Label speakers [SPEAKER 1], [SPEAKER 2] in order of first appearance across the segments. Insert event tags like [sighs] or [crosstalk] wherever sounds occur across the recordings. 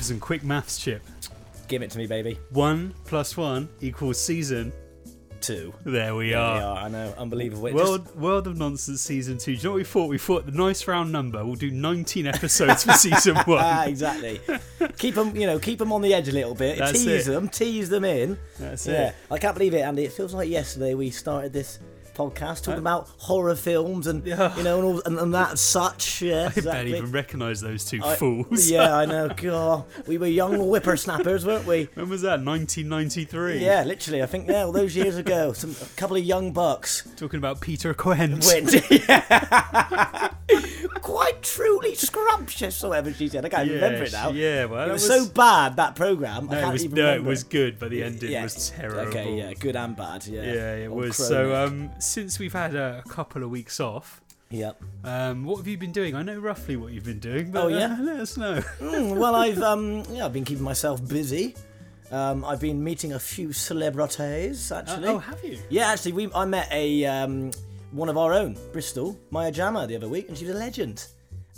[SPEAKER 1] some quick maths, Chip.
[SPEAKER 2] Give it to me, baby.
[SPEAKER 1] One plus one equals season.
[SPEAKER 2] Two.
[SPEAKER 1] There we
[SPEAKER 2] Yeah,
[SPEAKER 1] are.
[SPEAKER 2] I know. Unbelievable.
[SPEAKER 1] [laughs]
[SPEAKER 2] It
[SPEAKER 1] World World of Nonsense season two. Do you know what we thought? We thought the nice round number. We'll do 19 episodes
[SPEAKER 2] [laughs]
[SPEAKER 1] for season
[SPEAKER 2] Ah,
[SPEAKER 1] [laughs] one.
[SPEAKER 2] exactly. keep them, you know, keep them on the edge a little bit.
[SPEAKER 1] That's
[SPEAKER 2] tease
[SPEAKER 1] it.
[SPEAKER 2] them, tease them in.
[SPEAKER 1] That's
[SPEAKER 2] yeah,
[SPEAKER 1] it.
[SPEAKER 2] I can't believe it, Andy. It feels like yesterday we started this podcast talking about horror films and
[SPEAKER 1] Yeah.
[SPEAKER 2] you know and all and, and
[SPEAKER 1] [laughs]
[SPEAKER 2] that such. Yeah,
[SPEAKER 1] I barely
[SPEAKER 2] exactly.
[SPEAKER 1] even recognise those two
[SPEAKER 2] I-
[SPEAKER 1] fools.
[SPEAKER 2] yeah,
[SPEAKER 1] [laughs]
[SPEAKER 2] I know. God, we were young whippersnappers, weren't we?
[SPEAKER 1] When was that? 1993.
[SPEAKER 2] Yeah, literally. I think yeah, all those years ago, some a couple of young bucks
[SPEAKER 1] Talking about Peter Quent.
[SPEAKER 2] went.
[SPEAKER 1] [laughs]
[SPEAKER 2] Quite truly scrumptious, or whatever she said. I can't
[SPEAKER 1] Yeah,
[SPEAKER 2] remember it now.
[SPEAKER 1] Yeah, well,
[SPEAKER 2] It
[SPEAKER 1] that
[SPEAKER 2] was, so bad that program. I
[SPEAKER 1] No,
[SPEAKER 2] can't
[SPEAKER 1] it was,
[SPEAKER 2] even
[SPEAKER 1] no, it
[SPEAKER 2] remember
[SPEAKER 1] was good, but the ending
[SPEAKER 2] Yeah.
[SPEAKER 1] was terrible.
[SPEAKER 2] Okay, yeah, good and bad. Yeah,
[SPEAKER 1] Yeah, it
[SPEAKER 2] Or
[SPEAKER 1] was.
[SPEAKER 2] crony.
[SPEAKER 1] So, um, since we've had a, a couple of weeks off,
[SPEAKER 2] Yep.
[SPEAKER 1] um, what have you been doing? I know roughly what you've been doing, but
[SPEAKER 2] Oh,
[SPEAKER 1] uh,
[SPEAKER 2] yeah?
[SPEAKER 1] let us know.
[SPEAKER 2] Mm, well, I've um, yeah, I've been keeping myself busy. Um, I've been meeting a few celebrities [laughs] actually.
[SPEAKER 1] oh, have you?
[SPEAKER 2] yeah, actually, we I met a um, one of our own Bristol Maya Jama the other week, and she's a legend.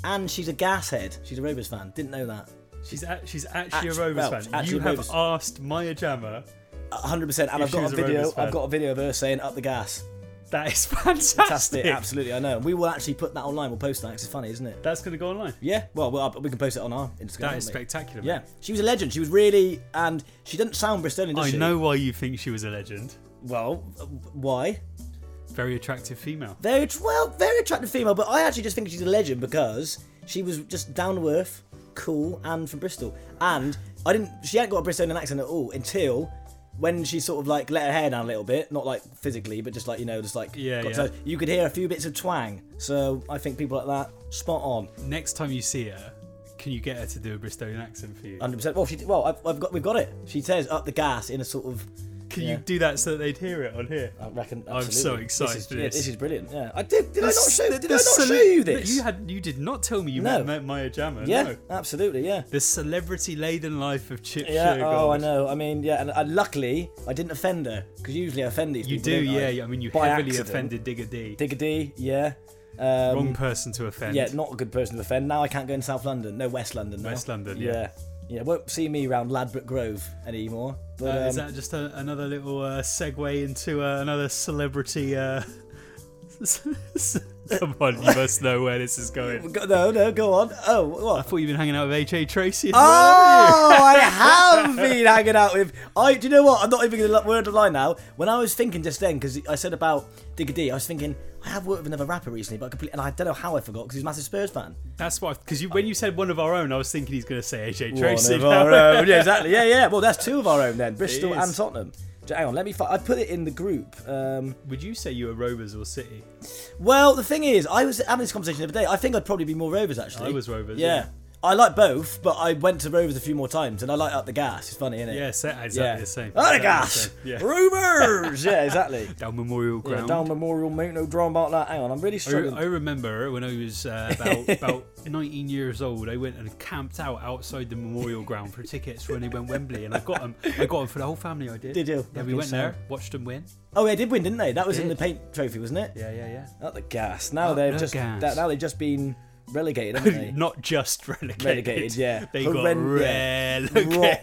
[SPEAKER 2] And she's a gashead. She's a Rovers fan. Didn't know that.
[SPEAKER 1] She's a, she's actually
[SPEAKER 2] Act-
[SPEAKER 1] a Rovers
[SPEAKER 2] well,
[SPEAKER 1] fan.
[SPEAKER 2] actually
[SPEAKER 1] you
[SPEAKER 2] a
[SPEAKER 1] have
[SPEAKER 2] Rovers-
[SPEAKER 1] asked Maya Jama.
[SPEAKER 2] hundred percent. And
[SPEAKER 1] Yeah,
[SPEAKER 2] I've
[SPEAKER 1] she
[SPEAKER 2] got
[SPEAKER 1] was
[SPEAKER 2] a
[SPEAKER 1] a
[SPEAKER 2] video.
[SPEAKER 1] Rovers fan.
[SPEAKER 2] I've got a video of her saying "up the gas."
[SPEAKER 1] That is [laughs] fantastic.
[SPEAKER 2] That's it. Absolutely, I know. We will actually put that online. We'll post that. 'cause it's funny, isn't it?
[SPEAKER 1] That's going to go online.
[SPEAKER 2] Yeah. Well, we'll we can post it on our Instagram.
[SPEAKER 1] That is
[SPEAKER 2] won't we?
[SPEAKER 1] spectacular.
[SPEAKER 2] Yeah,
[SPEAKER 1] mate.
[SPEAKER 2] she was a legend. She was really, and she didn't sound Bristolian, does
[SPEAKER 1] I
[SPEAKER 2] she?
[SPEAKER 1] know why you think she was a legend.
[SPEAKER 2] Well, uh, why?
[SPEAKER 1] Very attractive female.
[SPEAKER 2] Very att- well, very attractive female, but I actually just think she's a legend because she was just down to earth, cool, and from Bristol. And I didn't. She hadn't got a Bristolian accent at all until when she sort of like let her hair down a little bit, not like physically, but just like you know, just like
[SPEAKER 1] Yeah,
[SPEAKER 2] got-
[SPEAKER 1] yeah.
[SPEAKER 2] so you could hear a few bits of twang. So I think people like that, spot on,
[SPEAKER 1] Next time you see her, can you get her to do a Bristolian accent for you?
[SPEAKER 2] hundred percent. Well, she well, I've, I've got we've got it. She says up the gas in a sort of
[SPEAKER 1] Can
[SPEAKER 2] yeah.
[SPEAKER 1] you do that so that they'd hear it on here?
[SPEAKER 2] I reckon.
[SPEAKER 1] I'm so
[SPEAKER 2] absolutely.
[SPEAKER 1] excited
[SPEAKER 2] This is,
[SPEAKER 1] for
[SPEAKER 2] yeah,
[SPEAKER 1] this.
[SPEAKER 2] is brilliant. Yeah, I did. Did I not show? Did
[SPEAKER 1] The
[SPEAKER 2] I not
[SPEAKER 1] cele-
[SPEAKER 2] show you
[SPEAKER 1] No,
[SPEAKER 2] this?
[SPEAKER 1] You had. You did not tell me you
[SPEAKER 2] No.
[SPEAKER 1] met, met Maya Jama.
[SPEAKER 2] yeah,
[SPEAKER 1] No.
[SPEAKER 2] absolutely. Yeah.
[SPEAKER 1] The celebrity laden life of Chip
[SPEAKER 2] Yeah.
[SPEAKER 1] Shergold.
[SPEAKER 2] Oh, I know. I mean, yeah. And, and luckily, I didn't offend her because usually I offend these
[SPEAKER 1] You
[SPEAKER 2] people.
[SPEAKER 1] do,
[SPEAKER 2] don't I?
[SPEAKER 1] yeah. yeah, I mean, you
[SPEAKER 2] By
[SPEAKER 1] heavily
[SPEAKER 2] accident.
[SPEAKER 1] offended Digger D.
[SPEAKER 2] Diggity. Yeah. Um,
[SPEAKER 1] Wrong person to offend.
[SPEAKER 2] Yeah, not a good person to offend. Now I can't go in South London. No, West London. Now.
[SPEAKER 1] West London, yeah.
[SPEAKER 2] Yeah. Yeah, Won't see me round Ladbroke Grove anymore.
[SPEAKER 1] Uh,
[SPEAKER 2] But
[SPEAKER 1] is
[SPEAKER 2] um,
[SPEAKER 1] that just a, another little uh, segue into uh, another celebrity? Uh... [laughs] Come on, you must know where this is going.
[SPEAKER 2] go- no, no, go on.
[SPEAKER 1] [laughs]
[SPEAKER 2] Oh, what?
[SPEAKER 1] I thought you've been hanging out with AJ Tracy. as well,
[SPEAKER 2] Oh, I have been hanging out with. I do you know what? I'm not even gonna li- word a lie now. When I was thinking just then, because I said about Digga D, I was thinking I have worked with another rapper recently, but I completely, and I don't know how I forgot because he's a massive Spurs fan.
[SPEAKER 1] haven't you? That's why, because you, when you said one of our own, I was thinking he's going to say AJ Tracy.
[SPEAKER 2] One of our own. [laughs] Yeah, exactly. Yeah, yeah. Well, that's two of our own then, Bristol
[SPEAKER 1] is.
[SPEAKER 2] and Tottenham. J- Hang on, let me. Fi- I put it in the group. Um,
[SPEAKER 1] [laughs] Would you say you were Rovers or City?
[SPEAKER 2] well, the thing is, I was having this conversation the other day. I think I'd probably be more Rovers actually.
[SPEAKER 1] I was Rovers,
[SPEAKER 2] Yeah.
[SPEAKER 1] yeah.
[SPEAKER 2] I like both, but I went to Rovers a few more times, and I light up the gas. It's funny, isn't it?
[SPEAKER 1] Yeah, sa- exactly the same.
[SPEAKER 2] Oh,
[SPEAKER 1] Exactly
[SPEAKER 2] my
[SPEAKER 1] the
[SPEAKER 2] gosh!
[SPEAKER 1] same,
[SPEAKER 2] [laughs]
[SPEAKER 1] Yeah.
[SPEAKER 2] Rumors!
[SPEAKER 1] [laughs]
[SPEAKER 2] Yeah, exactly.
[SPEAKER 1] Down Memorial
[SPEAKER 2] yeah,
[SPEAKER 1] Ground.
[SPEAKER 2] down Memorial Mount, no drama about that. Hang on, I'm really
[SPEAKER 1] I,
[SPEAKER 2] struggling.
[SPEAKER 1] I remember when I was uh,
[SPEAKER 2] [laughs]
[SPEAKER 1] about about 19 years old. I went and camped out outside the memorial ground for tickets when they went Wembley, and I got them. I got 'em for the whole family. I did.
[SPEAKER 2] Did you?
[SPEAKER 1] Yeah,
[SPEAKER 2] Fucking
[SPEAKER 1] we went there,
[SPEAKER 2] sound.
[SPEAKER 1] watched them win.
[SPEAKER 2] oh, they did win, didn't they? That was in the
[SPEAKER 1] Did.
[SPEAKER 2] paint trophy, wasn't it?
[SPEAKER 1] Yeah, [laughs] yeah,
[SPEAKER 2] Not the gas. Now they've
[SPEAKER 1] the
[SPEAKER 2] just
[SPEAKER 1] gas.
[SPEAKER 2] that- now they've just been relegated, haven't
[SPEAKER 1] [laughs] yeah.
[SPEAKER 2] they?
[SPEAKER 1] Not just relegated.
[SPEAKER 2] Relegated, yeah.
[SPEAKER 1] [laughs] They
[SPEAKER 2] Horrend- yeah.
[SPEAKER 1] got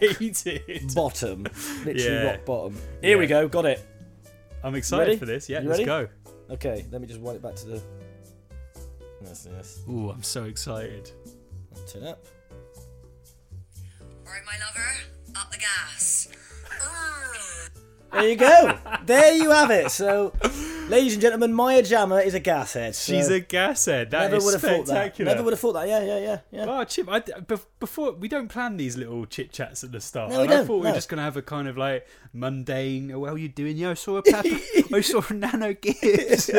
[SPEAKER 1] [laughs]
[SPEAKER 2] [laughs]
[SPEAKER 1] relegated.
[SPEAKER 2] bottom, literally
[SPEAKER 1] Yeah.
[SPEAKER 2] rock bottom. Here we
[SPEAKER 1] Yeah.
[SPEAKER 2] go, got it.
[SPEAKER 1] I'm excited
[SPEAKER 2] Ready?
[SPEAKER 1] for this. Yeah,
[SPEAKER 2] You
[SPEAKER 1] let's
[SPEAKER 2] ready?
[SPEAKER 1] go.
[SPEAKER 2] Okay, let me just wind it back to the. Yes, yes.
[SPEAKER 1] Ooh, I'm so excited.
[SPEAKER 2] Turn up.
[SPEAKER 3] All right, my lover, up the gas. Urgh.
[SPEAKER 2] There
[SPEAKER 1] [laughs]
[SPEAKER 2] you go. there you have it. So, ladies and gentlemen, Maya Jama is a gashead. So
[SPEAKER 1] She's a gas head. That
[SPEAKER 2] never
[SPEAKER 1] is
[SPEAKER 2] would have thought that.
[SPEAKER 1] spectacular.
[SPEAKER 2] Never would have thought that. Yeah, yeah, yeah, yeah.
[SPEAKER 1] Oh, Chip, I, bef- before we don't plan these little chit chats at the start.
[SPEAKER 2] No, we
[SPEAKER 1] and I
[SPEAKER 2] don't,
[SPEAKER 1] thought we
[SPEAKER 2] no.
[SPEAKER 1] were just going to have a kind of like mundane, oh, how you doing? Yeah, I saw a
[SPEAKER 2] [laughs]
[SPEAKER 1] pepper, I saw a nano gears.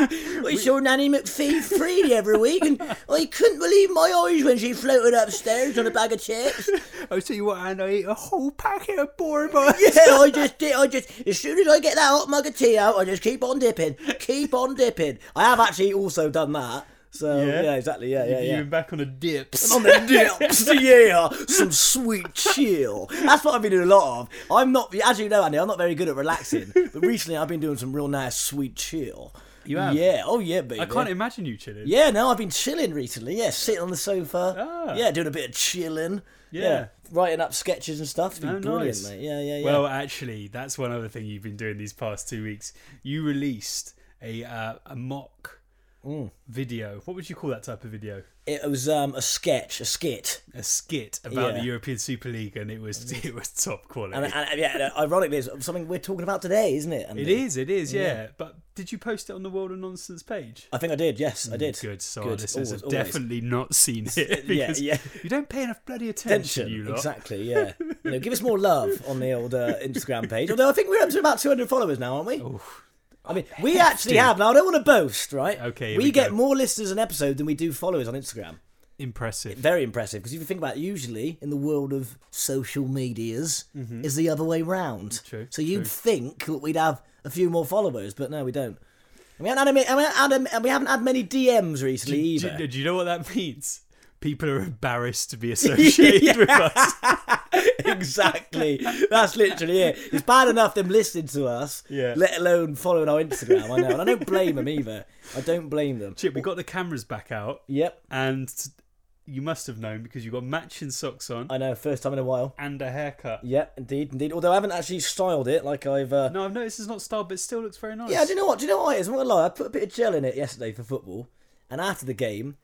[SPEAKER 2] I saw Nanny McPhee free the other
[SPEAKER 1] [laughs]
[SPEAKER 2] week, and I couldn't believe my eyes when she floated upstairs on a bag of chips.
[SPEAKER 1] [laughs] I tell you what, and I ate a whole packet of Bournemouth.
[SPEAKER 2] [laughs] Yeah, I just did. I just as soon as I get that hot mug of tea out, I just keep on dipping, keep on dipping. I have actually also done that So
[SPEAKER 1] Yeah.
[SPEAKER 2] yeah, exactly. Yeah, yeah,
[SPEAKER 1] you
[SPEAKER 2] yeah.
[SPEAKER 1] went back on a dip. [laughs]
[SPEAKER 2] on the dips, yeah, some sweet chill. That's what I've been doing a lot of. I'm not, as you know, Andy, I'm not very good at relaxing, but recently I've been doing some real nice sweet chill.
[SPEAKER 1] You have?
[SPEAKER 2] Yeah, oh yeah, baby.
[SPEAKER 1] I can't imagine you chilling.
[SPEAKER 2] Yeah, no, I've been chilling recently. Yeah, sitting on the sofa.
[SPEAKER 1] Ah.
[SPEAKER 2] Yeah, doing a bit of chilling. Yeah.
[SPEAKER 1] Yeah.
[SPEAKER 2] writing up sketches and stuff. It's been
[SPEAKER 1] Oh,
[SPEAKER 2] brilliant,
[SPEAKER 1] nice.
[SPEAKER 2] mate. Yeah, yeah, yeah.
[SPEAKER 1] Well, actually, that's one other thing you've been doing these past two weeks. You released a uh, a mock
[SPEAKER 2] Mm.
[SPEAKER 1] video. What would you call that type of video?
[SPEAKER 2] it was um, a sketch, a skit,
[SPEAKER 1] A skit about
[SPEAKER 2] Yeah.
[SPEAKER 1] the European Super League, and it was [laughs] it was top quality.
[SPEAKER 2] and, and, and, yeah, and ironically, it's something we're talking about today, isn't it?
[SPEAKER 1] it
[SPEAKER 2] Andy?
[SPEAKER 1] is, it is, yeah. But did you post it on the World of Nonsense page?
[SPEAKER 2] I think I did. Yes, I did.
[SPEAKER 1] Mm, Good, so our
[SPEAKER 2] Good,
[SPEAKER 1] listeners
[SPEAKER 2] always,
[SPEAKER 1] have
[SPEAKER 2] always.
[SPEAKER 1] definitely not seen
[SPEAKER 2] [laughs]
[SPEAKER 1] it because
[SPEAKER 2] yeah.
[SPEAKER 1] you don't pay enough bloody attention,
[SPEAKER 2] Attention,
[SPEAKER 1] you lot.
[SPEAKER 2] exactly. Yeah, you know, give us more love on the old uh, Instagram page. Although I think we're up to about 200 followers now, aren't we? I mean, we actually
[SPEAKER 1] Oh, Hefty.
[SPEAKER 2] have. Now I don't want to boast, right?
[SPEAKER 1] Okay, here
[SPEAKER 2] we,
[SPEAKER 1] we
[SPEAKER 2] get
[SPEAKER 1] go.
[SPEAKER 2] more listeners an episode than we do followers on Instagram.
[SPEAKER 1] Impressive.
[SPEAKER 2] very impressive because if you think about it, usually in the world of social medias is the other way round.
[SPEAKER 1] Mm-hmm. True,
[SPEAKER 2] So you'd
[SPEAKER 1] true.
[SPEAKER 2] think that we'd have a few more followers, but no, we don't. And we haven't had, a, and we haven't had, a, and we haven't had many DMs recently either.
[SPEAKER 1] Do, do you know what that means? People are embarrassed to be associated with
[SPEAKER 2] [laughs]
[SPEAKER 1] us.
[SPEAKER 2] [laughs] exactly. That's literally it. It's bad enough them listening to us,
[SPEAKER 1] Yeah.
[SPEAKER 2] let alone following our Instagram. I know, and I don't blame them either. I don't blame them.
[SPEAKER 1] Chip, we got the cameras back out,
[SPEAKER 2] Yep,
[SPEAKER 1] and you must have known because you got matching socks on
[SPEAKER 2] I know. First time in a while.
[SPEAKER 1] and a haircut.
[SPEAKER 2] Yep, indeed, indeed. Although I haven't actually styled it like I've. Uh,
[SPEAKER 1] No, I've noticed it's not styled, but it still looks very nice.
[SPEAKER 2] Yeah, do you know what? Do you know what it is? I'm not gonna lie. I put a bit of gel in it yesterday for football, and after the game,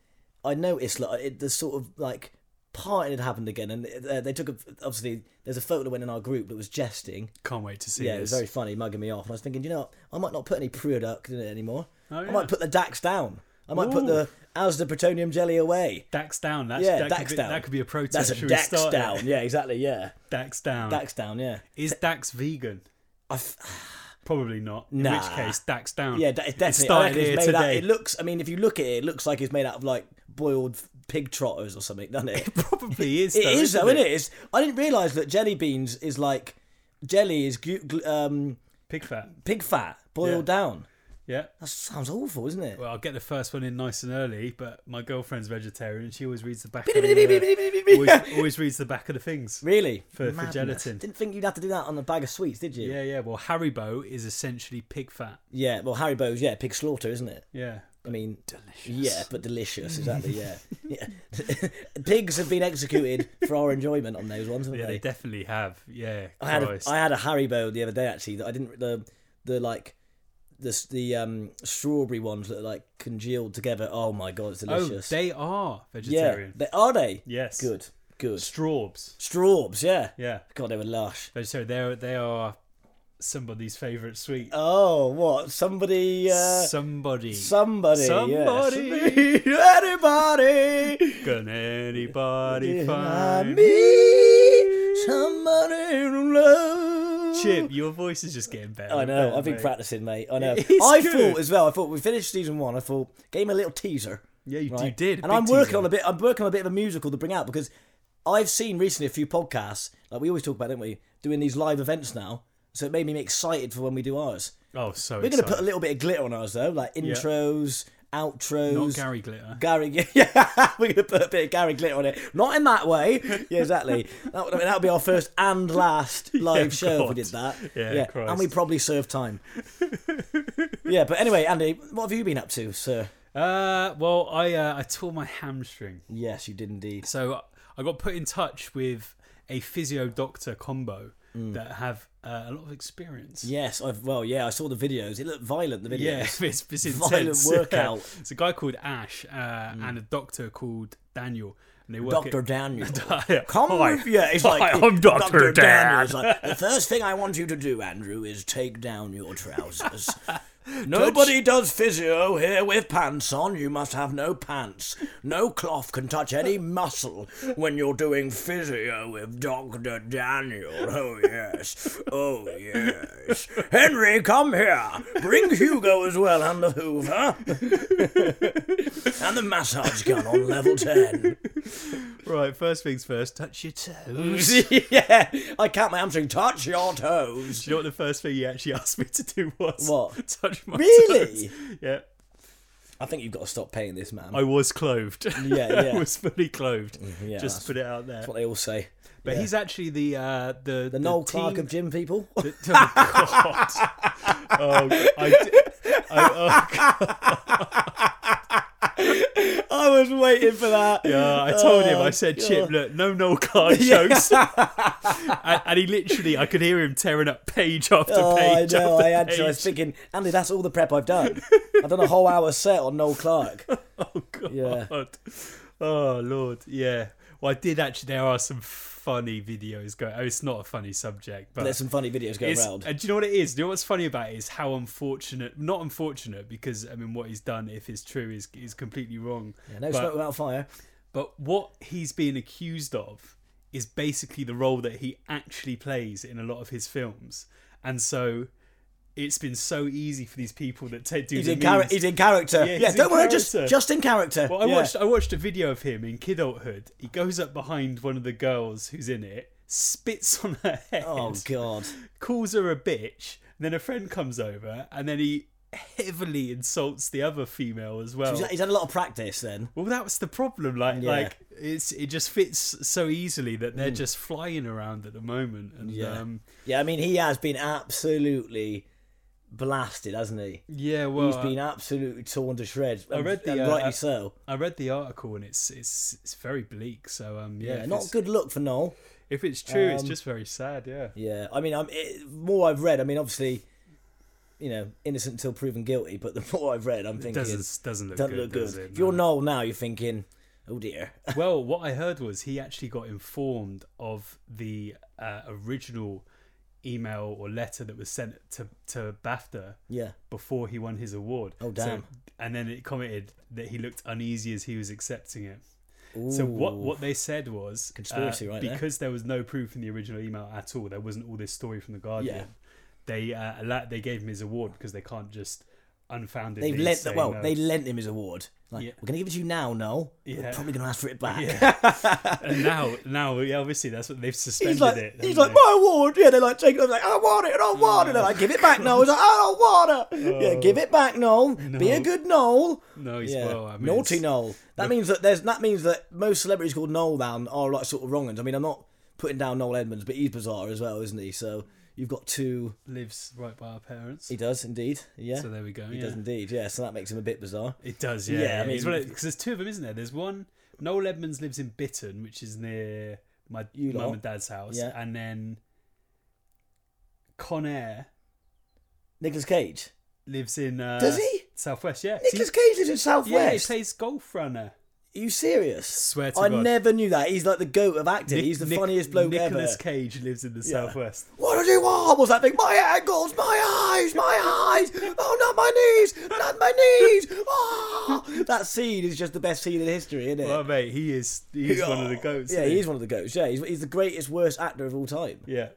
[SPEAKER 2] I noticed like it, the sort of like parting had happened again, and uh, they took a, obviously there's a photo that went in our group that was jesting.
[SPEAKER 1] Can't wait to see
[SPEAKER 2] Yeah, it was
[SPEAKER 1] this.
[SPEAKER 2] very funny, mugging me off. And I was thinking, you know, what? I might not put any product in it anymore. I
[SPEAKER 1] Oh, yeah.
[SPEAKER 2] might put the Dax down. I might put
[SPEAKER 1] Ooh.
[SPEAKER 2] the Asda Plutonium Jelly away.
[SPEAKER 1] Dax down. That's,
[SPEAKER 2] Yeah,
[SPEAKER 1] that
[SPEAKER 2] Dax
[SPEAKER 1] could be,
[SPEAKER 2] down.
[SPEAKER 1] That could be a protest.
[SPEAKER 2] That's
[SPEAKER 1] Should
[SPEAKER 2] a
[SPEAKER 1] we
[SPEAKER 2] Dax
[SPEAKER 1] start it?
[SPEAKER 2] down. Yeah, exactly. Yeah,
[SPEAKER 1] Dax down.
[SPEAKER 2] Dax down. Yeah,
[SPEAKER 1] Is Dax vegan?
[SPEAKER 2] I f-
[SPEAKER 1] Probably not. In
[SPEAKER 2] Nah.
[SPEAKER 1] which case, Dax down.
[SPEAKER 2] Yeah, that, it's
[SPEAKER 1] It
[SPEAKER 2] definitely. I
[SPEAKER 1] started
[SPEAKER 2] reckon it's
[SPEAKER 1] here
[SPEAKER 2] made Out,
[SPEAKER 1] today.
[SPEAKER 2] it looks. I mean, if you look at it, it looks like it's made out of like boiled pig trotters or something, doesn't
[SPEAKER 1] [laughs]
[SPEAKER 2] it?
[SPEAKER 1] Probably is.
[SPEAKER 2] it
[SPEAKER 1] though,
[SPEAKER 2] is
[SPEAKER 1] isn't
[SPEAKER 2] though, isn't it? It's, I didn't realise that jelly beans is like jelly is gu- gl- um,
[SPEAKER 1] Pig fat.
[SPEAKER 2] pig fat boiled
[SPEAKER 1] Yeah.
[SPEAKER 2] down.
[SPEAKER 1] Yeah.
[SPEAKER 2] That sounds awful, isn't it?
[SPEAKER 1] Well, I'll get the first one in nice and early, but my girlfriend's vegetarian. and She always reads the back. of the,
[SPEAKER 2] [laughs]
[SPEAKER 1] always, always reads the back of the things.
[SPEAKER 2] really?
[SPEAKER 1] for
[SPEAKER 2] Madness.
[SPEAKER 1] gelatin.
[SPEAKER 2] Didn't think you'd have to do that on a bag of sweets, did you?
[SPEAKER 1] Yeah, yeah. Well, Haribo is essentially pig fat.
[SPEAKER 2] Yeah. Well, Haribo's yeah, pig slaughter, isn't it?
[SPEAKER 1] Yeah.
[SPEAKER 2] I mean, delicious. Yeah, but delicious, exactly.
[SPEAKER 1] [laughs]
[SPEAKER 2] Yeah, yeah. [laughs] pigs have been executed for our enjoyment on those ones, haven't
[SPEAKER 1] Yeah,
[SPEAKER 2] they?
[SPEAKER 1] they definitely have. Yeah.
[SPEAKER 2] I had a,
[SPEAKER 1] Christ.
[SPEAKER 2] I had a Haribo the other day actually that I didn't the the like the s- the um strawberry ones that are like congealed together. Oh my god, it's
[SPEAKER 1] oh,
[SPEAKER 2] delicious.
[SPEAKER 1] they are
[SPEAKER 2] yeah,
[SPEAKER 1] vegetarian.
[SPEAKER 2] they, are they?
[SPEAKER 1] Yes.
[SPEAKER 2] Good, good.
[SPEAKER 1] Straws.
[SPEAKER 2] Straws, yeah.
[SPEAKER 1] Yeah.
[SPEAKER 2] God, they were lush.
[SPEAKER 1] Vegetarian. They are, they are somebody's favourite sweet.
[SPEAKER 2] Oh, what? Somebody, uh,
[SPEAKER 1] Somebody.
[SPEAKER 2] somebody, yeah.
[SPEAKER 1] Somebody. [laughs]
[SPEAKER 2] Somebody, anybody,
[SPEAKER 1] Can anybody
[SPEAKER 2] find
[SPEAKER 1] find
[SPEAKER 2] me somebody to love.
[SPEAKER 1] Chip, your voice is just getting better.
[SPEAKER 2] I
[SPEAKER 1] and
[SPEAKER 2] know.
[SPEAKER 1] better,
[SPEAKER 2] I've been
[SPEAKER 1] mate.
[SPEAKER 2] practicing, mate. I
[SPEAKER 1] [laughs]
[SPEAKER 2] know. I
[SPEAKER 1] It is good.
[SPEAKER 2] thought as well. I thought we finished season one. I thought gave him a little teaser.
[SPEAKER 1] Yeah, you,
[SPEAKER 2] right?
[SPEAKER 1] you did.
[SPEAKER 2] And I'm working on a bit. I'm working on a bit of a musical to bring out because I've seen recently a few podcasts. Like we always talk about, don't we? Doing these live events now. So it made me excited for when we do ours.
[SPEAKER 1] Oh, so
[SPEAKER 2] We're going to put a little bit of glitter on ours though, like intros,
[SPEAKER 1] Not
[SPEAKER 2] outros.
[SPEAKER 1] Gary Glitter.
[SPEAKER 2] Gary, [laughs] yeah, we're gonna put a bit of Gary Glitter on it. Not in that way, yeah, exactly. That would, I mean, that would be our first and
[SPEAKER 1] [laughs]
[SPEAKER 2] last live show if we
[SPEAKER 1] God.
[SPEAKER 2] did that.
[SPEAKER 1] Yeah, Christ.
[SPEAKER 2] and we probably serve
[SPEAKER 1] [laughs]
[SPEAKER 2] time. yeah, but anyway, Andy, what have you been up to, sir?
[SPEAKER 1] Uh, well, I uh, I tore my hamstring.
[SPEAKER 2] Yes, you did indeed.
[SPEAKER 1] So I got put in touch with a physio doctor combo
[SPEAKER 2] Mm.
[SPEAKER 1] that have uh, a lot of experience.
[SPEAKER 2] Yes, I've well, yeah, I saw the videos. It looked violent. The videos.
[SPEAKER 1] Yeah, [laughs] it's, it's intense. [laughs]
[SPEAKER 2] Violent workout. Mm.
[SPEAKER 1] it's a guy called Ash uh, and a doctor called Daniel, and they work.
[SPEAKER 2] Doctor
[SPEAKER 1] [laughs]
[SPEAKER 2] Daniel.
[SPEAKER 1] Daniel.
[SPEAKER 2] Come with you. It's like
[SPEAKER 1] Hi, I'm Dr. Dan.
[SPEAKER 2] It's like, the first thing I want you to do, Andrew, is take down
[SPEAKER 1] [laughs]
[SPEAKER 2] your trousers. Nobody does physio here with pants on. You must have no pants. No cloth can touch any muscle when you're doing physio with Dr. Daniel. Oh, yes. Oh, yes. Henry, come here. Bring Hugo as well and the Hoover. [laughs] and the massage gun on level 10.
[SPEAKER 1] Right, first things first. Touch your toes.
[SPEAKER 2] [laughs] yeah, I can't my hamstring. Touch your toes.
[SPEAKER 1] Do [laughs] you know what the first thing he actually asked me to do was?
[SPEAKER 2] What?
[SPEAKER 1] Touch my
[SPEAKER 2] Really?
[SPEAKER 1] toes. Yeah.
[SPEAKER 2] I think you've got to stop paying this man.
[SPEAKER 1] I was clothed.
[SPEAKER 2] Yeah,
[SPEAKER 1] [laughs]
[SPEAKER 2] yeah. Mm,
[SPEAKER 1] I was fully clothed.
[SPEAKER 2] yeah,
[SPEAKER 1] Just to
[SPEAKER 2] that's-
[SPEAKER 1] put it out there.
[SPEAKER 2] That's what they all say.
[SPEAKER 1] But
[SPEAKER 2] yeah.
[SPEAKER 1] he's actually the uh, the
[SPEAKER 2] the Noel
[SPEAKER 1] team...
[SPEAKER 2] Clark of gym people.
[SPEAKER 1] The- oh God! Oh, [laughs] I di- I, oh,
[SPEAKER 2] I was waiting for that. [laughs]
[SPEAKER 1] God, uh, I told him.
[SPEAKER 2] Oh,
[SPEAKER 1] I said, "Chip,
[SPEAKER 2] God.
[SPEAKER 1] look, no Noel
[SPEAKER 2] [laughs]
[SPEAKER 1] Clark jokes." [laughs] and, and he literally, I could hear him tearing up
[SPEAKER 2] [laughs]
[SPEAKER 1] page after
[SPEAKER 2] Oh, I
[SPEAKER 1] page.
[SPEAKER 2] know.
[SPEAKER 1] after
[SPEAKER 2] I had. to. I was
[SPEAKER 1] page.
[SPEAKER 2] thinking, Andy, that's all the prep
[SPEAKER 1] [laughs]
[SPEAKER 2] I've done. I've done a whole hour set on Noel Clark.
[SPEAKER 1] Oh God!
[SPEAKER 2] Yeah.
[SPEAKER 1] Oh Lord! Yeah. Well, I did actually. There are some funny videos going. Oh, it's not a funny subject, but
[SPEAKER 2] There's some funny videos going
[SPEAKER 1] It's-
[SPEAKER 2] around.
[SPEAKER 1] And do you know what it is? Do you know what's funny about it is how unfortunate, not unfortunate, because I mean, what he's done, if it's true, is is completely wrong.
[SPEAKER 2] No
[SPEAKER 1] but,
[SPEAKER 2] smoke without fire.
[SPEAKER 1] but what he's being accused of is basically the role that he actually plays in a lot of his films, and so it's been so easy for these people that t- do
[SPEAKER 2] He's
[SPEAKER 1] the
[SPEAKER 2] in, char-
[SPEAKER 1] memes-
[SPEAKER 2] he's in character.
[SPEAKER 1] Yeah,
[SPEAKER 2] Yeah,
[SPEAKER 1] he's
[SPEAKER 2] don't
[SPEAKER 1] in
[SPEAKER 2] worry, just
[SPEAKER 1] character.
[SPEAKER 2] just in character.
[SPEAKER 1] Well, I
[SPEAKER 2] Yeah.
[SPEAKER 1] watched I watched a video of him in Kidulthood. He goes up behind one of the girls who's in it, spits on her head,
[SPEAKER 2] Oh God!
[SPEAKER 1] calls her a bitch. And then a friend comes over, and then he heavily insults the other female as well.
[SPEAKER 2] He's, he's had a lot of practice then.
[SPEAKER 1] Well, that was the problem. Like,
[SPEAKER 2] Yeah. Mm.
[SPEAKER 1] like it's it just fits so easily that they're just flying around at the moment. And
[SPEAKER 2] Yeah.
[SPEAKER 1] um,
[SPEAKER 2] Yeah, I mean, he has been absolutely blasted, hasn't he?
[SPEAKER 1] yeah, well,
[SPEAKER 2] He's been absolutely torn to shreds.
[SPEAKER 1] I read the,
[SPEAKER 2] and
[SPEAKER 1] uh,
[SPEAKER 2] rightly
[SPEAKER 1] uh,
[SPEAKER 2] so.
[SPEAKER 1] I read the article and it's it's it's very bleak. So um, yeah,
[SPEAKER 2] Yeah,
[SPEAKER 1] if,
[SPEAKER 2] not
[SPEAKER 1] it's,
[SPEAKER 2] a good look for Noel.
[SPEAKER 1] if it's true, it's
[SPEAKER 2] Um,
[SPEAKER 1] just very sad. Yeah.
[SPEAKER 2] Yeah, I mean, I'm it, more I've read. I mean, obviously, you know, innocent until proven guilty. But the [laughs] more I've read, I'm thinking
[SPEAKER 1] Doesn't doesn't look
[SPEAKER 2] doesn't
[SPEAKER 1] good.
[SPEAKER 2] look good.
[SPEAKER 1] Does it?
[SPEAKER 2] if you're
[SPEAKER 1] No.
[SPEAKER 2] Noel now, you're thinking, oh dear. [laughs]
[SPEAKER 1] Well, what I heard was he actually got informed of the uh, original email or letter that was sent to to BAFTA
[SPEAKER 2] yeah,
[SPEAKER 1] before he won his award. Oh
[SPEAKER 2] damn.
[SPEAKER 1] and then it commented that he looked uneasy as he was accepting it. So what what they said was uh,
[SPEAKER 2] Conspiracy right there.
[SPEAKER 1] because there. was no proof in the original email at all. There wasn't all this story from the Guardian.
[SPEAKER 2] Yeah.
[SPEAKER 1] They uh, allo- they gave him his award because they can't just unfounded.
[SPEAKER 2] they've lent the, well, they lent him his award. Like,
[SPEAKER 1] Yeah.
[SPEAKER 2] we're gonna give it to you now, Noel.
[SPEAKER 1] Yeah.
[SPEAKER 2] We're probably gonna ask for it back. [laughs]
[SPEAKER 1] and now now yeah, obviously that's what they've suspended
[SPEAKER 2] He's like,
[SPEAKER 1] it. Oh.
[SPEAKER 2] he's
[SPEAKER 1] haven't
[SPEAKER 2] like,
[SPEAKER 1] they?
[SPEAKER 2] my award. Yeah, they're like, taking. I'm like, I want it, I don't want it. And I like, give it back, Noel. He's like, I don't
[SPEAKER 1] [laughs]
[SPEAKER 2] want it. Yeah, give it back, Noel. Be a good Noel.
[SPEAKER 1] no, he's
[SPEAKER 2] Yeah,
[SPEAKER 1] well, I mean,
[SPEAKER 2] naughty
[SPEAKER 1] it's-
[SPEAKER 2] Noel. That means that there's that means that most celebrities called Noel down are like sort of wrong ones. I mean, I'm not putting down Noel Edmonds, but he's bizarre as well, isn't he? So you've got two.
[SPEAKER 1] lives right by our parents.
[SPEAKER 2] He does indeed. Yeah,
[SPEAKER 1] so there we go.
[SPEAKER 2] he
[SPEAKER 1] yeah.
[SPEAKER 2] does indeed. Yeah, so that makes him a bit bizarre.
[SPEAKER 1] It does, yeah.
[SPEAKER 2] Yeah,
[SPEAKER 1] yeah,
[SPEAKER 2] I mean-
[SPEAKER 1] because there's two of them, isn't there? There's one. Noel Edmonds lives in Bitton, which is near my
[SPEAKER 2] You lot.
[SPEAKER 1] mum and dad's house,
[SPEAKER 2] Yeah.
[SPEAKER 1] and then Conair
[SPEAKER 2] Nicholas Cage.
[SPEAKER 1] lives in. Uh,
[SPEAKER 2] Does he?
[SPEAKER 1] Southwest, yeah.
[SPEAKER 2] Nicholas
[SPEAKER 1] See-
[SPEAKER 2] Cage lives in South
[SPEAKER 1] yeah, he
[SPEAKER 2] West.
[SPEAKER 1] plays golf runner.
[SPEAKER 2] Are you serious?
[SPEAKER 1] Swear to
[SPEAKER 2] I
[SPEAKER 1] God.
[SPEAKER 2] never knew that. He's like the goat of acting. he's the funniest bloke ever.
[SPEAKER 1] Nicholas Cage lives in the Southwest.
[SPEAKER 2] What do you want? What's that thing? My ankles, my eyes, my eyes. Oh, not my knees, not my knees. Oh. That scene is just the best scene in history, isn't it?
[SPEAKER 1] Well, mate, he is. He's one of the goats.
[SPEAKER 2] [laughs] Yeah,
[SPEAKER 1] isn't
[SPEAKER 2] he is one of the goats. Yeah, he's, he's the greatest, worst actor of all time.
[SPEAKER 1] Yeah.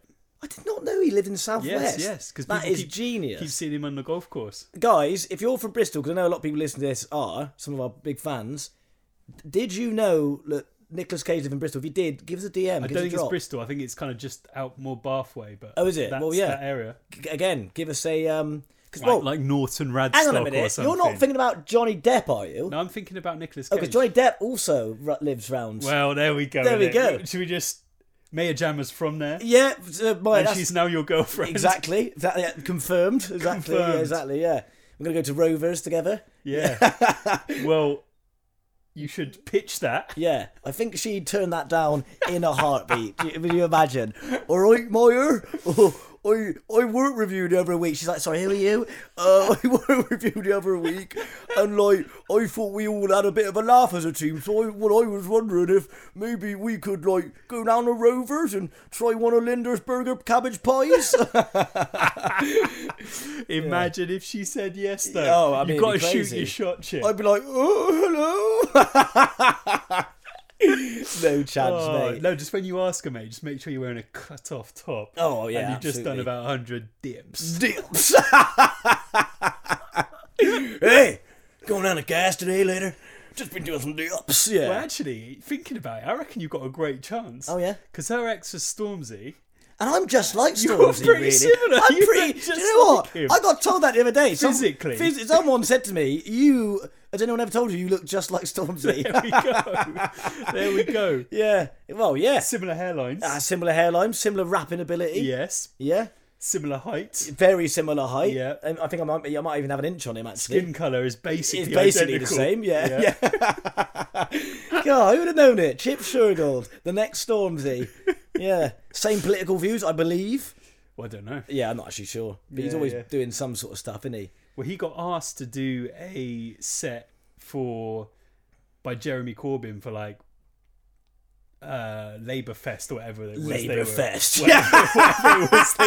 [SPEAKER 2] I did not know he lived in the
[SPEAKER 1] Yes,
[SPEAKER 2] Southwest.
[SPEAKER 1] yes. Because
[SPEAKER 2] that is genius.
[SPEAKER 1] Keep seeing him on the golf course.
[SPEAKER 2] Guys, if you're from Bristol, because I know a lot of people listening to this are, some of our big fans, did you know that Nicholas Cage lived in Bristol? If you did, give us a DM.
[SPEAKER 1] I
[SPEAKER 2] give
[SPEAKER 1] don't
[SPEAKER 2] us a
[SPEAKER 1] think it's
[SPEAKER 2] drop.
[SPEAKER 1] Bristol. I think it's kind of just out more Bathway. But
[SPEAKER 2] Oh, is it?
[SPEAKER 1] That's
[SPEAKER 2] Well, yeah.
[SPEAKER 1] that area.
[SPEAKER 2] G- Again, give us a. um 'cause,
[SPEAKER 1] Like,
[SPEAKER 2] well,
[SPEAKER 1] like Norton Radstock
[SPEAKER 2] hang on a
[SPEAKER 1] or
[SPEAKER 2] minute.
[SPEAKER 1] something.
[SPEAKER 2] You're not thinking about Johnny Depp, are you?
[SPEAKER 1] No, I'm thinking about Nicholas
[SPEAKER 2] Because
[SPEAKER 1] Cage.
[SPEAKER 2] Johnny Depp also r- lives round.
[SPEAKER 1] well, there we go.
[SPEAKER 2] There we
[SPEAKER 1] innit?
[SPEAKER 2] go.
[SPEAKER 1] Should we just Maya Jammer's from there?
[SPEAKER 2] yeah, uh, my,
[SPEAKER 1] and
[SPEAKER 2] that's
[SPEAKER 1] she's now your girlfriend.
[SPEAKER 2] [laughs] exactly, exactly yeah, confirmed. Exactly, yeah,
[SPEAKER 1] Confirmed.
[SPEAKER 2] exactly. Yeah, we're gonna go to Rovers together.
[SPEAKER 1] [laughs]
[SPEAKER 2] [laughs]
[SPEAKER 1] Yeah. well, you should pitch that.
[SPEAKER 2] Yeah, I think she turned that down in a heartbeat. Do you- Can you imagine? All right, Meyer. Oh, [laughs] I, I work reviewed every week. She's like, sorry, who are you? Uh, [laughs] I work reviewed every week. And like, I thought we all had a bit of a laugh as a team. So I, well, I was wondering if maybe we could like go down to Rovers and try one of Linder's burger cabbage pies. [laughs]
[SPEAKER 1] Imagine if she said yes, though.
[SPEAKER 2] Oh, I mean,
[SPEAKER 1] You've got to
[SPEAKER 2] it'd be
[SPEAKER 1] shoot
[SPEAKER 2] crazy.
[SPEAKER 1] your shot, chick.
[SPEAKER 2] I'd be like, oh, hello. [laughs] no chance,
[SPEAKER 1] Oh,
[SPEAKER 2] mate.
[SPEAKER 1] no, just when you ask her, mate, just make sure you're wearing a cut off top.
[SPEAKER 2] Oh, yeah,
[SPEAKER 1] And you've just done
[SPEAKER 2] absolutely.
[SPEAKER 1] about 100 dips.
[SPEAKER 2] dips. [laughs] hey, going down to gas today later? Just been doing some dips. Yeah.
[SPEAKER 1] Well, actually, thinking about it, I reckon you've got a great chance.
[SPEAKER 2] Oh, yeah?
[SPEAKER 1] Because her ex was Stormzy.
[SPEAKER 2] And I'm just like
[SPEAKER 1] You're
[SPEAKER 2] Stormzy,
[SPEAKER 1] pretty
[SPEAKER 2] really.
[SPEAKER 1] similar. [laughs]
[SPEAKER 2] I'm
[SPEAKER 1] You're
[SPEAKER 2] pretty.
[SPEAKER 1] just
[SPEAKER 2] do you know
[SPEAKER 1] like
[SPEAKER 2] what?
[SPEAKER 1] him.
[SPEAKER 2] I got told that the other day. Some-
[SPEAKER 1] Physically.
[SPEAKER 2] phys- someone said to me, "You." Has anyone ever told you you look just like Stormzy?
[SPEAKER 1] [laughs] There we go. there we
[SPEAKER 2] [laughs]
[SPEAKER 1] go.
[SPEAKER 2] yeah. Well, yeah.
[SPEAKER 1] Similar hairlines.
[SPEAKER 2] Ah, similar hairline, similar rapping ability.
[SPEAKER 1] yes.
[SPEAKER 2] Yeah.
[SPEAKER 1] Similar height.
[SPEAKER 2] Very similar height.
[SPEAKER 1] Yeah.
[SPEAKER 2] Um, I think I might. be- I might even have an inch on him actually.
[SPEAKER 1] Skin color is basically
[SPEAKER 2] It's basically
[SPEAKER 1] identical.
[SPEAKER 2] the same, yeah. [laughs] yeah. God, who would have known it? Chip Shergold, the next Stormzy. Yeah. Same political views, I believe.
[SPEAKER 1] Well, I don't know.
[SPEAKER 2] Yeah, I'm not actually sure. But he's
[SPEAKER 1] Yeah,
[SPEAKER 2] always
[SPEAKER 1] yeah.
[SPEAKER 2] doing some sort of stuff, isn't he?
[SPEAKER 1] Well, he got asked to do a set for by Jeremy Corbyn for like uh Labour Fest or whatever it was they
[SPEAKER 2] Labour
[SPEAKER 1] were-
[SPEAKER 2] Fest.
[SPEAKER 1] whatever it was they-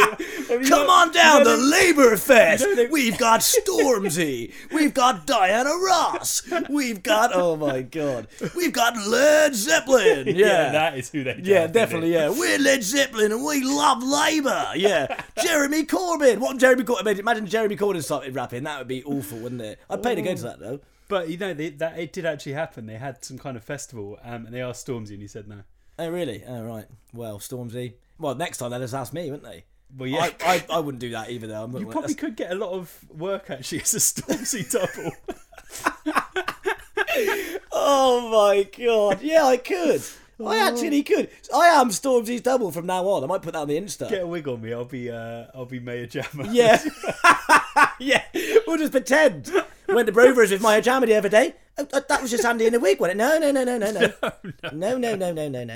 [SPEAKER 1] I mean,
[SPEAKER 2] Come
[SPEAKER 1] you
[SPEAKER 2] on down to
[SPEAKER 1] [laughs]
[SPEAKER 2] Labour Fest.
[SPEAKER 1] know they-
[SPEAKER 2] We've got Stormzy. We've got Diana Ross. We've got oh my god. We've got Led Zeppelin.
[SPEAKER 1] know-
[SPEAKER 2] Yeah,
[SPEAKER 1] [laughs] yeah, that is who they.
[SPEAKER 2] Yeah,
[SPEAKER 1] drafted,
[SPEAKER 2] definitely.
[SPEAKER 1] isn't it?
[SPEAKER 2] Yeah, we're Led Zeppelin and we love Labour.
[SPEAKER 1] [laughs]
[SPEAKER 2] Yeah, Jeremy Corbyn. What Jeremy Corbyn? Imagine Jeremy Corbyn started rapping. That would be awful, wouldn't it? I'd pay to go to that though.
[SPEAKER 1] But you know they, that it did actually happen. They had some kind of festival, um, and they asked Stormzy, and he said no.
[SPEAKER 2] Oh really? Oh right. Well, Stormzy. Well, next time they'll just ask me, wouldn't they?
[SPEAKER 1] Well, yeah.
[SPEAKER 2] I, I, I wouldn't do that either though. I'm not
[SPEAKER 1] You
[SPEAKER 2] gonna-
[SPEAKER 1] probably
[SPEAKER 2] that's-
[SPEAKER 1] could get a lot of work actually as a [laughs] Stormzy double.
[SPEAKER 2] Oh my god. Yeah,
[SPEAKER 1] [laughs]
[SPEAKER 2] I could. I actually could. I am Stormzy's double from now on. I might put that on the Insta.
[SPEAKER 1] get a wig on me. I'll be uh, I'll be Mayor Jammer. [laughs]
[SPEAKER 2] Yeah. yeah. We'll just pretend. Went to Rovers with Maya Jammer the other day. Oh, that that was just Andy in a wig, wasn't it? No, no, no, no, [laughs] no, no. No, no, no, no, no, no.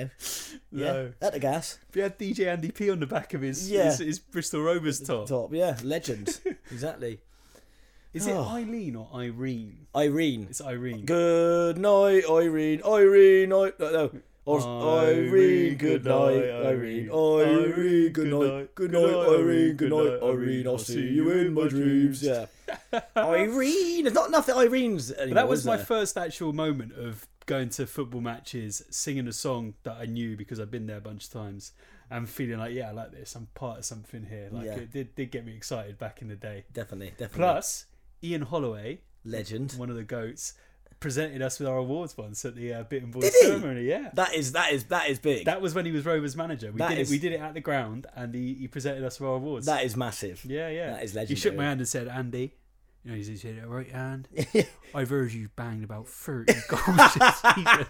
[SPEAKER 2] Yeah.
[SPEAKER 1] No.
[SPEAKER 2] At the gas.
[SPEAKER 1] He had DJ Andy P on the back of his
[SPEAKER 2] Yeah.
[SPEAKER 1] his, his Bristol Rovers top.
[SPEAKER 2] Top, yeah. Legend. exactly.
[SPEAKER 1] Is it
[SPEAKER 2] Oh.
[SPEAKER 1] Eileen or Irene?
[SPEAKER 2] Irene.
[SPEAKER 1] It's Irene.
[SPEAKER 2] Good night, Irene. Irene. I- no, no. Or- Irene, good night, Irene. Irene, good night. Good night, Irene. Good night, Irene. I'll see you in my dreams. Yeah. [laughs] Irene. There's not enough that Irene's anymore.
[SPEAKER 1] That was
[SPEAKER 2] is
[SPEAKER 1] my
[SPEAKER 2] there?
[SPEAKER 1] first actual moment of going to football matches, singing a song that I knew because I'd been there a bunch of times, and feeling like, yeah, I like this. I'm part of something here. Like
[SPEAKER 2] Yeah.
[SPEAKER 1] it did, did get me excited back in the day.
[SPEAKER 2] Definitely, definitely.
[SPEAKER 1] Plus, Ian Holloway,
[SPEAKER 2] legend.
[SPEAKER 1] one of the goats, presented us with our awards once at the uh, Bitten Boys
[SPEAKER 2] Did he?
[SPEAKER 1] ceremony. Yeah.
[SPEAKER 2] That is that is that is big.
[SPEAKER 1] That was when he was Rovers manager. We
[SPEAKER 2] That
[SPEAKER 1] did
[SPEAKER 2] is-
[SPEAKER 1] it. We did it at the ground, and he, he presented us with our awards.
[SPEAKER 2] that is massive.
[SPEAKER 1] yeah, yeah.
[SPEAKER 2] that is
[SPEAKER 1] He shook
[SPEAKER 2] legendary.
[SPEAKER 1] my hand and said, "Andy, you know, he said, all right,
[SPEAKER 2] [laughs]
[SPEAKER 1] hand. I've heard you banged about thirty [laughs] goals this season,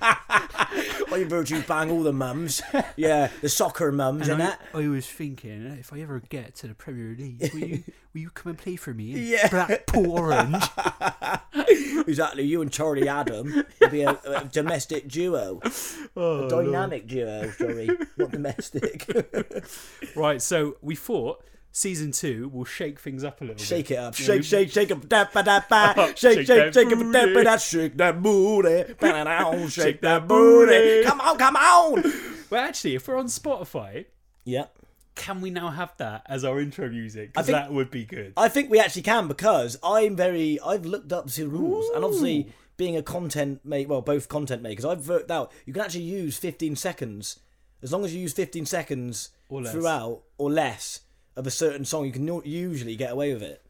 [SPEAKER 2] I've heard you bang all the mums. [laughs] Yeah, the soccer mums and,
[SPEAKER 1] and I,
[SPEAKER 2] that.
[SPEAKER 1] I was thinking if I ever get to the Premier League, will
[SPEAKER 2] [laughs]
[SPEAKER 1] you will you come and play for me? in
[SPEAKER 2] Yeah.
[SPEAKER 1] Blackpool Orange.
[SPEAKER 2] [laughs] Exactly. You and Charlie [laughs] Adam would be a, a domestic duo, a dynamic duo. Sorry, not [laughs] domestic.
[SPEAKER 1] right. So we thought season two will shake things up a little.
[SPEAKER 2] shake
[SPEAKER 1] bit.
[SPEAKER 2] it up.
[SPEAKER 1] You know,
[SPEAKER 2] Shake,
[SPEAKER 1] we-
[SPEAKER 2] shake, shake up, da ba da ba. [laughs]
[SPEAKER 1] Shake
[SPEAKER 2] Shake, shake,
[SPEAKER 1] that
[SPEAKER 2] shake up, da ba
[SPEAKER 1] booty.
[SPEAKER 2] da. Shake that booty. [laughs] Ba da da. Shake
[SPEAKER 1] Shake
[SPEAKER 2] that
[SPEAKER 1] that
[SPEAKER 2] booty.
[SPEAKER 1] booty.
[SPEAKER 2] Come on, come on. [laughs]
[SPEAKER 1] Well, actually, if we're on Spotify.
[SPEAKER 2] Yeah.
[SPEAKER 1] Can we now have that as our intro music?
[SPEAKER 2] I
[SPEAKER 1] Because
[SPEAKER 2] think-
[SPEAKER 1] that would be good.
[SPEAKER 2] I think we actually can because I'm very. I've looked up the rules, and obviously being a content make, well, both content makers, I've worked out you can actually use 15 seconds as long as you use 15 seconds
[SPEAKER 1] Or less.
[SPEAKER 2] throughout or less of a certain song. You can not usually get away with it.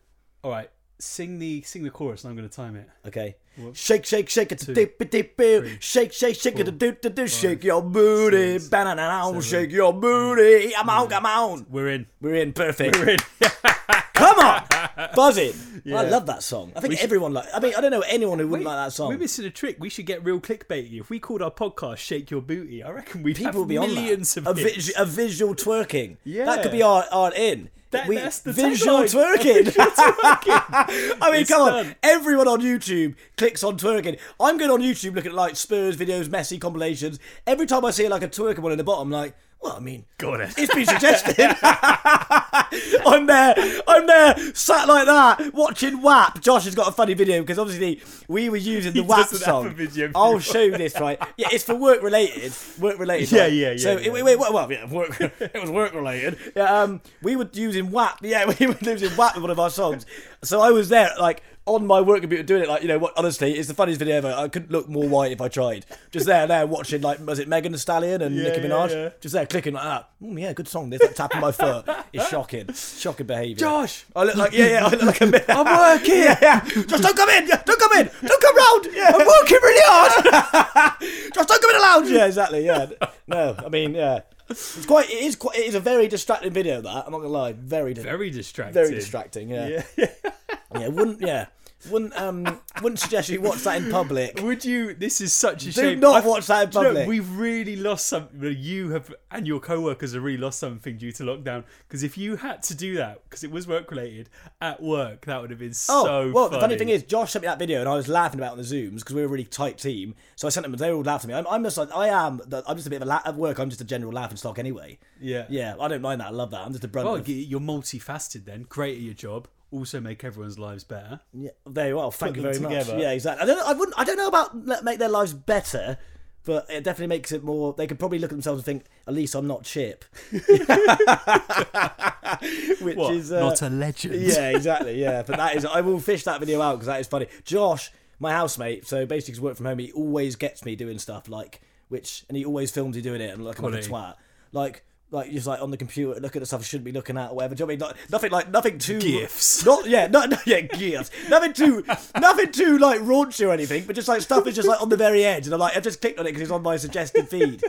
[SPEAKER 1] All right, sing the sing the chorus, and I'm going to time it.
[SPEAKER 2] Okay. Shake, shake, shake it, dip, dip, dip, dip. Shake, shake, shake it, do, do, do. Shake your booty,
[SPEAKER 1] six,
[SPEAKER 2] banana, shake your booty. I'm out, I'm out.
[SPEAKER 1] We're in.
[SPEAKER 2] We're in, perfect.
[SPEAKER 1] We're in.
[SPEAKER 2] [laughs] Come on, buzzing. I love that song. I think
[SPEAKER 1] should-
[SPEAKER 2] everyone like. I mean, I don't know anyone who wouldn't like that song.
[SPEAKER 1] We're missing a trick. We should get real clickbaity. If we called our podcast "Shake Your Booty," I reckon we'd
[SPEAKER 2] People will
[SPEAKER 1] have
[SPEAKER 2] be on
[SPEAKER 1] millions
[SPEAKER 2] that.
[SPEAKER 1] of
[SPEAKER 2] a,
[SPEAKER 1] hits.
[SPEAKER 2] vis- a visual twerking.
[SPEAKER 1] Yeah.
[SPEAKER 2] that could be our our in.
[SPEAKER 1] That- that's the
[SPEAKER 2] visual
[SPEAKER 1] tagline. [laughs]
[SPEAKER 2] twerking. [laughs] I mean,
[SPEAKER 1] It's
[SPEAKER 2] come on.
[SPEAKER 1] done.
[SPEAKER 2] Everyone on YouTube clicks on twerking. I'm going on YouTube looking at like Spurs videos, Messi compilations. Every time I see like a twerking one in the bottom, like, well, I mean,
[SPEAKER 1] Got it.
[SPEAKER 2] it's been suggested. [laughs] I'm there. I'm there, sat like that, watching WAP. Josh has got a funny video because obviously we were using
[SPEAKER 1] [laughs]
[SPEAKER 2] the
[SPEAKER 1] He
[SPEAKER 2] WAP
[SPEAKER 1] doesn't have a
[SPEAKER 2] song.
[SPEAKER 1] video for
[SPEAKER 2] I'll
[SPEAKER 1] you.
[SPEAKER 2] show this, right? Yeah, it's for work related. Work related.
[SPEAKER 1] [laughs] Yeah,
[SPEAKER 2] right?
[SPEAKER 1] yeah, yeah,
[SPEAKER 2] So
[SPEAKER 1] yeah.
[SPEAKER 2] It, wait, well, well, yeah,
[SPEAKER 1] [laughs]
[SPEAKER 2] work. [laughs] it was work related. Yeah, um, we were using WAP. Yeah, [laughs] we were using WAP in one of our songs. So I was there, like on my work computer, doing it. Like you know what? Honestly, it's the funniest video ever. I couldn't look more white if I tried. Just there, there, watching like was it Megan Thee Stallion and
[SPEAKER 1] Yeah,
[SPEAKER 2] Nicki
[SPEAKER 1] yeah,
[SPEAKER 2] Minaj?
[SPEAKER 1] yeah.
[SPEAKER 2] Just there, clicking like that. Mm, yeah, good song. This like, tapping my foot. It's shocking. Shocking behaviour.
[SPEAKER 1] Josh!
[SPEAKER 2] I look like yeah, yeah. I look like a bit.
[SPEAKER 1] I'm working.
[SPEAKER 2] Yeah, [laughs] yeah. Just don't come in. Yeah, Don't come in. Don't come round. Yeah. [laughs] I'm working really hard. Just don't come in the lounge. Yeah, exactly. Yeah. No, I mean, yeah. It's quite. It is quite. It is a very distracting video. That I'm not gonna lie. Very. Di- very,
[SPEAKER 1] Very distracting.
[SPEAKER 2] distracting. Yeah. yeah.
[SPEAKER 1] Yeah. yeah.
[SPEAKER 2] Wouldn't. [laughs] Yeah. Wouldn't. Um. Wouldn't suggest you watch that in public.
[SPEAKER 1] [laughs] Would you? This is such a
[SPEAKER 2] Do
[SPEAKER 1] shame.
[SPEAKER 2] not watch that in
[SPEAKER 1] Do you know,
[SPEAKER 2] public.
[SPEAKER 1] we've really lost some. well, You have, and your co-workers have really lost something due to lockdown. Because if you had to do that, because it was work related at work, that would have been
[SPEAKER 2] Oh,
[SPEAKER 1] so.
[SPEAKER 2] well,
[SPEAKER 1] funny.
[SPEAKER 2] the funny thing is, Josh sent me that video, and I was laughing about it on the zooms because we were a really tight team. So I sent them, and they all laughed at me. I'm, I'm just, like, I am, I'm just a bit of a la- at work. I'm just a general laughing stock anyway.
[SPEAKER 1] yeah,
[SPEAKER 2] Yeah, I don't mind that. I love that. I'm just a brunt.
[SPEAKER 1] Well,
[SPEAKER 2] of-
[SPEAKER 1] y- you're multifaceted then. Great at your job. Also make everyone's lives better.
[SPEAKER 2] yeah, there you are. Thank you
[SPEAKER 1] them
[SPEAKER 2] very much.
[SPEAKER 1] together.
[SPEAKER 2] Yeah, exactly. I don't, I wouldn't, I don't know about let- make their lives better, but it definitely makes it more. They could probably look at themselves and think, at least I'm
[SPEAKER 1] [laughs]
[SPEAKER 2] not chip, [laughs] which
[SPEAKER 1] What?
[SPEAKER 2] is uh,
[SPEAKER 1] Not a legend.
[SPEAKER 2] Yeah, exactly. Yeah, but that is. I will fish that video out because that is funny. Josh, my housemate, so basically, he's work from home. He always gets me doing stuff like which, and he always films me doing it and like I'm like a
[SPEAKER 1] Quality.
[SPEAKER 2] twat, like. Like just like on the computer, look at the stuff I shouldn't be looking at or whatever. Do you know what I mean? Not- nothing like nothing too
[SPEAKER 1] Gifs.
[SPEAKER 2] Not yeah, not, not yeah, gifts. nothing too, nothing too like raunchy or anything. But just like stuff is just like on the very edge, and I'm like I just clicked on it because it's on my suggested feed.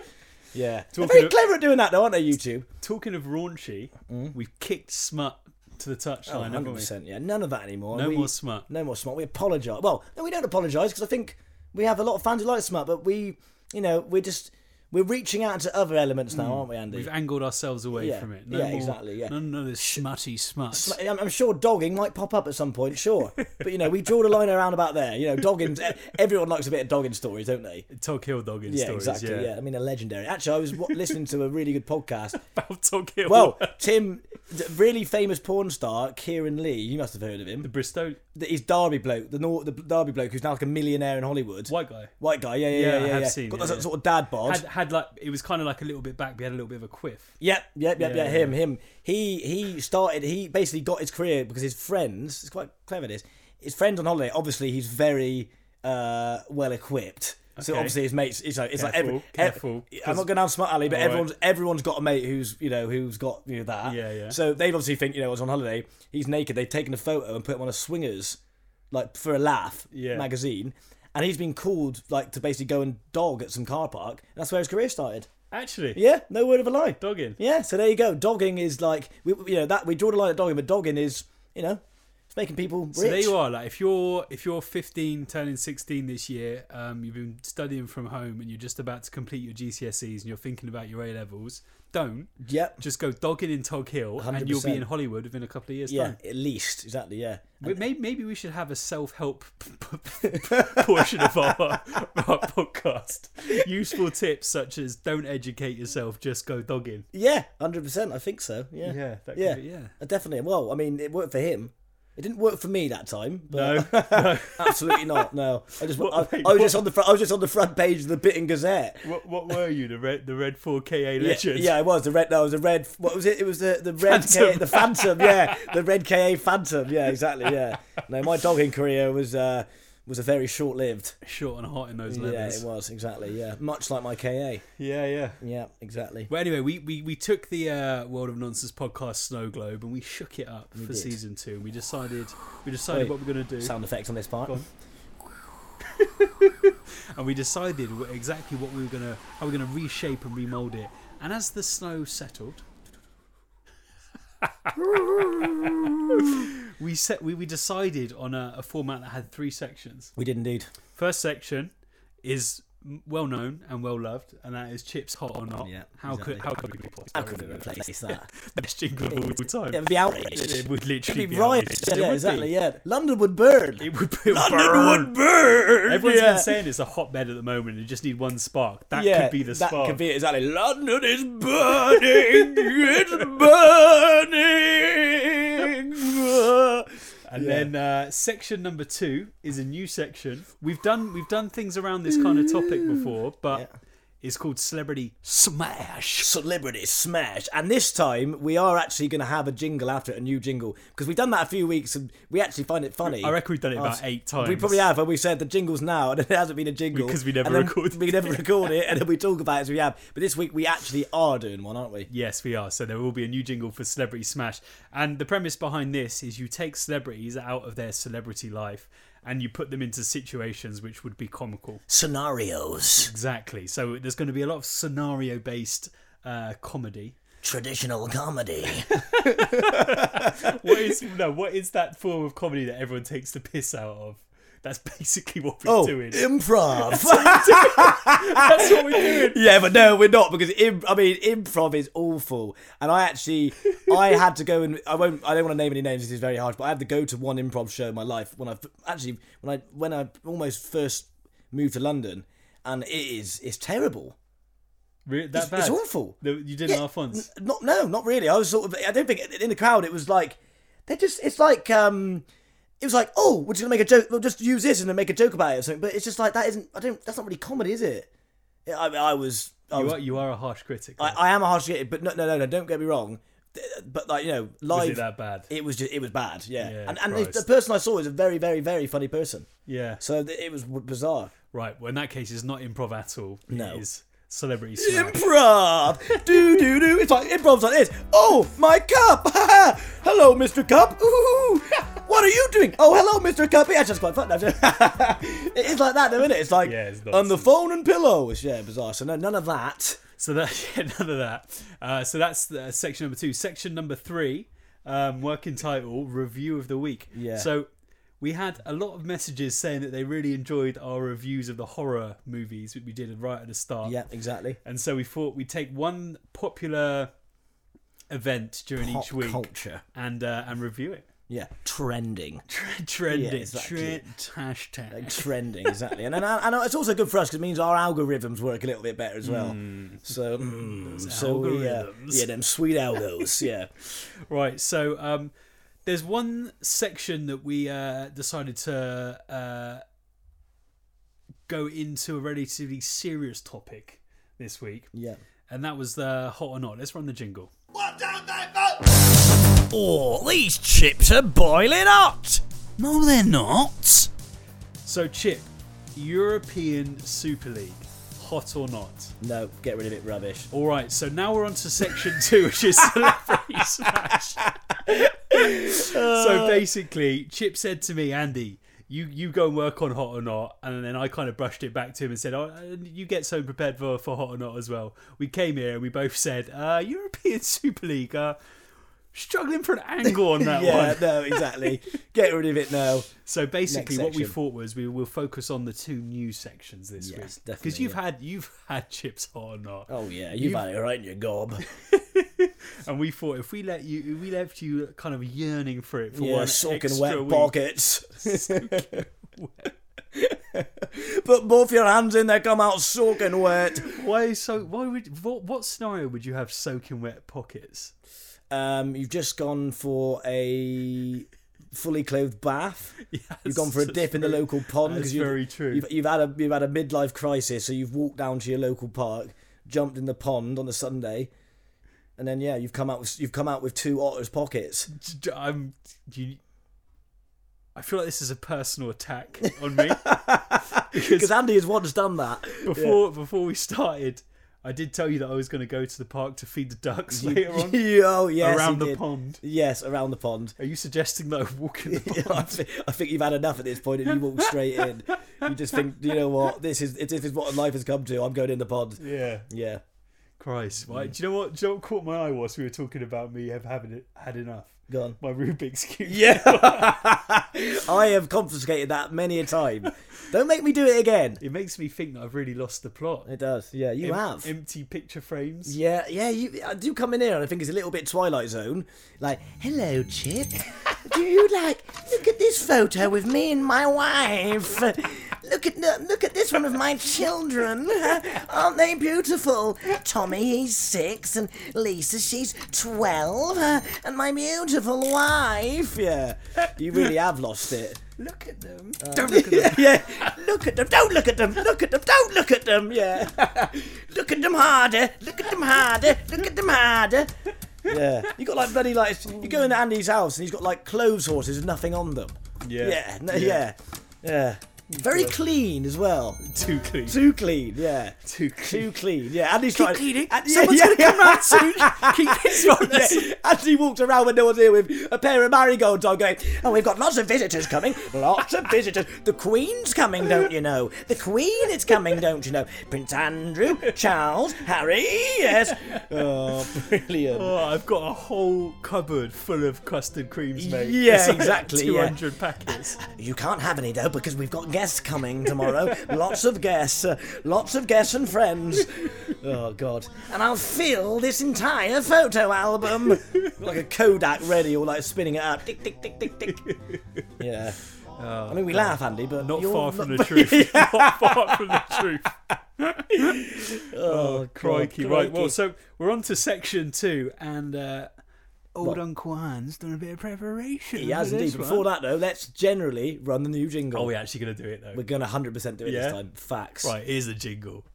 [SPEAKER 2] Yeah, they're very
[SPEAKER 1] of-
[SPEAKER 2] clever at doing that though, aren't they? YouTube.
[SPEAKER 1] [laughs] Talking of raunchy, we've kicked smut to the touchline, haven't
[SPEAKER 2] Mm. Oh, Hundred
[SPEAKER 1] we?
[SPEAKER 2] percent. Yeah, none of that anymore.
[SPEAKER 1] Oh, No
[SPEAKER 2] We-
[SPEAKER 1] more smut.
[SPEAKER 2] No more smart. We apologise. Well, no, we don't apologise because I think we have a lot of fans who like smart, but we, you know, we're just we're reaching out to other elements now, aren't we, Andy?
[SPEAKER 1] Hmm. We've angled ourselves away
[SPEAKER 2] Yeah.
[SPEAKER 1] from it. No
[SPEAKER 2] Yeah,
[SPEAKER 1] more,
[SPEAKER 2] exactly, yeah.
[SPEAKER 1] None of this smutty smut.
[SPEAKER 2] I'm, I'm sure dogging might pop up at some
[SPEAKER 1] [laughs]
[SPEAKER 2] point, sure. but you know, we draw the line around about there. You know, dogging. eh, everyone likes a bit of dogging stories, don't they?
[SPEAKER 1] Tog Hill dogging
[SPEAKER 2] Yeah,
[SPEAKER 1] stories.
[SPEAKER 2] exactly. Yeah. I mean, a legendary. Actually, I was wa- listening to a really good podcast.
[SPEAKER 1] About [laughs] Tog Hill.
[SPEAKER 2] Well, Tim, the really famous porn star Kieran Lee. You must have heard of him.
[SPEAKER 1] Bristow
[SPEAKER 2] The, his Derby bloke, the Nor- the Derby bloke, who's now like a millionaire in Hollywood.
[SPEAKER 1] white guy
[SPEAKER 2] White guy, yeah, yeah,
[SPEAKER 1] Yeah,
[SPEAKER 2] yeah,
[SPEAKER 1] I
[SPEAKER 2] yeah.
[SPEAKER 1] have
[SPEAKER 2] yeah.
[SPEAKER 1] seen
[SPEAKER 2] Got
[SPEAKER 1] it,
[SPEAKER 2] that
[SPEAKER 1] yeah.
[SPEAKER 2] sort of dad bod.
[SPEAKER 1] had had like it was kind of like a little bit back, but he had a little bit of a quiff.
[SPEAKER 2] Yep, yep, yep, yeah,
[SPEAKER 1] Yeah,
[SPEAKER 2] Him, him. He he started. He basically got his career because his friends. It's quite clever. This his friends on holiday. Obviously, he's very uh, well equipped. So
[SPEAKER 1] Okay.
[SPEAKER 2] obviously his mates. It's like it's like
[SPEAKER 1] Careful,
[SPEAKER 2] every. ev-
[SPEAKER 1] careful,
[SPEAKER 2] I'm
[SPEAKER 1] 'cause-
[SPEAKER 2] not going down smart alley, but
[SPEAKER 1] All right.
[SPEAKER 2] everyone's everyone's got a mate who's you know who's got you know that.
[SPEAKER 1] Yeah, yeah.
[SPEAKER 2] So they obviously think you know I was on holiday. He's naked. They've taken a photo and put him on a swingers like for a laugh
[SPEAKER 1] Yeah.
[SPEAKER 2] magazine. And he's been called like to basically go and dog at some car park. And that's where his career started.
[SPEAKER 1] Actually,
[SPEAKER 2] Yeah, no word of a lie.
[SPEAKER 1] dogging.
[SPEAKER 2] Yeah, so there you go. Dogging is like we, we- you know that we draw the line at dogging, but dogging is you know it's making people rich.
[SPEAKER 1] So there you are. Like if you're if you're 15, turning 16 this year, um, you've been studying from home and you're just about to complete your GCSEs and you're thinking about your A levels. Don't
[SPEAKER 2] Yep.
[SPEAKER 1] just go dogging in Tog Hill and you'll be
[SPEAKER 2] 100%.
[SPEAKER 1] in Hollywood within a couple of years.
[SPEAKER 2] Yeah,
[SPEAKER 1] time.
[SPEAKER 2] at least exactly. Yeah.
[SPEAKER 1] But may- maybe we should have a self help [laughs] portion of our, our podcast. Useful tips such as don't educate yourself, just go dogging.
[SPEAKER 2] Yeah, hundred percent. I think so. Yeah.
[SPEAKER 1] Yeah, that could
[SPEAKER 2] yeah.
[SPEAKER 1] be- yeah.
[SPEAKER 2] Uh, Definitely. Well, I mean, it worked for him. It didn't work for me that time. But [laughs]
[SPEAKER 1] No,
[SPEAKER 2] absolutely not. No, I
[SPEAKER 1] [laughs]
[SPEAKER 2] just
[SPEAKER 1] What-
[SPEAKER 2] I,
[SPEAKER 1] wait,
[SPEAKER 2] I was
[SPEAKER 1] what-
[SPEAKER 2] just on the front. I was just on the front page of the Bitten Gazette.
[SPEAKER 1] What, what were you? The red the red 4KA
[SPEAKER 2] Yeah,
[SPEAKER 1] legend.
[SPEAKER 2] yeah, it was the red. No, it was the red. What was it? It was the the red Ka,
[SPEAKER 1] Phantom.
[SPEAKER 2] the
[SPEAKER 1] [laughs]
[SPEAKER 2] phantom. Yeah, the red Ka phantom. Yeah, exactly. Yeah. No, my dogging career was uh was a very short lived.
[SPEAKER 1] Short and hot in those
[SPEAKER 2] Yeah,
[SPEAKER 1] leathers.
[SPEAKER 2] it was exactly. Yeah, much like my Ka.
[SPEAKER 1] Yeah, yeah.
[SPEAKER 2] Yeah, exactly.
[SPEAKER 1] But anyway, we, we, we took the uh, World of Nonsense podcast Snow Globe and we shook it up for
[SPEAKER 2] did.
[SPEAKER 1] season two. And we decided we decided
[SPEAKER 2] Wait.
[SPEAKER 1] what we're gonna do,
[SPEAKER 2] Sound effects on this part.
[SPEAKER 1] on. and we decided wh- exactly what we were gonna how we're gonna reshape and remold it. And as the snow settled, [laughs] we set we, we decided on a, a format that had three sections.
[SPEAKER 2] We did indeed.
[SPEAKER 1] First section is m- well known and well loved, and that is chips hot or not.
[SPEAKER 2] Yeah,
[SPEAKER 1] how could how
[SPEAKER 2] exactly.
[SPEAKER 1] could we replace
[SPEAKER 2] How could we replace that?
[SPEAKER 1] the best jingle of all time?
[SPEAKER 2] It would be outraged.
[SPEAKER 1] it would literally
[SPEAKER 2] It'd be
[SPEAKER 1] be
[SPEAKER 2] riot.
[SPEAKER 1] outrageous. It
[SPEAKER 2] Yeah,
[SPEAKER 1] would
[SPEAKER 2] yeah
[SPEAKER 1] be.
[SPEAKER 2] exactly. Yeah, London would burn.
[SPEAKER 1] It would be
[SPEAKER 2] London would burn.
[SPEAKER 1] Everyone's
[SPEAKER 2] yeah.
[SPEAKER 1] been saying it's a hotbed at the moment. You just need one spark. That
[SPEAKER 2] Yeah,
[SPEAKER 1] could be the
[SPEAKER 2] that
[SPEAKER 1] spark.
[SPEAKER 2] could be it, exactly. London is burning.
[SPEAKER 1] [laughs]
[SPEAKER 2] it's burning.
[SPEAKER 1] and then uh, section number two is a new section. We've done we've done things around this kind of topic before, but it's called celebrity smash.
[SPEAKER 2] Celebrity smash, and this time we are actually going to have a jingle after it, a new jingle because we've done that a few weeks and we actually find it funny.
[SPEAKER 1] I reckon we've done it about eight times.
[SPEAKER 2] Oh, We probably have, and we said the jingles now, and [laughs] it hasn't been a jingle
[SPEAKER 1] Because we never
[SPEAKER 2] and then
[SPEAKER 1] recorded
[SPEAKER 2] We never record it, and then we talk about it as we have. But this week we actually are doing one, aren't we?
[SPEAKER 1] Yes, we are. So there will be a new jingle for Celebrity Smash. And the premise behind this is you take celebrities out of their celebrity life and you put them into situations which would be comical.
[SPEAKER 2] Scenarios.
[SPEAKER 1] Exactly. So there's going to be a lot of scenario based uh, comedy.
[SPEAKER 2] Traditional comedy.
[SPEAKER 1] What is no? What is that form of comedy that everyone takes the piss out of? That's basically what we're
[SPEAKER 2] oh,
[SPEAKER 1] doing. [laughs]
[SPEAKER 2] improv.
[SPEAKER 1] That's what we're doing.
[SPEAKER 2] yeah, but no, we're not because Im- I mean improv is awful, and I actually I had to go and I won't I don't want to name any names. This is very hard, but I had to go to one improv show in my life when I actually when I when I almost first moved to London, and it is it's terrible.
[SPEAKER 1] Re- That bad.
[SPEAKER 2] It's awful.
[SPEAKER 1] No, you didn't
[SPEAKER 2] Yeah,
[SPEAKER 1] laugh once.
[SPEAKER 2] n- Not no, not really. I was sort of. I don't think in the crowd it was like they're just. It's like um, it was like oh, we're just gonna make a joke. We'll just use this and then make a joke about it or something. But it's just like that isn't. I don't. That's not really comedy, is it? Yeah, I I was. I,
[SPEAKER 1] You
[SPEAKER 2] was,
[SPEAKER 1] are, you are a harsh critic.
[SPEAKER 2] I, I am a harsh critic, but no, no, no, no. Don't get me wrong. Th- But like you know,
[SPEAKER 1] was
[SPEAKER 2] live.
[SPEAKER 1] it that bad?
[SPEAKER 2] it was just. It was bad. Yeah.
[SPEAKER 1] Yeah,
[SPEAKER 2] and and the, the
[SPEAKER 1] Christ.
[SPEAKER 2] person I saw was a very, very, very funny person.
[SPEAKER 1] yeah.
[SPEAKER 2] So th- it was w- bizarre.
[SPEAKER 1] Right. Well, in that case, it's not improv at all.
[SPEAKER 2] No.
[SPEAKER 1] It is celebrity smash.
[SPEAKER 2] Improv, do do do. It's like improv's like this. Oh, my cup! [laughs] hello, Mr. Cup. Ooh, what are you doing? Oh, hello, Mr. Cup. Yeah, that's quite fun. [laughs] it is like that, though, isn't it? It's like
[SPEAKER 1] Yeah, it's
[SPEAKER 2] on the
[SPEAKER 1] nonsense.
[SPEAKER 2] phone and pillow. It's, yeah, bizarre. So no, none of that.
[SPEAKER 1] So that [laughs] yeah, none of that. Uh, so that's uh, section number two. Section number three, um, working title review of the week.
[SPEAKER 2] Yeah.
[SPEAKER 1] So we had a lot of messages saying that they really enjoyed our reviews of the horror movies that we did right at the start.
[SPEAKER 2] Yeah, exactly.
[SPEAKER 1] And so we thought we'd take one popular event during
[SPEAKER 2] Pop
[SPEAKER 1] each week
[SPEAKER 2] culture.
[SPEAKER 1] and uh, and review it. [laughs]
[SPEAKER 2] Yeah, trending.
[SPEAKER 1] Trending,
[SPEAKER 2] Yeah, exactly.
[SPEAKER 1] hashtag.
[SPEAKER 2] trending exactly and, and and it's also good for us because it means our algorithms work a little bit better as well so mm, so we, uh,
[SPEAKER 1] Hmm. algorithms.
[SPEAKER 2] yeah them sweet algos yeah
[SPEAKER 1] Right. So um, there's one section that we uh, decided to uh, go into a relatively serious topic this week,
[SPEAKER 2] yeah
[SPEAKER 1] and that was the hot or not. Let's run the jingle.
[SPEAKER 4] Oh, these chips are boiling hot. No, they're not.
[SPEAKER 1] So, Chip, European Super League, hot or not?
[SPEAKER 2] no get rid of it rubbish
[SPEAKER 4] Oh,
[SPEAKER 1] All right. So now we're on to section two, which is
[SPEAKER 2] [laughs]
[SPEAKER 1] celebrity smash.
[SPEAKER 2] Uh.
[SPEAKER 1] so basically, Chip said to me, Andy. You, you go and work on hot or not, and then I kind of brushed it back to him and said, "Oh, and you get so prepared for, for hot or not as well." We came here and we both said, uh, "European [laughs] Super League, uh, struggling for an angle on that
[SPEAKER 2] [laughs] yeah
[SPEAKER 1] one."
[SPEAKER 2] no exactly get rid of it now
[SPEAKER 1] So basically,
[SPEAKER 2] Next
[SPEAKER 1] what we
[SPEAKER 2] section.
[SPEAKER 1] thought was we will focus on the two news sections this
[SPEAKER 2] Yes,
[SPEAKER 1] week because
[SPEAKER 2] definitely,
[SPEAKER 1] you've
[SPEAKER 2] yeah.
[SPEAKER 1] had you've had Chip's hot or not.
[SPEAKER 2] oh yeah you've had it right in your gob
[SPEAKER 1] And we thought if we let you, if we left you kind of yearning for it for
[SPEAKER 2] yeah
[SPEAKER 1] one
[SPEAKER 2] soaking
[SPEAKER 1] extra
[SPEAKER 2] wet
[SPEAKER 1] week.
[SPEAKER 2] pockets [laughs] put both your hands in they come out soaking wet
[SPEAKER 1] Why so? Why would what, what scenario would you have soaking wet pockets? [laughs]
[SPEAKER 2] um you've just gone for a fully clothed bath You've gone for a
[SPEAKER 1] That's
[SPEAKER 2] dip in the
[SPEAKER 1] very-
[SPEAKER 2] local pond
[SPEAKER 1] that is
[SPEAKER 2] you've,
[SPEAKER 1] very true.
[SPEAKER 2] You've, you've had a you've had a midlife crisis, so you've walked down to your local park, jumped in the pond on a Sunday, and then yeah, you've come out with you've come out with two otters pockets.
[SPEAKER 1] D- I'm. You, I feel like this is a personal attack on
[SPEAKER 2] [laughs]
[SPEAKER 1] me
[SPEAKER 2] Because Andy has once done that.
[SPEAKER 1] before before we started. I did tell you that I was going to go to the park to feed the ducks later on
[SPEAKER 2] oh [laughs] yes,
[SPEAKER 1] around
[SPEAKER 2] he
[SPEAKER 1] the
[SPEAKER 2] did.
[SPEAKER 1] pond.
[SPEAKER 2] Yes, around the pond. [laughs]
[SPEAKER 1] Are you suggesting that I walk in the pond?
[SPEAKER 2] I thi- I think you've had enough at this point, and you walk straight in. You just think, you know what? This is this is what life has come to. I'm going in the pond.
[SPEAKER 1] Yeah.
[SPEAKER 2] Yeah.
[SPEAKER 1] Christ, right? Do you know what? Do you know what caught my eye whilst we were talking about me have having it, had enough?
[SPEAKER 2] Go on.
[SPEAKER 1] My Rubik's cube.
[SPEAKER 2] [laughs] Yeah. I have confiscated that many a time. Don't make me do it again.
[SPEAKER 1] [laughs] It makes me think that I've really lost the plot.
[SPEAKER 2] It does. Yeah, you
[SPEAKER 1] Em-
[SPEAKER 2] have.
[SPEAKER 1] empty picture frames.
[SPEAKER 2] yeah, yeah, you I do come in here and I think it's a little bit Twilight Zone. Like, hello, Chip. do you like look at this photo with me and my wife? Look at look at this one of my children. Aren't they beautiful? Tommy, he's six, and Lisa, she's twelve, uh, and my beautiful wife. Yeah, you really have lost it.
[SPEAKER 1] Look at them.
[SPEAKER 2] Don't look at them. [laughs] yeah. Look at them. Don't look at them. Look at them. Don't look at them. Yeah. [laughs] look at them harder. Look at them harder. Look at them harder. Yeah. You got like bloody like you go into Andy's house and he's got like clothes horses with nothing on them.
[SPEAKER 1] Yeah.
[SPEAKER 2] Yeah. No, yeah. Yeah. Very clean as well.
[SPEAKER 1] Too clean.
[SPEAKER 2] Too clean, yeah.
[SPEAKER 1] Too clean.
[SPEAKER 2] [laughs] Too clean, yeah. Andy's trying.
[SPEAKER 4] cleaning.
[SPEAKER 2] And-
[SPEAKER 4] Someone's gonna come round soon.
[SPEAKER 1] Keep this on
[SPEAKER 2] Yeah. [laughs]
[SPEAKER 1] us.
[SPEAKER 2] Andy walked around when no one's here with a pair of marigolds on, going, "Oh, we've got lots of visitors coming. Lots of visitors. The Queen's coming, don't you know? The Queen is coming, don't you know? Prince Andrew, Charles, Harry. Yes. Oh, brilliant.
[SPEAKER 1] Oh, I've got a whole cupboard full of custard creams, mate.
[SPEAKER 2] [laughs] Yeah,
[SPEAKER 1] It's like
[SPEAKER 2] exactly, yeah.
[SPEAKER 1] 200
[SPEAKER 2] [laughs]
[SPEAKER 1] packets.
[SPEAKER 2] You can't have any though because we've got guests
[SPEAKER 1] [laughs]
[SPEAKER 2] coming tomorrow. lots of guests, uh, lots of guests and friends. Oh God! And I'll fill this entire
[SPEAKER 1] [laughs]
[SPEAKER 2] photo album like a Kodak ready, all like spinning it up. Tick tick tick tick
[SPEAKER 1] [laughs]
[SPEAKER 2] tick. Yeah. I mean, we laugh, Andy, but
[SPEAKER 1] Oh, Not
[SPEAKER 2] you're
[SPEAKER 1] far from
[SPEAKER 2] [laughs] not-
[SPEAKER 1] the truth. [laughs] Not far from the truth. [laughs]
[SPEAKER 2] [laughs] Oh,
[SPEAKER 1] Crikey.
[SPEAKER 2] God,
[SPEAKER 1] Right, well,
[SPEAKER 2] crikey.
[SPEAKER 1] so we're on to section two, and uh, old Uncle Hans done a bit of preparation.
[SPEAKER 2] He has
[SPEAKER 1] for
[SPEAKER 2] indeed.
[SPEAKER 1] this
[SPEAKER 2] Before
[SPEAKER 1] one.
[SPEAKER 2] that, though, let's generally run the new jingle.
[SPEAKER 1] Are we actually going to do it, though?
[SPEAKER 2] We're gonna 100% do it
[SPEAKER 1] Yeah.
[SPEAKER 2] this time. Facts.
[SPEAKER 1] Right, here's the jingle.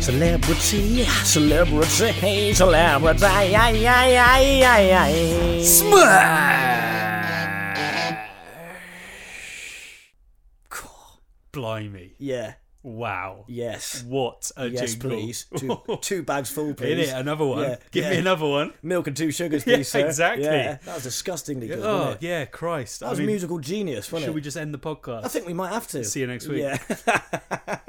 [SPEAKER 2] Celebrity, celebrity, celebrity. Aye, aye, aye, aye, aye.
[SPEAKER 1] Blimey.
[SPEAKER 2] Yeah.
[SPEAKER 1] Wow.
[SPEAKER 2] Yes.
[SPEAKER 1] What a
[SPEAKER 2] Yes,
[SPEAKER 1] jingle. [laughs]
[SPEAKER 2] please. Two, two bags full,
[SPEAKER 1] In it,
[SPEAKER 2] please.
[SPEAKER 1] another one.
[SPEAKER 2] Yeah,
[SPEAKER 1] Give me
[SPEAKER 2] yeah.
[SPEAKER 1] another one.
[SPEAKER 2] Milk and two
[SPEAKER 1] [laughs]
[SPEAKER 2] sugars,
[SPEAKER 1] Yeah,
[SPEAKER 2] please, sir.
[SPEAKER 1] exactly.
[SPEAKER 2] Yeah, that was disgustingly good.
[SPEAKER 1] Oh,
[SPEAKER 2] wasn't it?
[SPEAKER 1] yeah, Christ.
[SPEAKER 2] That was
[SPEAKER 1] I mean,
[SPEAKER 2] musical genius, wasn't
[SPEAKER 1] should
[SPEAKER 2] it?
[SPEAKER 1] we just end the podcast?
[SPEAKER 2] I think we might have to.
[SPEAKER 1] See you next week. [laughs]
[SPEAKER 2] Yeah. [laughs]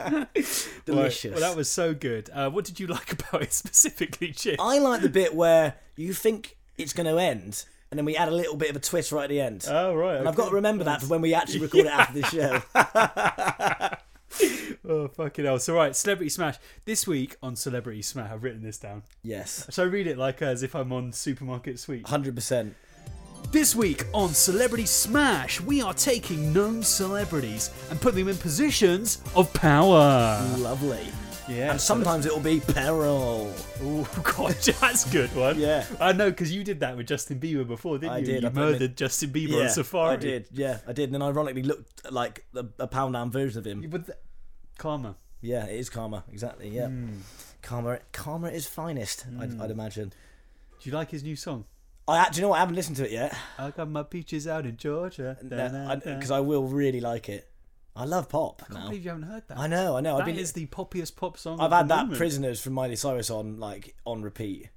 [SPEAKER 1] Right,
[SPEAKER 2] Delicious.
[SPEAKER 1] Well, that was so good. Uh, what did you [laughs] like about it specifically, Chip?
[SPEAKER 2] I like the bit where you think it's going to end, and then we add a little bit of a twist right at the end.
[SPEAKER 1] Oh, right.
[SPEAKER 2] and I've got to remember that for when we actually record it
[SPEAKER 1] [laughs]
[SPEAKER 2] after the show.
[SPEAKER 1] Oh, fucking hell. So, right, Celebrity Smash. This week on Celebrity Smash, I've written this down.
[SPEAKER 2] yes.
[SPEAKER 1] So, I read it like as if I'm on Supermarket Sweep.
[SPEAKER 2] 100%.
[SPEAKER 1] This week on Celebrity Smash, we are taking known celebrities and putting them in positions of power.
[SPEAKER 2] Lovely.
[SPEAKER 1] Yeah.
[SPEAKER 2] And sometimes it'll be peril.
[SPEAKER 1] Oh [laughs] god, that's a good one.
[SPEAKER 2] Yeah.
[SPEAKER 1] I know because you did that with Justin Bieber before, didn't
[SPEAKER 2] I
[SPEAKER 1] you?
[SPEAKER 2] did,
[SPEAKER 1] You
[SPEAKER 2] I put him in-
[SPEAKER 1] murdered Justin Bieber on Safari.
[SPEAKER 2] I did, yeah, I did. And then ironically looked at, like a, a pound down version of him.
[SPEAKER 1] But th- karma.
[SPEAKER 2] Yeah, it is karma, exactly, yeah. Karma, karma at its finest, I'd, I'd imagine.
[SPEAKER 1] Do you like his new song?
[SPEAKER 2] I act- do you know what? I haven't listened to it yet
[SPEAKER 1] I got my peaches out in Georgia.
[SPEAKER 2] because I, will really like it. I love pop
[SPEAKER 1] I
[SPEAKER 2] now.
[SPEAKER 1] believe you haven't heard that.
[SPEAKER 2] I know, I know. I've
[SPEAKER 1] That
[SPEAKER 2] been,
[SPEAKER 1] is the poppiest pop song.
[SPEAKER 2] I've
[SPEAKER 1] of
[SPEAKER 2] had
[SPEAKER 1] the
[SPEAKER 2] that
[SPEAKER 1] moment.
[SPEAKER 2] "Prisoners" from Miley Cyrus on like on repeat.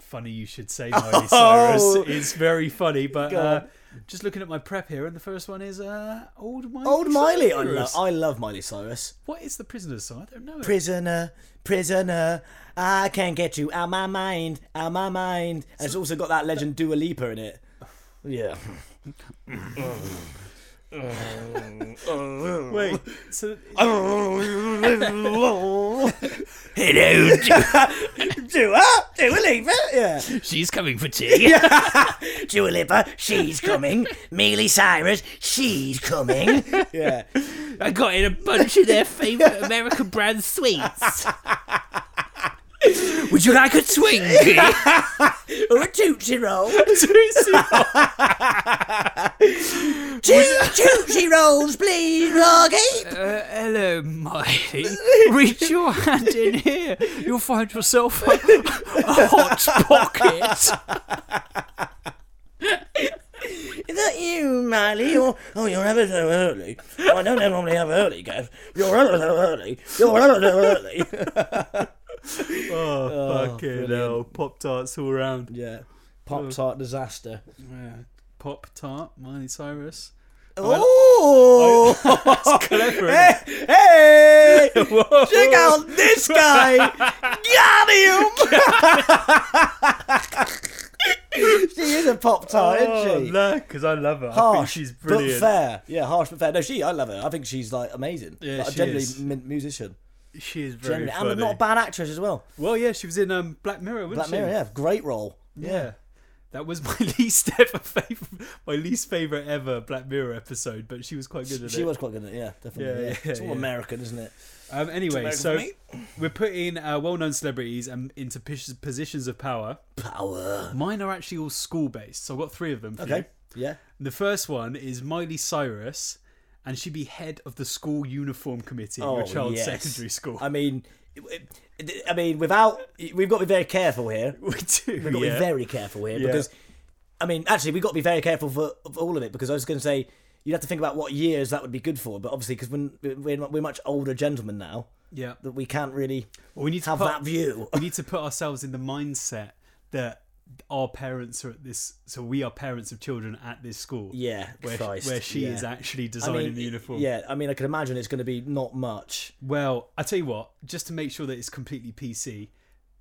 [SPEAKER 1] Funny you should [laughs] say Miley Cyrus. It's very funny, but uh,
[SPEAKER 2] God.
[SPEAKER 1] just looking at my prep here, and the first one is uh, old Miley.
[SPEAKER 2] Old Miley, I love.
[SPEAKER 1] Cyrus.
[SPEAKER 2] I love Miley Cyrus.
[SPEAKER 1] What is the prisoner's song? I don't know. it.
[SPEAKER 2] Prisoner, prisoner, I can't get you out my mind, out my mind. And it's also got that legend Dua Lipa in [sighs] it. Yeah.
[SPEAKER 1] [laughs] Wait, so
[SPEAKER 4] Hello,
[SPEAKER 2] Dua, Dua Lipa, yeah.
[SPEAKER 4] she's coming for [laughs] tea.
[SPEAKER 2] Dua Lipa, she's [laughs] coming. Miley Cyrus, she's coming. [laughs] Yeah.
[SPEAKER 4] I got in a bunch of their [laughs] favourite American brand [laughs] sweets. Would you like a [laughs] Twinkie? Uh,
[SPEAKER 2] Or a Tootsie Roll.
[SPEAKER 1] [laughs] Tootsie-
[SPEAKER 2] Two Tootsie Rolls, please, Rocky.
[SPEAKER 4] Uh, hello, Miley. Reach your hand in here. You'll find
[SPEAKER 1] [laughs]
[SPEAKER 4] yourself a,
[SPEAKER 1] Oh,
[SPEAKER 4] a hot pocket.
[SPEAKER 2] Is that you, Miley? You're, oh, you're ever so early. Oh, I don't normally have early, Gav. You're ever so early. You're ever so early.
[SPEAKER 1] oh, fucking hell. Pop tarts all round.
[SPEAKER 2] [laughs] yeah. Pop Tart disaster.
[SPEAKER 1] Pop tart, Miley [laughs] Cyrus.
[SPEAKER 2] Oh!
[SPEAKER 1] That's clever.
[SPEAKER 2] Hey! [laughs] hey!
[SPEAKER 1] Whoa.
[SPEAKER 2] Check out this guy! Got him! [laughs] she is a Pop Tart,
[SPEAKER 1] Oh,
[SPEAKER 2] isn't she?
[SPEAKER 1] look, because I love her. I think
[SPEAKER 2] harsh,
[SPEAKER 1] she's brilliant.
[SPEAKER 2] but fair. Yeah, harsh but fair. No, she, I love her. I think she's like amazing.
[SPEAKER 1] Yeah,
[SPEAKER 2] like, a
[SPEAKER 1] she
[SPEAKER 2] generally
[SPEAKER 1] is.
[SPEAKER 2] mu- musician.
[SPEAKER 1] She is very
[SPEAKER 2] Generally,
[SPEAKER 1] funny.
[SPEAKER 2] and not a bad actress as well.
[SPEAKER 1] Well, yeah, she was in um, Black Mirror, wasn't
[SPEAKER 2] Black
[SPEAKER 1] she?
[SPEAKER 2] Mirror, yeah, great role.
[SPEAKER 1] Yeah. That was [laughs] my least ever favorite, my least favorite ever Black Mirror episode, but she was quite good at
[SPEAKER 2] She
[SPEAKER 1] it.
[SPEAKER 2] was quite good at it, yeah, definitely.
[SPEAKER 1] Yeah,
[SPEAKER 2] Yeah,
[SPEAKER 1] yeah,
[SPEAKER 2] it's all
[SPEAKER 1] yeah.
[SPEAKER 2] American, isn't it?
[SPEAKER 1] Um, anyway,
[SPEAKER 2] American
[SPEAKER 1] so
[SPEAKER 2] for me.
[SPEAKER 1] we're putting uh, well-known celebrities um, into pos- positions of power.
[SPEAKER 2] Power.
[SPEAKER 1] Mine are actually all school-based, so I've got three of them. For
[SPEAKER 2] Okay.
[SPEAKER 1] you.
[SPEAKER 2] Yeah.
[SPEAKER 1] The first one is Miley Cyrus, and she'd be head of the school uniform committee at your child's
[SPEAKER 2] Oh, yes.
[SPEAKER 1] secondary school. [laughs]
[SPEAKER 2] I mean, it- it- I mean, without we've got to be very careful here.
[SPEAKER 1] we do,
[SPEAKER 2] We've got to
[SPEAKER 1] yeah.
[SPEAKER 2] be very careful here
[SPEAKER 1] Yeah.
[SPEAKER 2] because, I mean, actually, we've got to be very careful for, for all of it because I was going to say you'd have to think about what years that would be good for. But obviously, because we're, we're we're much older gentlemen now,
[SPEAKER 1] Yeah.
[SPEAKER 2] that we can't really
[SPEAKER 1] Well, we need to
[SPEAKER 2] have
[SPEAKER 1] put-
[SPEAKER 2] that view.
[SPEAKER 1] [laughs] we need to put ourselves in the mindset that our parents are at this so we are parents of children at this school
[SPEAKER 2] Yeah,
[SPEAKER 1] where,
[SPEAKER 2] Christ,
[SPEAKER 1] where she
[SPEAKER 2] yeah.
[SPEAKER 1] is actually
[SPEAKER 2] I
[SPEAKER 1] designing
[SPEAKER 2] mean,
[SPEAKER 1] the uniform
[SPEAKER 2] yeah. I mean, I can imagine it's going to be not much.
[SPEAKER 1] well i tell you what just to make sure that it's completely pc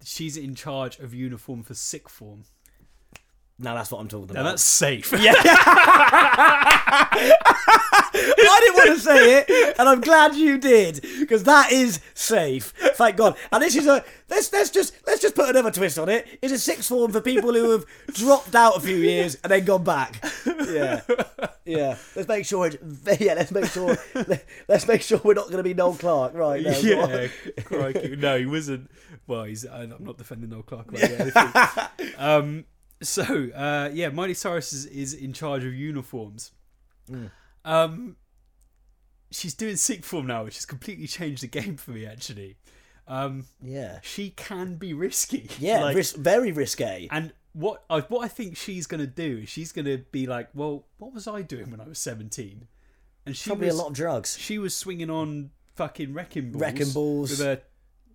[SPEAKER 1] she's in charge of uniform for sick form
[SPEAKER 2] Now that's what I'm talking
[SPEAKER 1] now
[SPEAKER 2] about.
[SPEAKER 1] that's safe [laughs]
[SPEAKER 2] I didn't want to say it, and I'm glad you did because that is safe. Thank God. And this is a let's let's just let's just put another twist on it. It's a sixth form for people who have dropped out a few years and then gone back. Yeah, yeah. Let's make sure. It's, [laughs] yeah, let's make sure. Let's make sure we're not going to be Noel Clark, right? No, go on.
[SPEAKER 1] yeah, crikey. No, he wasn't. Well, he's. I- I'm not defending Noel Clark. About
[SPEAKER 2] [laughs]
[SPEAKER 1] anything. um. So, uh, yeah, Miley Cyrus is, is in charge of uniforms.
[SPEAKER 2] Mm.
[SPEAKER 1] Um, she's doing sick form now, which has completely changed the game for me. Actually, um,
[SPEAKER 2] yeah,
[SPEAKER 1] she can be risky.
[SPEAKER 2] [laughs] yeah.
[SPEAKER 1] Like,
[SPEAKER 2] ris- very risque.
[SPEAKER 1] and what I what I think she's gonna do is she's gonna be like, well, what was I doing when I was 17? And she
[SPEAKER 2] Probably
[SPEAKER 1] was,
[SPEAKER 2] a lot of drugs.
[SPEAKER 1] she was swinging on fucking wrecking balls,
[SPEAKER 2] Wrecking balls.
[SPEAKER 1] with her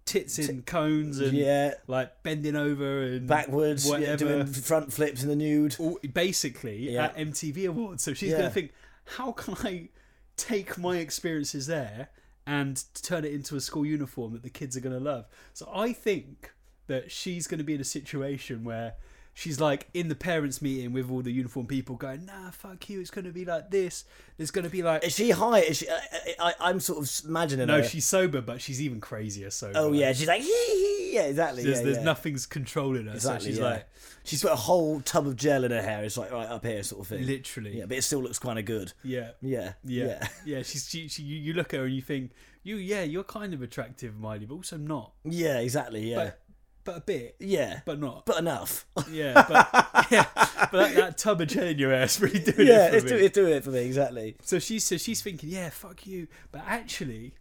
[SPEAKER 1] tits in cones and
[SPEAKER 2] Yeah.
[SPEAKER 1] like bending over and
[SPEAKER 2] Backwards, yeah,
[SPEAKER 1] whatever.
[SPEAKER 2] doing front flips in the nude.
[SPEAKER 1] All- basically
[SPEAKER 2] Yeah.
[SPEAKER 1] at MTV Awards. So she's
[SPEAKER 2] Yeah.
[SPEAKER 1] gonna think, how can I take my experiences there and turn it into a school uniform that the kids are gonna love? So I think that she's gonna be in a situation where. She's like in the parents' meeting with all the uniform people, going, "Nah, fuck you. It's gonna be like this. There's gonna be like
[SPEAKER 2] Is she high? Is she, I, I, I'm sort of imagining
[SPEAKER 1] No,
[SPEAKER 2] her.
[SPEAKER 1] she's sober, but she's even crazier sober.
[SPEAKER 2] Oh yeah, she's like, hee hee. yeah, exactly.
[SPEAKER 1] there's,
[SPEAKER 2] yeah,
[SPEAKER 1] there's
[SPEAKER 2] yeah.
[SPEAKER 1] nothing's controlling her. so
[SPEAKER 2] Exactly,
[SPEAKER 1] she's
[SPEAKER 2] yeah.
[SPEAKER 1] like,
[SPEAKER 2] She's put a whole tub of gel in her hair. It's like right up here, sort of thing.
[SPEAKER 1] literally,
[SPEAKER 2] Yeah, but it still looks kind of good.
[SPEAKER 1] yeah, yeah,
[SPEAKER 2] Yeah,
[SPEAKER 1] yeah.
[SPEAKER 2] yeah, [laughs]
[SPEAKER 1] she's she, she, you, you look at her and you think, you yeah, you're kind of attractive, Miley, but also not,
[SPEAKER 2] yeah, exactly. Yeah,
[SPEAKER 1] but, but a bit,
[SPEAKER 2] yeah, but,
[SPEAKER 1] but not,
[SPEAKER 2] enough. [laughs]
[SPEAKER 1] yeah, but yeah, but that, that tub of gel in your ass really doing
[SPEAKER 2] yeah,
[SPEAKER 1] it for
[SPEAKER 2] it's,
[SPEAKER 1] me.
[SPEAKER 2] do, it's doing it for me exactly.
[SPEAKER 1] So she's so she's thinking, yeah, fuck you, but actually,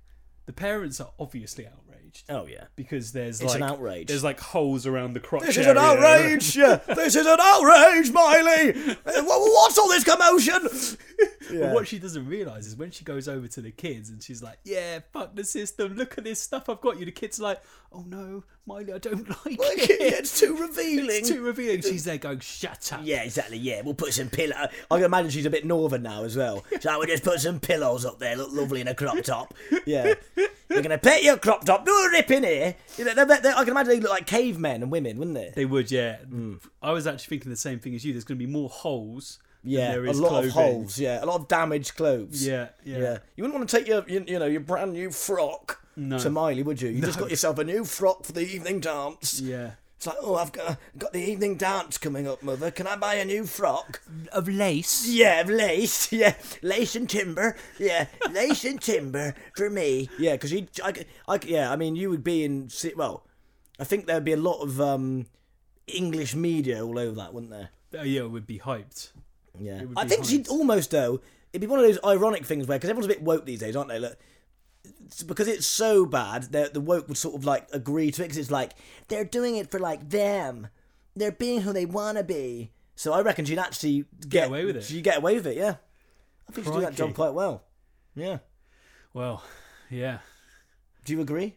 [SPEAKER 1] the parents are obviously outraged.
[SPEAKER 2] Oh yeah,
[SPEAKER 1] Because there's
[SPEAKER 2] It's
[SPEAKER 1] like
[SPEAKER 2] an outrage.
[SPEAKER 1] There's like holes around the crotch.
[SPEAKER 2] this is an
[SPEAKER 1] area. [laughs]
[SPEAKER 2] outrage. yeah, this is an outrage, Miley. Uh, wha- What's all this commotion? [laughs] Yeah.
[SPEAKER 1] But what she doesn't realise is when she goes over to the kids and she's like, Yeah, fuck the system, look at this stuff I've got you. The kids are like, Oh no, Miley, I don't [laughs] like
[SPEAKER 2] Like, [laughs]
[SPEAKER 1] it.
[SPEAKER 2] yeah, it's too revealing.
[SPEAKER 1] It's too revealing. She's there going, Shut up.
[SPEAKER 2] Yeah, exactly. Yeah, we'll put some pillow. I can imagine she's a bit northern now as well. So we'll just put some pillows up there. Look lovely in a crop top. Yeah, you're gonna pet your crop top. Do a rip in here. You know, they're, they're, I can imagine they look like cavemen and women, wouldn't they?
[SPEAKER 1] They would, yeah.
[SPEAKER 2] Mm.
[SPEAKER 1] I was actually thinking the same thing as you. There's going to be more holes.
[SPEAKER 2] yeah,
[SPEAKER 1] than there
[SPEAKER 2] a
[SPEAKER 1] is
[SPEAKER 2] lot
[SPEAKER 1] clothing.
[SPEAKER 2] of holes. Yeah, a lot of damaged clothes.
[SPEAKER 1] Yeah, yeah.
[SPEAKER 2] yeah. You wouldn't want to take your, you, you know, your brand new frock to Miley, would you? You just got yourself a new frock for the evening dance.
[SPEAKER 1] Yeah.
[SPEAKER 2] It's like, oh, I've got, got the evening dance coming up, mother. Can I buy a new frock?
[SPEAKER 4] Of lace.
[SPEAKER 2] Yeah, of lace. [laughs] Yeah, lace and timber. Yeah, lace and timber for me. Yeah, because you, I, c- I c- yeah, I mean, you would be in. si- Well, I think there'd be a lot of um, English media all over that, wouldn't there?
[SPEAKER 1] Oh, yeah, it would be hyped.
[SPEAKER 2] Yeah,
[SPEAKER 1] would
[SPEAKER 2] I
[SPEAKER 1] be
[SPEAKER 2] think she'd
[SPEAKER 1] hyped.
[SPEAKER 2] almost though. It'd be one of those ironic things where because everyone's a bit woke these days, aren't they? Look. it's- Because it's so bad, the the woke would sort of like agree to it. Because it's like they're doing it for like them, they're being who they want to be. So I reckon she'd actually get,
[SPEAKER 1] away with it.
[SPEAKER 2] She'd get away with it, yeah. I think she'd do that
[SPEAKER 1] Crikey.
[SPEAKER 2] job quite well. Yeah.
[SPEAKER 1] Well, yeah.
[SPEAKER 2] Do you agree?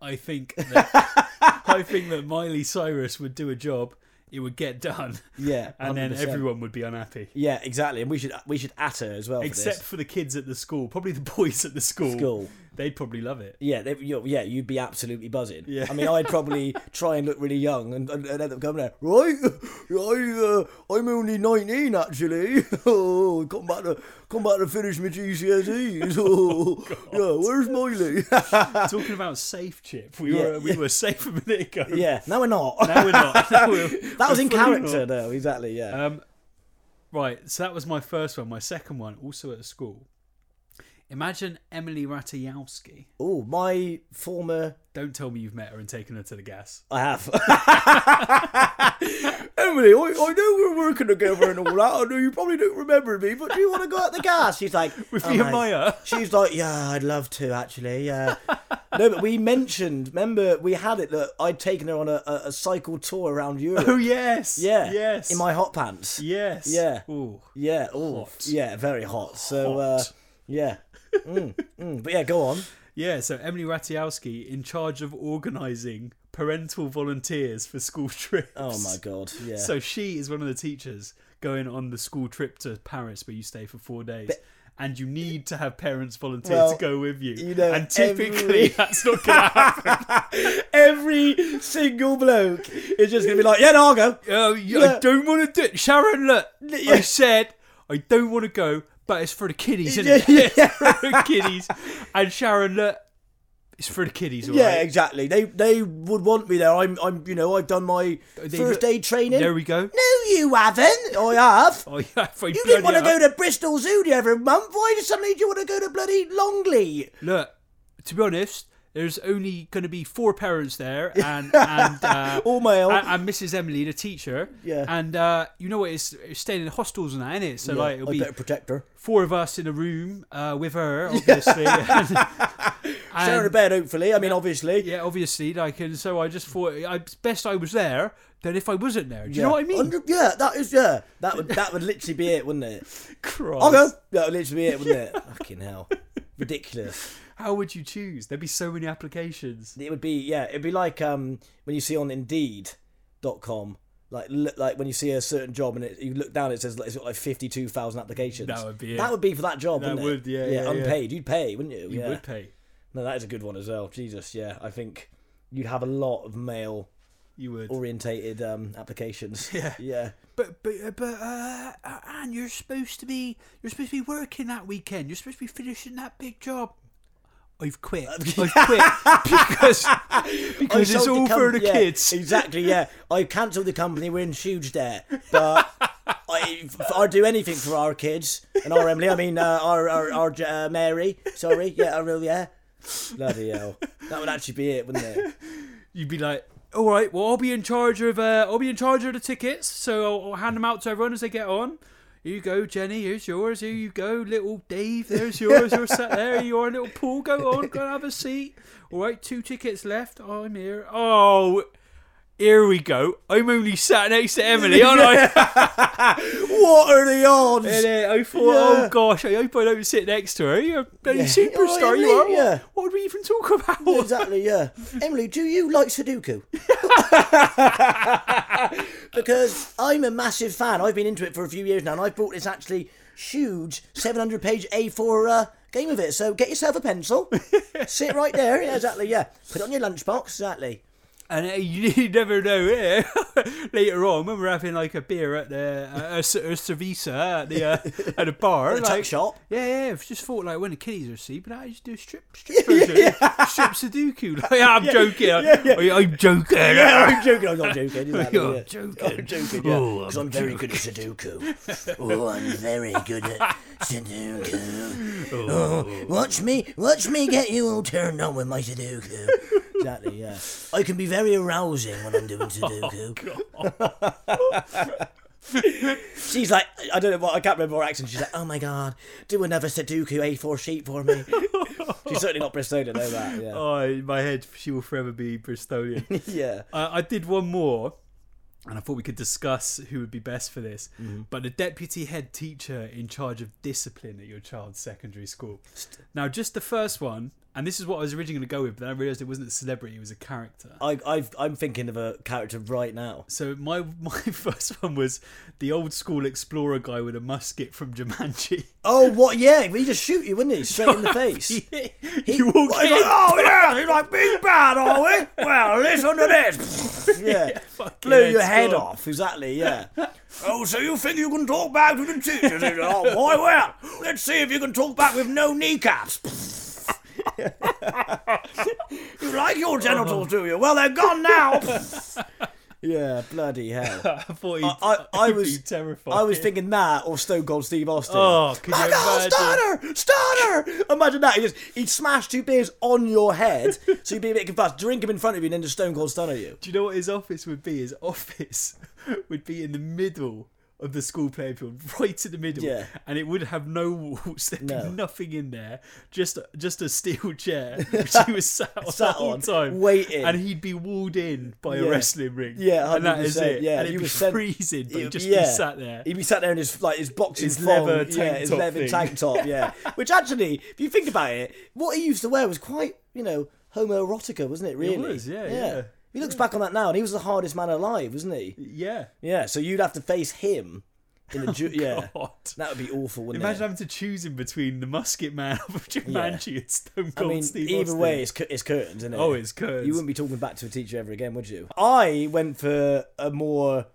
[SPEAKER 1] I
[SPEAKER 2] [laughs]
[SPEAKER 1] think that, I think that Miley Cyrus would do a job, it would get done,
[SPEAKER 2] Yeah.
[SPEAKER 1] [laughs] and then
[SPEAKER 2] 100%.
[SPEAKER 1] everyone would be unhappy.
[SPEAKER 2] Yeah, exactly. And we should we should at her as well. for
[SPEAKER 1] Except
[SPEAKER 2] this.
[SPEAKER 1] for the kids at the school, probably the [laughs] boys at the school.
[SPEAKER 2] School.
[SPEAKER 1] They'd probably love it.
[SPEAKER 2] Yeah, they, you're, yeah, you'd be absolutely buzzing.
[SPEAKER 1] Yeah.
[SPEAKER 2] I mean, I'd
[SPEAKER 1] [laughs]
[SPEAKER 2] probably try and look really young and, and, and end up coming there, right? I, uh, I'm only 19, actually. [laughs] Oh, come back to, come back to finish
[SPEAKER 1] [laughs]
[SPEAKER 2] my GCSEs. Oh, yeah, where's Miley? [laughs]
[SPEAKER 1] Talking about safe chip, we
[SPEAKER 2] Yeah.
[SPEAKER 1] were we were safe a minute ago.
[SPEAKER 2] yeah, no, we're not.
[SPEAKER 1] Now [laughs] we're [laughs] not. Now we're-
[SPEAKER 2] that was
[SPEAKER 1] we're fully
[SPEAKER 2] in character,
[SPEAKER 1] not. Uh,
[SPEAKER 2] though, exactly, yeah.
[SPEAKER 1] Um, right, so that was my first one. My second one, also at a school, Imagine Emily Ratajkowski.
[SPEAKER 2] Oh, my former.
[SPEAKER 1] Don't tell me you've met her and taken her to the gas.
[SPEAKER 2] I have. [laughs] Emily, I, I know we're working together and all that. I know you probably don't remember me, but do you want to go out the gas? She's like,
[SPEAKER 1] With
[SPEAKER 2] "Oh,
[SPEAKER 1] Via
[SPEAKER 2] mate."
[SPEAKER 1] Maya.
[SPEAKER 2] She's like, yeah, I'd love to actually. Yeah. No, but we mentioned. Remember, we had it that I'd taken her on a, a, a cycle tour around Europe. [laughs]
[SPEAKER 1] Oh yes.
[SPEAKER 2] yeah.
[SPEAKER 1] Yes.
[SPEAKER 2] In my hot pants.
[SPEAKER 1] Yes.
[SPEAKER 2] Yeah.
[SPEAKER 1] Ooh.
[SPEAKER 2] Yeah. Oh.
[SPEAKER 1] Hot.
[SPEAKER 2] Yeah. Very hot. So. Uh,
[SPEAKER 1] Hot.
[SPEAKER 2] yeah. Mm, mm. But yeah, go on.
[SPEAKER 1] Yeah. So Emily Ratajkowski in charge of organising parental volunteers for school [laughs] trips.
[SPEAKER 2] Oh my god. Yeah.
[SPEAKER 1] [laughs] So she is one of the teachers going on the school trip to Paris, where you stay for four days. and you need to have parents volunteer
[SPEAKER 2] Well,
[SPEAKER 1] to go with you.
[SPEAKER 2] you know,
[SPEAKER 1] and typically
[SPEAKER 2] every-
[SPEAKER 1] that's not going to
[SPEAKER 2] [laughs]
[SPEAKER 1] happen.
[SPEAKER 2] every single bloke is just gonna be like, yeah, no, I'll go.
[SPEAKER 1] Oh, yeah, I
[SPEAKER 2] Yeah.
[SPEAKER 1] don't want to do it. Sharon, look, I said I don't want to go, but it's for the kiddies, isn't it? [laughs]
[SPEAKER 2] Yeah,
[SPEAKER 1] It's for the kiddies. And Sharon, look, it's for the kiddies, all
[SPEAKER 2] Yeah,
[SPEAKER 1] right?
[SPEAKER 2] exactly. They they would want me there. I'm I'm you know I've done my
[SPEAKER 1] They
[SPEAKER 2] first
[SPEAKER 1] look-
[SPEAKER 2] aid training.
[SPEAKER 1] There we go.
[SPEAKER 2] no, you haven't. I have.
[SPEAKER 1] Oh, yeah, if [laughs] I
[SPEAKER 2] You didn't want to go to Bristol Zoo the other month. Why did suddenly do you want to go to bloody Longley?
[SPEAKER 1] Look, to be honest, there's only going to be four parents
[SPEAKER 2] [laughs]
[SPEAKER 1] there and, and uh,
[SPEAKER 2] All male.
[SPEAKER 1] And, and Mrs. Emily, the teacher.
[SPEAKER 2] Yeah.
[SPEAKER 1] And uh, you know what? It's, it's staying in hostels and that, innit? So,
[SPEAKER 2] Yeah,
[SPEAKER 1] like, it'll
[SPEAKER 2] I
[SPEAKER 1] be
[SPEAKER 2] better protect her.
[SPEAKER 1] four of us in a room uh, with
[SPEAKER 2] [laughs]
[SPEAKER 1] her, obviously. and, [laughs]
[SPEAKER 2] Share her a bed, hopefully. I mean, obviously.
[SPEAKER 1] Yeah, obviously. Like, and so I just thought I it's best I was there than if I wasn't there. Do you
[SPEAKER 2] Yeah.
[SPEAKER 1] know what I mean?
[SPEAKER 2] Hundred- yeah, that is yeah. That would that would literally be it,
[SPEAKER 1] [laughs]
[SPEAKER 2] wouldn't it?
[SPEAKER 1] Christ.
[SPEAKER 2] I'll go. That would literally be it, wouldn't it? Fucking hell, ridiculous.
[SPEAKER 1] How would you choose? There'd be so many applications.
[SPEAKER 2] It would be yeah. It'd be like um when you see on Indeed.com like look, like when you see a certain job and it, you look down it says like, it's got like fifty two thousand applications.
[SPEAKER 1] That would be it.
[SPEAKER 2] that would be for that job.
[SPEAKER 1] That
[SPEAKER 2] wouldn't
[SPEAKER 1] would,
[SPEAKER 2] it?
[SPEAKER 1] yeah, yeah, yeah.
[SPEAKER 2] unpaid. You'd pay, wouldn't you?
[SPEAKER 1] You
[SPEAKER 2] yeah.
[SPEAKER 1] would pay.
[SPEAKER 2] No, that is a good one as well. Jesus, yeah. I think you'd have a lot of male
[SPEAKER 1] You would.
[SPEAKER 2] orientated um
[SPEAKER 1] [laughs]
[SPEAKER 2] applications. Yeah, yeah.
[SPEAKER 4] But but but uh, Anne, you're supposed to be you're supposed to be working that weekend. You're supposed to be finishing that big job.
[SPEAKER 1] I've
[SPEAKER 2] [laughs]
[SPEAKER 1] quit. I've quit because because
[SPEAKER 2] I
[SPEAKER 1] it's
[SPEAKER 2] sold
[SPEAKER 1] all for
[SPEAKER 2] com-
[SPEAKER 1] the
[SPEAKER 2] yeah,
[SPEAKER 1] kids.
[SPEAKER 2] Exactly, yeah. I cancelled the company. We're in huge debt.
[SPEAKER 1] [laughs]
[SPEAKER 2] But I, I'd do anything for our kids and our Emily. I mean, uh, our, our, our J- uh, Mary. Sorry. Yeah, I really, yeah. Bloody hell. That would actually be it, wouldn't it?
[SPEAKER 1] You'd be like, all right, well, I'll be in charge of uh, I'll be in charge of the tickets, so I'll, I'll hand them out to everyone as they get on. Here you go, Jenny. Here's yours. Here you go, little Dave. There's yours. You're sat
[SPEAKER 2] [laughs]
[SPEAKER 1] there. You are, little Paul. Go on. Go and have a seat. All right, two tickets left. I'm here. Oh, here we go. I'm only sat next to Emily, aren't I?
[SPEAKER 2] What are the odds?
[SPEAKER 1] And uh, [laughs] I thought,
[SPEAKER 2] [laughs] Yeah.
[SPEAKER 1] oh gosh, I hope I don't sit next to her. You're a bloody
[SPEAKER 2] Yeah.
[SPEAKER 1] superstar,
[SPEAKER 2] Oh,
[SPEAKER 1] you
[SPEAKER 2] Emily,
[SPEAKER 1] are. What-
[SPEAKER 2] yeah.
[SPEAKER 1] What would we even talk about?
[SPEAKER 2] Exactly, yeah. Emily, do you like Sudoku? because I'm a massive fan. I've been into it for a few years now, and I've bought this actually huge 700 page A4 uh, game of it. So get yourself a pencil, sit right there. Yeah, exactly, yeah. Put it on your lunchbox, exactly.
[SPEAKER 1] And uh, you, [laughs] you never know. eh? [laughs] Later on, when we're having like a beer at the uh, a, cer- a cerveza at the uh, at a
[SPEAKER 2] [laughs]
[SPEAKER 1] bar,
[SPEAKER 2] A tuck
[SPEAKER 1] like,
[SPEAKER 2] shop.
[SPEAKER 1] yeah, yeah. I've just thought like when the kiddies are asleep, but I just do a strip
[SPEAKER 2] [laughs]
[SPEAKER 1] strip version, strip Sudoku. [laughs] Like, I'm joking. I, am joking.
[SPEAKER 2] Yeah, I'm joking. I'm not joking.
[SPEAKER 1] [laughs]
[SPEAKER 2] Exactly,
[SPEAKER 1] You're
[SPEAKER 2] yeah.
[SPEAKER 1] joking.
[SPEAKER 2] [laughs] I'm joking, yeah. Because I'm very good at [laughs] Sudoku. oh, I'm very good at Sudoku. Oh, watch me, watch me get you all turned on with my Sudoku. Exactly, yeah. I can be very arousing when [laughs] I'm doing Sudoku. [laughs] she's like, I don't know what, I can't remember her accent. She's like, oh my god, do another Sudoku A4 sheet for me. she's certainly not Bristolian, I know that, [laughs] yeah.
[SPEAKER 1] Oh, in my head, she will forever be
[SPEAKER 2] [laughs]
[SPEAKER 1] Bristolian.
[SPEAKER 2] Yeah.
[SPEAKER 1] Uh, I did one more, and I thought we could discuss who would be best for this.
[SPEAKER 2] Mm-hmm.
[SPEAKER 1] But the deputy head teacher in charge of discipline at your child's secondary school. Now, just the first one, and this is what I was originally going to go with, but then I realised it wasn't a celebrity; it was a character.
[SPEAKER 2] I, I've, I'm thinking of a character right now.
[SPEAKER 1] So my [laughs] my first one was the old school explorer guy with a musket from Jumanji. [laughs]
[SPEAKER 2] Oh, what? Yeah, he just shoot you, wouldn't he? Straight in the face.
[SPEAKER 1] you walk
[SPEAKER 2] Well,
[SPEAKER 1] in,
[SPEAKER 2] he's like, oh
[SPEAKER 1] [laughs]
[SPEAKER 2] yeah, he's like big bad, are we? Well,
[SPEAKER 1] [laughs]
[SPEAKER 2] listen to this. yeah,
[SPEAKER 1] fucking
[SPEAKER 2] blew
[SPEAKER 1] head's
[SPEAKER 2] your head
[SPEAKER 1] gone.
[SPEAKER 2] off. Exactly.
[SPEAKER 1] [laughs]
[SPEAKER 2] Yeah. oh, so you think you can talk back to the teachers? oh boy, well, let's see if you can talk back with no kneecaps. [laughs]
[SPEAKER 1] [laughs]
[SPEAKER 2] you like your genitals, do you? Well, they're gone now. Yeah, bloody hell.
[SPEAKER 1] I thought he'd,
[SPEAKER 2] I, I,
[SPEAKER 1] [laughs]
[SPEAKER 2] I
[SPEAKER 1] he'd
[SPEAKER 2] was
[SPEAKER 1] be terrified.
[SPEAKER 2] I was thinking that or Stone Cold Steve Austin.
[SPEAKER 1] Oh, can you
[SPEAKER 2] Fuck off,
[SPEAKER 1] imagine?
[SPEAKER 2] Stoner! Stoner! Imagine that. He just, he'd smash two beers on
[SPEAKER 1] [laughs]
[SPEAKER 2] your head so you'd be a bit confused. Drink them in front of you and then just Stone Cold Stunner you.
[SPEAKER 1] Do you know what his office would be? His [laughs] office would be in the middle of the school playfield, right in the middle,
[SPEAKER 2] Yeah.
[SPEAKER 1] and it would have no walls. [laughs] There'd
[SPEAKER 2] No.
[SPEAKER 1] be nothing in there, just just a steel
[SPEAKER 2] [laughs]
[SPEAKER 1] chair which he was sat on
[SPEAKER 2] Sat
[SPEAKER 1] the whole
[SPEAKER 2] on,
[SPEAKER 1] time,
[SPEAKER 2] waiting.
[SPEAKER 1] and he'd be walled in by
[SPEAKER 2] Yeah.
[SPEAKER 1] a wrestling ring.
[SPEAKER 2] Yeah,
[SPEAKER 1] and that is
[SPEAKER 2] 100%,
[SPEAKER 1] it.
[SPEAKER 2] yeah.
[SPEAKER 1] and it'd
[SPEAKER 2] You
[SPEAKER 1] be
[SPEAKER 2] were sent-
[SPEAKER 1] freezing, but
[SPEAKER 2] He'd-
[SPEAKER 1] he'd just
[SPEAKER 2] yeah.
[SPEAKER 1] be sat there.
[SPEAKER 2] He'd be sat there in his like his boxing
[SPEAKER 1] His
[SPEAKER 2] thong,
[SPEAKER 1] leather tank
[SPEAKER 2] yeah, his
[SPEAKER 1] top
[SPEAKER 2] leather
[SPEAKER 1] thing.
[SPEAKER 2] tank
[SPEAKER 1] [laughs]
[SPEAKER 2] top, yeah. Which actually, if you think about it, what he used to wear was quite, you know, homoerotica, wasn't it? Really?
[SPEAKER 1] was, yeah, yeah.
[SPEAKER 2] He looks back on that now, and he was the hardest man alive, wasn't he?
[SPEAKER 1] yeah.
[SPEAKER 2] Yeah. So you'd have to face him
[SPEAKER 1] [laughs]
[SPEAKER 2] in a ju- yeah.
[SPEAKER 1] Oh, God.
[SPEAKER 2] That would be awful, wouldn't
[SPEAKER 1] Imagine
[SPEAKER 2] it?
[SPEAKER 1] having to choose in between the Musket Man [laughs] of Jumanji and Stone
[SPEAKER 2] I
[SPEAKER 1] Cold
[SPEAKER 2] mean,
[SPEAKER 1] Steve
[SPEAKER 2] either
[SPEAKER 1] Austin.
[SPEAKER 2] way, it's, cur- it's curtains, isn't it?
[SPEAKER 1] oh, it's curtains.
[SPEAKER 2] You wouldn't be talking back to a teacher ever again, would you? I went for a more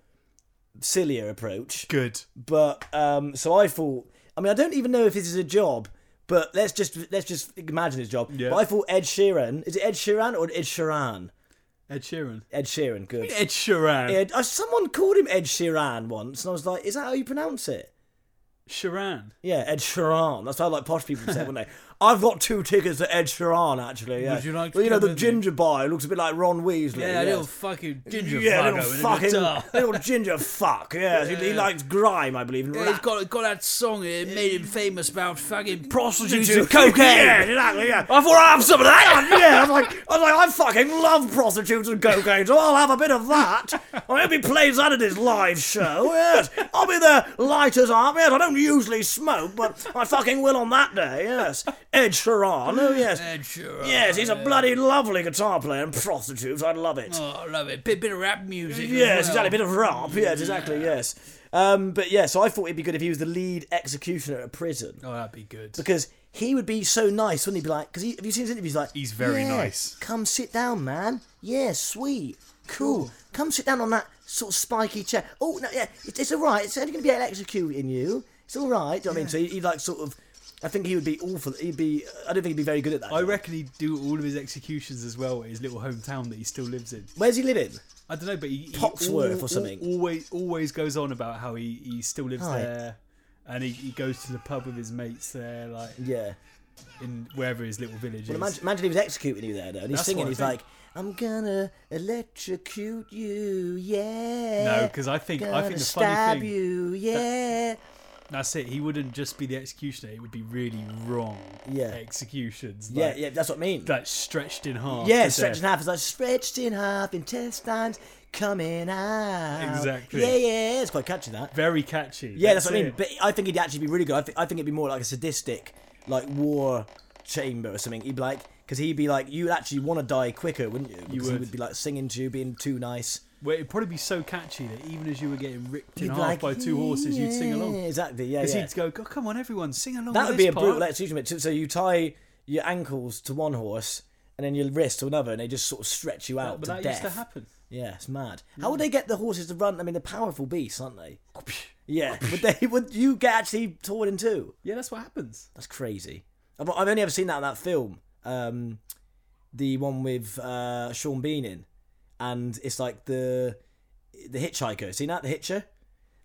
[SPEAKER 2] sillier approach.
[SPEAKER 1] good.
[SPEAKER 2] But um, so I thought. I mean, I don't even know if this is a job, but let's just let's just imagine his job.
[SPEAKER 1] Yeah.
[SPEAKER 2] But I thought Ed Sheeran. Is it Ed Sheeran or Ed Sheeran?
[SPEAKER 1] Ed Sheeran.
[SPEAKER 2] Ed Sheeran. Good.
[SPEAKER 1] Ed Sheeran.
[SPEAKER 2] Ed, uh, someone called him Ed Sheeran once, and I was like, "Is that how you pronounce it?"
[SPEAKER 1] Sheeran.
[SPEAKER 2] Yeah, Ed Sheeran. That's how like posh people say, it, wouldn't they? [laughs] I've got two tickets to Ed Sheeran actually. Yeah.
[SPEAKER 4] Would you like to
[SPEAKER 2] well, you know
[SPEAKER 4] come
[SPEAKER 2] the
[SPEAKER 4] with
[SPEAKER 2] ginger boy looks a bit like Ron Weasley.
[SPEAKER 4] Yeah, a
[SPEAKER 2] yes.
[SPEAKER 4] little fucking ginger
[SPEAKER 2] yeah,
[SPEAKER 4] fucker
[SPEAKER 2] little
[SPEAKER 4] with a
[SPEAKER 2] fucking
[SPEAKER 4] guitar.
[SPEAKER 2] little ginger fuck. Yeah, He, he
[SPEAKER 4] Yeah.
[SPEAKER 2] likes grime, I believe. And
[SPEAKER 4] Yeah,
[SPEAKER 2] rap.
[SPEAKER 4] he's got got that song that made him famous about fucking prostitutes
[SPEAKER 2] to
[SPEAKER 4] and cocaine. [laughs]
[SPEAKER 2] Yeah, exactly. Yeah.
[SPEAKER 4] I thought I'd have some of that.
[SPEAKER 2] yeah, I was like, I was like, I fucking love prostitutes and cocaine, so I'll have a bit of that. I hope he plays that at his live show. Yes, I'll be there, lighters up. Yes, I don't usually smoke, but I fucking will on that day. Yes, Ed Sheeran. Oh yes,
[SPEAKER 4] Ed Sheeran.
[SPEAKER 2] yes, he's a bloody lovely guitar player and prostitutes. I love it.
[SPEAKER 4] Oh, I love it. Bit, bit of rap music. as
[SPEAKER 2] Yes,
[SPEAKER 4] well.
[SPEAKER 2] exactly. A bit of rap. Yes, exactly. Yes. Um, but yeah, so I thought it'd be good if he was the lead executioner at a prison.
[SPEAKER 1] Oh, that'd be good.
[SPEAKER 2] because he would be so nice, wouldn't he? Be like, because have you seen his interviews? Like,
[SPEAKER 5] He's very
[SPEAKER 2] "Yeah,
[SPEAKER 5] nice."
[SPEAKER 2] Come sit down, man. Yeah, sweet, cool. Come sit down on that sort of spiky chair. Oh no, yeah, it's, it's all right. It's only going to be executing you. It's all right. Do you know what I mean? So he, he like sort of. I think he would be awful. He'd be. I don't think he'd be very good at that.
[SPEAKER 1] I reckon he'd do all of his executions as well at his little hometown that he still lives in.
[SPEAKER 2] Where's he living?
[SPEAKER 1] I don't know, but he, he
[SPEAKER 2] Foxworth or
[SPEAKER 1] al-
[SPEAKER 2] something.
[SPEAKER 1] al- Always, always goes on about how he, he still lives
[SPEAKER 2] Right.
[SPEAKER 1] there, and he, he goes to the pub with his mates there, like
[SPEAKER 2] Yeah.
[SPEAKER 1] in wherever his little village
[SPEAKER 2] Well,
[SPEAKER 1] is.
[SPEAKER 2] imagine, imagine he was executing you there, though, and he's
[SPEAKER 1] That's what
[SPEAKER 2] singing.
[SPEAKER 1] I
[SPEAKER 2] He's
[SPEAKER 1] think.
[SPEAKER 2] like, "I'm gonna electrocute you, yeah."
[SPEAKER 1] no, because I think I
[SPEAKER 2] Gonna
[SPEAKER 1] think the
[SPEAKER 2] stab
[SPEAKER 1] funny thing
[SPEAKER 2] you, yeah.
[SPEAKER 1] that's it. He wouldn't just be the executioner; it would be really wrong
[SPEAKER 2] Yeah.
[SPEAKER 1] executions.
[SPEAKER 2] Yeah,
[SPEAKER 1] like,
[SPEAKER 2] yeah, that's what I mean.
[SPEAKER 1] Like stretched in half.
[SPEAKER 2] yeah,
[SPEAKER 1] to
[SPEAKER 2] stretched in
[SPEAKER 1] death.
[SPEAKER 2] half is like stretched in half, intestines coming out.
[SPEAKER 1] Exactly.
[SPEAKER 2] Yeah, yeah, it's quite catchy that.
[SPEAKER 1] Very catchy.
[SPEAKER 2] Yeah, that's, what I mean.
[SPEAKER 1] it.
[SPEAKER 2] But I think he'd actually be really good. I, think I think it'd be more like a sadistic, like war chamber or something. He'd be like, because he'd be like, you'd actually want to die quicker, wouldn't you? Because he
[SPEAKER 1] would.
[SPEAKER 2] would be like singing to you, being too nice.
[SPEAKER 1] Well, it'd probably be so catchy that even as you were getting ripped in
[SPEAKER 2] You'd
[SPEAKER 1] half
[SPEAKER 2] be like,
[SPEAKER 1] by two horses, you'd sing
[SPEAKER 2] "Yeah,"
[SPEAKER 1] along.
[SPEAKER 2] Exactly. Yeah,
[SPEAKER 1] Because
[SPEAKER 2] yeah.
[SPEAKER 1] he'd go, "Go, come on, everyone, sing along."
[SPEAKER 2] That
[SPEAKER 1] with
[SPEAKER 2] would
[SPEAKER 1] this
[SPEAKER 2] be a
[SPEAKER 1] part."
[SPEAKER 2] brutal execution. bit, too. So you tie your ankles to one horse and then your wrist to another, and they just sort of stretch you out
[SPEAKER 1] But
[SPEAKER 2] to
[SPEAKER 1] that
[SPEAKER 2] death.
[SPEAKER 1] used to happen.
[SPEAKER 2] Yeah, it's mad. How would they get the horses to run? I mean, they're powerful beasts, aren't they?
[SPEAKER 1] [laughs]
[SPEAKER 2] Yeah, would they? Would you get actually torn in two?
[SPEAKER 1] Yeah, that's what happens.
[SPEAKER 2] That's crazy. I've, I've only ever seen that in that film, um, the one with uh, Sean Bean in, and it's like the the hitchhiker. Seen that the hitcher,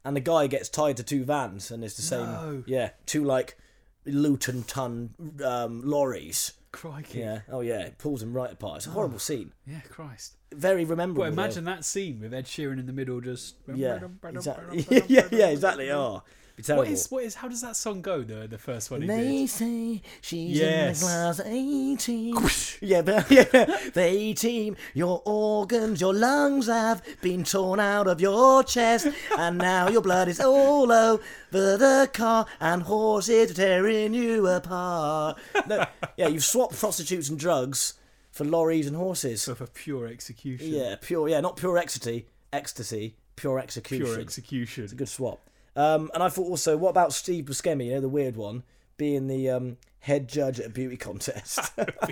[SPEAKER 2] and the guy gets tied to two vans, and it's the same.
[SPEAKER 1] No.
[SPEAKER 2] Yeah, two like Luton ton um, lorries.
[SPEAKER 1] Crikey.
[SPEAKER 2] Yeah. Oh yeah, it pulls them right apart. It's a horrible scene.
[SPEAKER 1] Yeah, Christ.
[SPEAKER 2] Very memorable.
[SPEAKER 1] Ah. Well,
[SPEAKER 2] though.
[SPEAKER 1] imagine that scene with Ed Sheeran in the middle, just
[SPEAKER 2] Yeah,
[SPEAKER 1] [laughs]
[SPEAKER 2] [laughs] exactly. yeah, yeah, exactly. Oh, be terrible.
[SPEAKER 1] What is what is how does that song go? The the first one he
[SPEAKER 2] They
[SPEAKER 1] did.
[SPEAKER 2] say she's
[SPEAKER 1] Yes.
[SPEAKER 2] in the class 18. yeah, but yeah, the [laughs] 18. Your organs, your lungs have been torn out of your chest, and now your blood is all over the car, and horses are tearing you apart. No, yeah, you've swapped prostitutes and drugs for lorries and horses.
[SPEAKER 1] [laughs] Of a pure execution.
[SPEAKER 2] Yeah, pure. Yeah, not pure ecstasy. Ecstasy. Pure execution.
[SPEAKER 1] Pure execution.
[SPEAKER 2] Good swap. Um, and I thought also, what about Steve Buscemi? You know, the weird one, being the um, head judge at a beauty contest [laughs]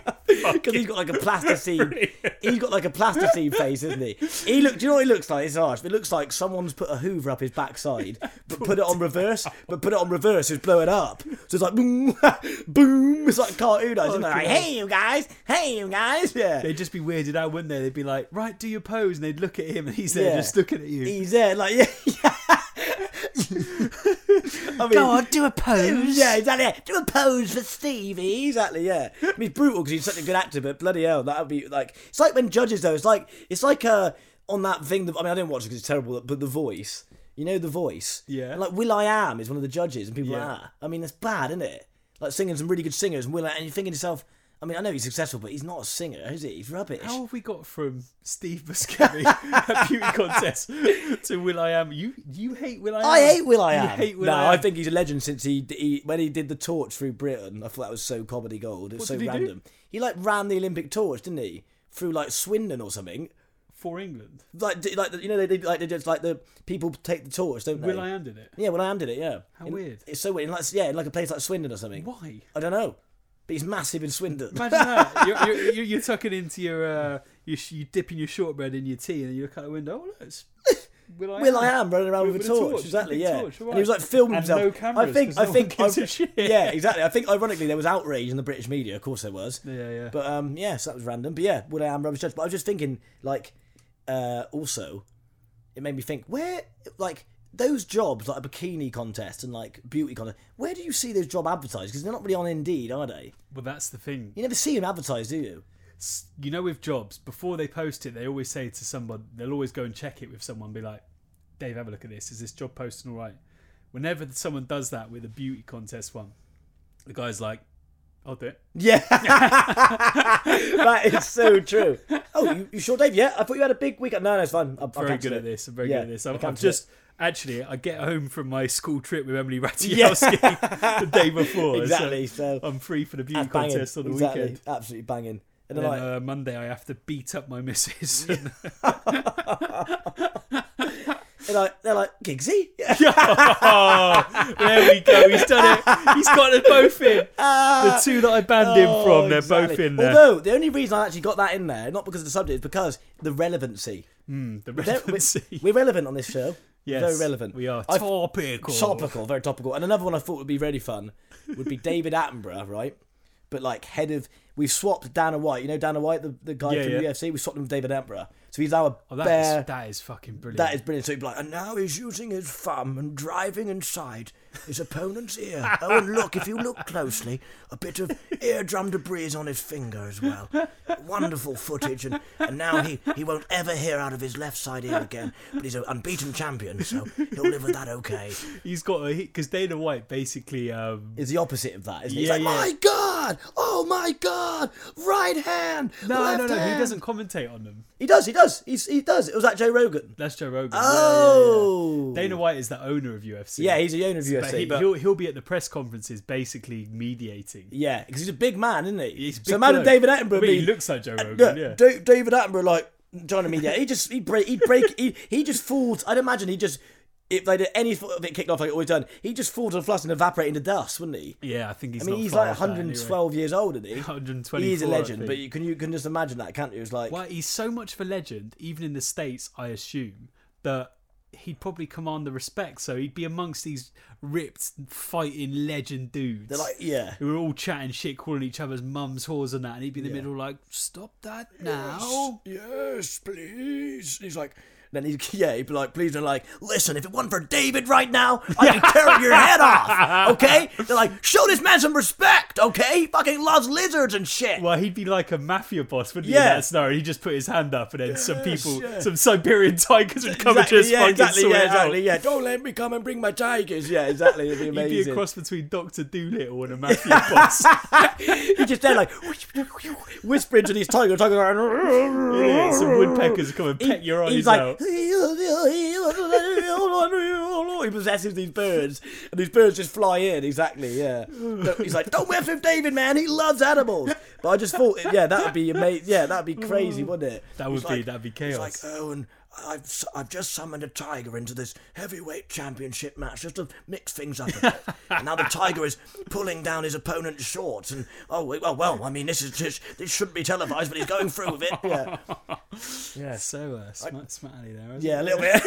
[SPEAKER 2] because he's got like a plasticine. he's got like a plasticine face, isn't he? He look. Do you know what he looks like? It's harsh. But it looks like someone's put a Hoover up his backside, but put it on reverse. But put it on reverse is blow it up. So it's like boom, [laughs] boom. It's like cartoon eyes. isn't it? Like,
[SPEAKER 1] God.
[SPEAKER 2] hey you guys, hey you guys, yeah.
[SPEAKER 1] They'd just be weirded out, wouldn't they? They'd be like, right, do your pose. And they'd look at him and he's there
[SPEAKER 2] Yeah.
[SPEAKER 1] just looking at you.
[SPEAKER 2] He's there, like [laughs] yeah. I mean,
[SPEAKER 4] Go on, do a pose.
[SPEAKER 2] Yeah, exactly. Yeah. Do a pose for Stevie. Exactly.
[SPEAKER 1] [laughs]
[SPEAKER 2] Yeah. I mean, it's brutal because he's such a good actor, but bloody hell, that would be like. It's like when judges though. It's like it's like uh on that thing. That, I mean, I didn't watch it because it's terrible. But The Voice. You know The Voice.
[SPEAKER 1] Yeah.
[SPEAKER 2] Like Will I Am is one of the judges, and people are
[SPEAKER 1] Yeah.
[SPEAKER 2] like that. I mean, that's bad, isn't it? Like singing some really good singers, and Will I, and you're thinking to yourself. I mean, I know he's successful, but he's not a singer, is he? He's rubbish.
[SPEAKER 1] How have we got from Steve Buscemi at beauty
[SPEAKER 2] [laughs]
[SPEAKER 1] contest to Will I Am? You you hate Will I Am?
[SPEAKER 2] I hate Will I Am.
[SPEAKER 1] Um, You hate Will
[SPEAKER 2] no,
[SPEAKER 1] I Am.
[SPEAKER 2] think he's a legend since he, he when he did the torch through Britain. I thought that was so comedy gold. It was
[SPEAKER 1] What did
[SPEAKER 2] so
[SPEAKER 1] he do?
[SPEAKER 2] random. He like ran the Olympic torch, didn't he? Through like Swindon or something.
[SPEAKER 1] for England.
[SPEAKER 2] Like d- like you know they did like they just like the people take the torch, don't they?
[SPEAKER 1] Will I Am did it.
[SPEAKER 2] Yeah, Will I Am did it. Yeah. How
[SPEAKER 1] weird.
[SPEAKER 2] It's so weird. In like, yeah, in like a place like Swindon or something.
[SPEAKER 1] Why?
[SPEAKER 2] I don't know. But he's massive in Swindon.
[SPEAKER 1] Imagine that. [laughs] You're, you're, you're, you're tucking into your uh, you you dipping your shortbread in your tea, and you look out the window. Oh, look,
[SPEAKER 2] [laughs]
[SPEAKER 1] it's Will I
[SPEAKER 2] [laughs] Will
[SPEAKER 1] Am.
[SPEAKER 2] I Am running around with,
[SPEAKER 1] With
[SPEAKER 2] a
[SPEAKER 1] a
[SPEAKER 2] torch,
[SPEAKER 1] torch,
[SPEAKER 2] exactly,
[SPEAKER 1] with a
[SPEAKER 2] yeah.
[SPEAKER 1] torch,
[SPEAKER 2] And he was like
[SPEAKER 1] right.
[SPEAKER 2] filming
[SPEAKER 1] And
[SPEAKER 2] himself.
[SPEAKER 1] no cameras,
[SPEAKER 2] I think,
[SPEAKER 1] 'cause
[SPEAKER 2] I
[SPEAKER 1] no one
[SPEAKER 2] think,
[SPEAKER 1] gives
[SPEAKER 2] I-
[SPEAKER 1] a shit.
[SPEAKER 2] yeah, exactly. I think, ironically, there was outrage in the British media. Of course, there was.
[SPEAKER 1] Yeah, yeah.
[SPEAKER 2] But um, yeah, so that was random. But yeah, Will I Am rubbish judge. But I was just thinking, like, uh, also, it made me think where, like, those jobs like a bikini contest and like beauty contest. Where do you see those job advertised? Because they're not really on Indeed, are they?
[SPEAKER 1] well, that's the thing.
[SPEAKER 2] You never see them advertised, do you?
[SPEAKER 1] You know, with jobs, before they post it, they always say to someone, they'll always go and check it with someone, be like, Dave, have a look at this. Is this job posting all right? Whenever someone does that with a beauty contest one, the guy's like, I'll do it. [laughs]
[SPEAKER 2] Yeah, [laughs] that is so true. Oh, you, you sure, Dave? Yeah, I thought you had a big week. No, no, it's fine. I'm,
[SPEAKER 1] very good at this. I'm very
[SPEAKER 2] Yeah,
[SPEAKER 1] good at this.
[SPEAKER 2] I'll
[SPEAKER 1] I'm, I'm
[SPEAKER 2] cancel it.
[SPEAKER 1] just actually I get home from my school trip with Emily Ratajkowski [laughs] the day before. so
[SPEAKER 2] Exactly, so-
[SPEAKER 1] I'm free for the beauty
[SPEAKER 2] banging.
[SPEAKER 1] contest on the
[SPEAKER 2] exactly.
[SPEAKER 1] weekend.
[SPEAKER 2] Absolutely banging. And then
[SPEAKER 1] Then,
[SPEAKER 2] like,
[SPEAKER 1] uh, Monday I have to beat up my missus. [laughs] and-
[SPEAKER 2] they're like, they're like,
[SPEAKER 1] [laughs]
[SPEAKER 2] Giggsy? [laughs] Yeah.
[SPEAKER 1] oh, there we go. He's done it. He's got them both in. the two that I banned him
[SPEAKER 2] Oh,
[SPEAKER 1] from, they're both
[SPEAKER 2] exactly.
[SPEAKER 1] in there.
[SPEAKER 2] Although the only reason I actually got that in there, not because of the subject, is because the relevancy.
[SPEAKER 1] the
[SPEAKER 2] They're-
[SPEAKER 1] relevancy.
[SPEAKER 2] We're, [laughs] we're relevant on this show.
[SPEAKER 1] Yes,
[SPEAKER 2] very relevant.
[SPEAKER 1] We are
[SPEAKER 2] I-
[SPEAKER 1] topical.
[SPEAKER 2] topical, very topical. And another one I thought would be really fun would be David Attenborough, right? But like head of, we've swapped Dana White. You know Dana White, the, the guy
[SPEAKER 1] Yeah,
[SPEAKER 2] from
[SPEAKER 1] yeah.
[SPEAKER 2] UFC. We swapped him with David Attenborough, so he's our
[SPEAKER 1] Oh, that is-
[SPEAKER 2] bare.
[SPEAKER 1] that is fucking brilliant.
[SPEAKER 2] that is brilliant. So he'd be like, and now he's using his thumb and driving inside his opponent's [laughs] ear. Oh, and look, if you look closely, a bit of eardrum debris is on his finger as well. Wonderful footage, and, and now he, he won't ever hear out of his left side ear again. But he's an unbeaten champion, so he'll live with that okay.
[SPEAKER 1] He's got a because Dana White basically um,
[SPEAKER 2] is the opposite of that, isn't it?
[SPEAKER 1] Yeah,
[SPEAKER 2] it's like,
[SPEAKER 1] yeah.
[SPEAKER 2] my God! Oh my God! Right hand!
[SPEAKER 1] No,
[SPEAKER 2] left
[SPEAKER 1] no, no.
[SPEAKER 2] hand."
[SPEAKER 1] He doesn't commentate on them.
[SPEAKER 2] He does, he does. He's, he does. It was at Joe Rogan.
[SPEAKER 1] That's Joe Rogan.
[SPEAKER 2] Oh!
[SPEAKER 1] Yeah, yeah, yeah. Dana White is the owner of UFC.
[SPEAKER 2] Yeah, he's a owner of UFC.
[SPEAKER 1] But he,
[SPEAKER 2] but-
[SPEAKER 1] will he'll be at the press conferences, basically mediating.
[SPEAKER 2] yeah, because he's a big man, isn't he?
[SPEAKER 1] He's a
[SPEAKER 2] so
[SPEAKER 1] big
[SPEAKER 2] imagine
[SPEAKER 1] bloke.
[SPEAKER 2] David Attenborough
[SPEAKER 1] I mean, he
[SPEAKER 2] being-
[SPEAKER 1] looks like Joe
[SPEAKER 2] Uh,
[SPEAKER 1] Rogan.
[SPEAKER 2] look,
[SPEAKER 1] yeah.
[SPEAKER 2] Da- David Attenborough, like, trying to mean, yeah, he just, he'd break, he'd break, he, he just falls. I'd imagine he just, if they did any sort of it kicked off like it always done, he'd just fall to the flush and evaporate into dust, wouldn't he?
[SPEAKER 1] yeah, I think he's.
[SPEAKER 2] I mean,
[SPEAKER 1] not
[SPEAKER 2] he's
[SPEAKER 1] far
[SPEAKER 2] like
[SPEAKER 1] off that anyway.
[SPEAKER 2] 112 years
[SPEAKER 1] [laughs]
[SPEAKER 2] old, isn't he?
[SPEAKER 1] 124,
[SPEAKER 2] He's a legend,
[SPEAKER 1] I think.
[SPEAKER 2] but you can you can just imagine that, can't you? It's like,
[SPEAKER 1] Well, he's so much of a legend, even in the states, I assume that he'd probably command the respect. So he'd be amongst these ripped fighting legend dudes.
[SPEAKER 2] they're like, yeah.
[SPEAKER 1] who were all chatting shit, calling each other's mums whores and that, and he'd be in the middle like, "Stop that now!"
[SPEAKER 2] Yes, please. He's like, then he, [laughs] yeah, he'd be like, please. They're like, listen, if it wasn't for David right now, I'd be tearing your head
[SPEAKER 1] [laughs]
[SPEAKER 2] off, okay? They're like, show this man some respect, okay? He fucking loves lizards and shit.
[SPEAKER 1] Well, he'd be like a mafia boss, wouldn't he?
[SPEAKER 2] Yeah.
[SPEAKER 1] In that scenario, he'd just put his hand up, and then some people, some Siberian [laughs] tigers would come
[SPEAKER 2] Exactly,
[SPEAKER 1] and just
[SPEAKER 2] yeah,
[SPEAKER 1] fucking
[SPEAKER 2] exactly,
[SPEAKER 1] sort
[SPEAKER 2] yeah,
[SPEAKER 1] it
[SPEAKER 2] exactly,
[SPEAKER 1] out.
[SPEAKER 2] yeah. Don't let me come and bring my tigers. Yeah, exactly.
[SPEAKER 1] [laughs]
[SPEAKER 2] It'd be
[SPEAKER 1] He'd
[SPEAKER 2] amazing.
[SPEAKER 1] be a cross between Doctor Doolittle and a mafia
[SPEAKER 2] [laughs]
[SPEAKER 1] boss. Yeah,
[SPEAKER 2] He's just there, like [laughs] whispering to these tigers.
[SPEAKER 1] [laughs]
[SPEAKER 2] Tigers are like,
[SPEAKER 1] some woodpeckers come and peck your eyes
[SPEAKER 2] He's like,
[SPEAKER 1] out.
[SPEAKER 2] [laughs] he possesses these birds, and these birds just fly in. Exactly, yeah. No, He's like, don't mess with David, man. He loves animals. But I just thought, yeah, that would be amazing. Yeah, that'd be crazy, wouldn't it?
[SPEAKER 1] That would
[SPEAKER 2] He's
[SPEAKER 1] be
[SPEAKER 2] like-
[SPEAKER 1] that'd be
[SPEAKER 2] He's like,
[SPEAKER 1] chaos.
[SPEAKER 2] oh, and I've, s- I've just summoned a tiger into this heavyweight championship match just to mix things up a
[SPEAKER 1] [laughs]
[SPEAKER 2] bit. and now the tiger is pulling down his opponent's shorts. And oh, wait, well, well, I mean, this is just, this shouldn't be televised, but he's going through
[SPEAKER 1] [laughs]
[SPEAKER 2] with it. Yeah,
[SPEAKER 1] So uh, sm- smartly there, isn't
[SPEAKER 2] yeah a little bit. [laughs]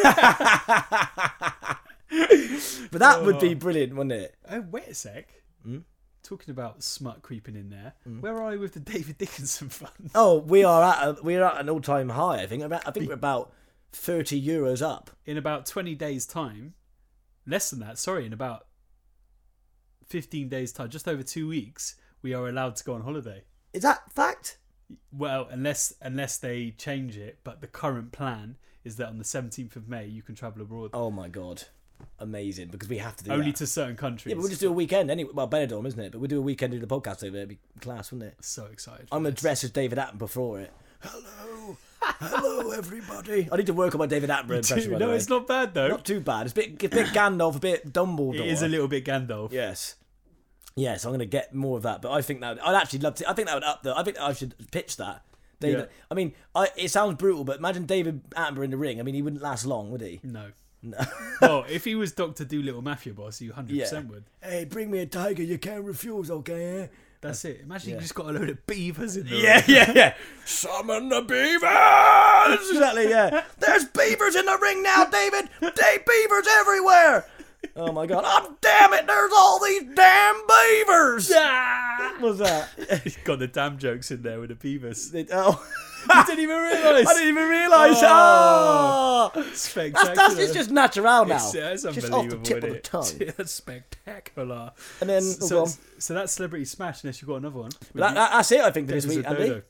[SPEAKER 2] but that would
[SPEAKER 1] Oh.
[SPEAKER 2] be brilliant, wouldn't it?
[SPEAKER 1] it? Oh, wait a sec.
[SPEAKER 2] Hmm?
[SPEAKER 1] Talking about smut creeping in there. Where are you with the [laughs] David Dickinson fund?
[SPEAKER 2] Oh, we are at a, we are at an all time high. I think about I think we're about thirty euros up.
[SPEAKER 1] In about 20 days' time, less than that, sorry, in about 15 days' time, just over two weeks, we are allowed to go on holiday.
[SPEAKER 2] Is that fact?
[SPEAKER 1] Well, unless unless they change it, but the current plan is that on the 17th of May you can travel abroad
[SPEAKER 2] Oh my god, amazing! Because we have to do
[SPEAKER 1] only
[SPEAKER 2] that.
[SPEAKER 1] to certain countries.
[SPEAKER 2] yeah, but we'll just do a weekend anyway. Well, Benidorm, isn't it? But we'll do a weekend do the podcast over there. It'd be class, wouldn't it?
[SPEAKER 1] so excited. [laughs]
[SPEAKER 2] I'm gonna dress as David Attenborough for it. Hello, hello, everybody. I need to work on my
[SPEAKER 1] [laughs]
[SPEAKER 2] David Attenborough impression. by the
[SPEAKER 1] no,
[SPEAKER 2] way.
[SPEAKER 1] it's not bad though.
[SPEAKER 2] Not too bad. It's a bit, a bit Gandalf, a bit Dumbledore.
[SPEAKER 1] it is
[SPEAKER 2] [laughs]
[SPEAKER 1] a little bit Gandalf.
[SPEAKER 2] Yes. Yes, I'm going to get more of that, but I think that I'd actually love to. I think that would up the. I think I should pitch that. David,
[SPEAKER 1] Yeah.
[SPEAKER 2] I mean, I, it sounds brutal, but imagine David Attenborough in the ring. I mean, he wouldn't last long, would he?
[SPEAKER 1] No. [laughs] well, if he was Doctor Doolittle Mafia boss, you hundred percent would.
[SPEAKER 2] Hey, bring me a tiger. You can't refuse, okay? eh?
[SPEAKER 1] That's it. Imagine you just got a load of beavers in there.
[SPEAKER 2] Yeah,
[SPEAKER 1] [laughs]
[SPEAKER 2] [laughs] yeah, yeah. Summon the beavers. exactly. Yeah. [laughs] There's beavers in the ring now, David. They beavers everywhere. Oh my God! Oh, damn it! There's all these damn beavers.
[SPEAKER 4] Ah.
[SPEAKER 2] What was that? [laughs]
[SPEAKER 1] He's got the damn jokes in there with the beavers.
[SPEAKER 2] They- [laughs] oh.
[SPEAKER 1] I didn't even realise.
[SPEAKER 2] I didn't even realise.
[SPEAKER 1] Oh.
[SPEAKER 2] Oh,
[SPEAKER 1] Spectacular.
[SPEAKER 2] that's, that's
[SPEAKER 1] [laughs]
[SPEAKER 2] it's just natural now.
[SPEAKER 1] It's, yeah, it's
[SPEAKER 2] just
[SPEAKER 1] unbelievable.
[SPEAKER 2] off the tip of the
[SPEAKER 1] isn't it? [laughs]
[SPEAKER 2] tongue.
[SPEAKER 1] That's spectacular.
[SPEAKER 2] And then- oh, go
[SPEAKER 1] so,
[SPEAKER 2] on.
[SPEAKER 1] so that's Celebrity Smash, unless you've got another one.
[SPEAKER 2] That, that, that's it, I think, for this
[SPEAKER 1] This is
[SPEAKER 2] week,
[SPEAKER 1] a
[SPEAKER 2] Andy.
[SPEAKER 1] dodo.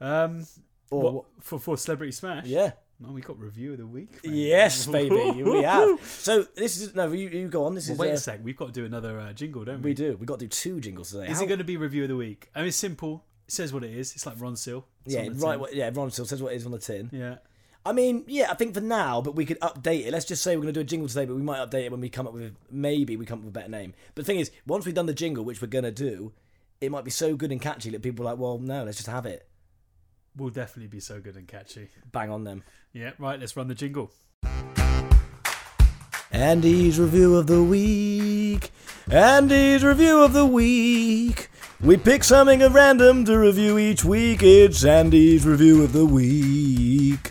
[SPEAKER 1] Um,
[SPEAKER 2] Or
[SPEAKER 1] what,
[SPEAKER 2] what-
[SPEAKER 1] for for Celebrity Smash?
[SPEAKER 2] Yeah.
[SPEAKER 1] Man, we got review of the week. mate.
[SPEAKER 2] Yes, baby,
[SPEAKER 1] [laughs]
[SPEAKER 2] we have. So this is no, you, you go on. This is
[SPEAKER 1] Wait
[SPEAKER 2] uh,
[SPEAKER 1] a sec, we've got to do another uh, jingle, don't we?
[SPEAKER 2] we do. We got to do two jingles today.
[SPEAKER 1] Is
[SPEAKER 2] How-
[SPEAKER 1] it going to be review of the week? I mean, it's simple. It says what it is. It's like Ron Seal. It's
[SPEAKER 2] Yeah,
[SPEAKER 1] on the
[SPEAKER 2] right.
[SPEAKER 1] tin.
[SPEAKER 2] What, yeah, Ron still says what it is on the tin.
[SPEAKER 1] Yeah.
[SPEAKER 2] I mean, yeah, I think for now, but we could update it. Let's just say we're going to do a jingle today, but we might update it when we come up with maybe we come up with a better name. But the thing is, once we've done the jingle, which we're going to do, it might be so good and catchy that people are like, well, no, let's just have it.
[SPEAKER 1] Will definitely be so good and catchy.
[SPEAKER 2] Bang on them.
[SPEAKER 1] Yeah, right, let's run the jingle.
[SPEAKER 2] Andy's review of the week. Andy's review of the week. We pick something at random to review each week. It's Andy's review of the week.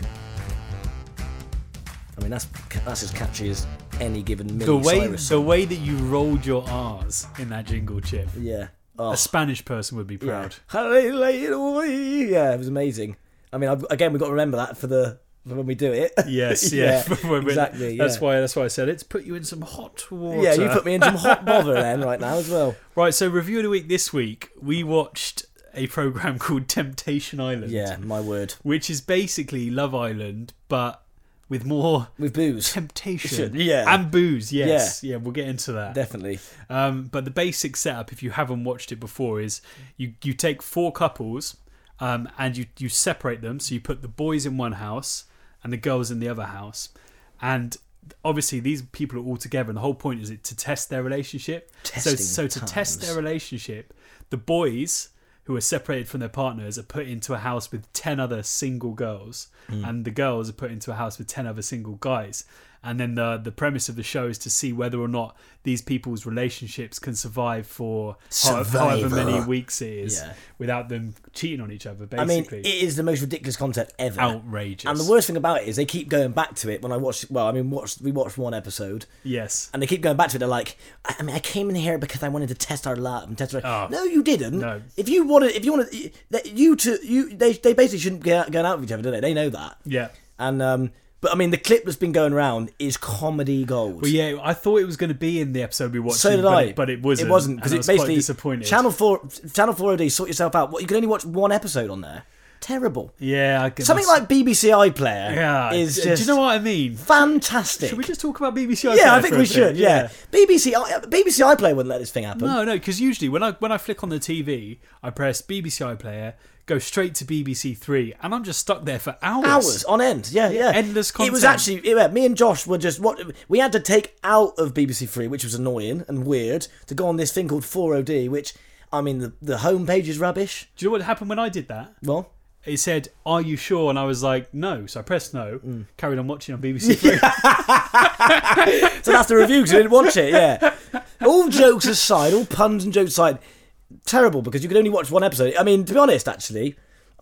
[SPEAKER 2] I mean, that's that's as catchy as any given Miley
[SPEAKER 1] The way
[SPEAKER 2] Cyrus.
[SPEAKER 1] the way that you rolled your R's in that jingle chip.
[SPEAKER 2] yeah. Oh,
[SPEAKER 1] A Spanish person would be
[SPEAKER 2] [laughs]
[SPEAKER 1] proud.
[SPEAKER 2] Hallelujah. Yeah, it was amazing. I mean, I've, again, we've got to remember that for the for when we do it. [laughs]
[SPEAKER 1] [laughs] Yes, yeah. When we-
[SPEAKER 2] exactly.
[SPEAKER 1] That's
[SPEAKER 2] yeah.
[SPEAKER 1] why that's why I said it's put you in some hot water.
[SPEAKER 2] Yeah, you put me in
[SPEAKER 1] [laughs]
[SPEAKER 2] some hot bother then right now as well.
[SPEAKER 1] Right, so review of the week this week, we watched a program [laughs] called Temptation Island.
[SPEAKER 2] Yeah, my word.
[SPEAKER 1] Which is basically Love Island, but with more
[SPEAKER 2] With booze.
[SPEAKER 1] temptation.
[SPEAKER 2] Yeah.
[SPEAKER 1] And booze, yes. Yeah, we'll get into that.
[SPEAKER 2] Definitely.
[SPEAKER 1] Um, but the basic setup, if you haven't watched it before, is you, you take four couples um, and you, you separate them. So you put the boys in one house and the girls in the other house. And obviously, these people are all together. And the whole point is it to test their relationship.
[SPEAKER 2] Testing
[SPEAKER 1] so, so to test their relationship, the boys who are separated from their partners are put into a house with 10 other single girls
[SPEAKER 2] Hmm.
[SPEAKER 1] and the girls are put into a house with 10 other single guys and then the the premise of the show is to see whether or not these people's relationships can survive for ho- however
[SPEAKER 2] Survival.
[SPEAKER 1] many weeks it is
[SPEAKER 2] Yeah.
[SPEAKER 1] without them cheating on each other
[SPEAKER 2] I mean,
[SPEAKER 1] basically
[SPEAKER 2] it is the most ridiculous concept ever.
[SPEAKER 1] outrageous
[SPEAKER 2] And the worst thing about it is they keep going back to it when I watched. Well, I mean, watched, we watched one episode,
[SPEAKER 1] yes
[SPEAKER 2] and they keep going back to it. They're like, I I mean, I came in here because I wanted to test our love and test our.
[SPEAKER 1] Oh.
[SPEAKER 2] no, you didn't.
[SPEAKER 1] No.
[SPEAKER 2] If you wanted, if you wanted, you- that you two, you they they basically shouldn't be out, going out with each other, do they? They know that.
[SPEAKER 1] yeah
[SPEAKER 2] And um, but I mean, the clip that's been going around is comedy gold.
[SPEAKER 1] but yeah, I thought it was going to be in the episode we watched,
[SPEAKER 2] So did
[SPEAKER 1] but,
[SPEAKER 2] I,
[SPEAKER 1] It, but it wasn't.
[SPEAKER 2] It wasn't
[SPEAKER 1] because
[SPEAKER 2] because it's basically
[SPEAKER 1] quite disappointed.
[SPEAKER 2] Channel Four, Channel Four OD, sort yourself out. What you can only watch one episode on there. Terrible.
[SPEAKER 1] yeah, I guess
[SPEAKER 2] Something like BBC iPlayer
[SPEAKER 1] yeah.
[SPEAKER 2] is
[SPEAKER 1] d-
[SPEAKER 2] just
[SPEAKER 1] do you know what I mean?
[SPEAKER 2] fantastic.
[SPEAKER 1] Should we just talk about BBC?
[SPEAKER 2] yeah,
[SPEAKER 1] iPlayer
[SPEAKER 2] I think
[SPEAKER 1] for a
[SPEAKER 2] we
[SPEAKER 1] bit?
[SPEAKER 2] should. Yeah. BBC I, BBC iPlayer wouldn't let this thing happen.
[SPEAKER 1] No, no, because usually when I when I flick on the TV, I press BBC iPlayer, go straight to BBC Three, and I'm just stuck there for hours.
[SPEAKER 2] Hours on end. Yeah, yeah.
[SPEAKER 1] endless
[SPEAKER 2] It was
[SPEAKER 1] content.
[SPEAKER 2] actually yeah, me and Josh were just what we had to take out of BBC Three, which was annoying and weird, to go on this thing called 4OD, which I mean the the homepage is rubbish.
[SPEAKER 1] Do you know what happened when I did that?
[SPEAKER 2] Well,
[SPEAKER 1] It said, "Are you sure?" And I was like, "No." So I pressed no.
[SPEAKER 2] Mm.
[SPEAKER 1] Carried on watching on
[SPEAKER 2] [laughs]
[SPEAKER 1] BBC Three.
[SPEAKER 2] So that's the review because I didn't watch it. Yeah. All jokes aside, all puns and jokes aside, terrible because you could only watch one episode. I mean, to be honest, actually,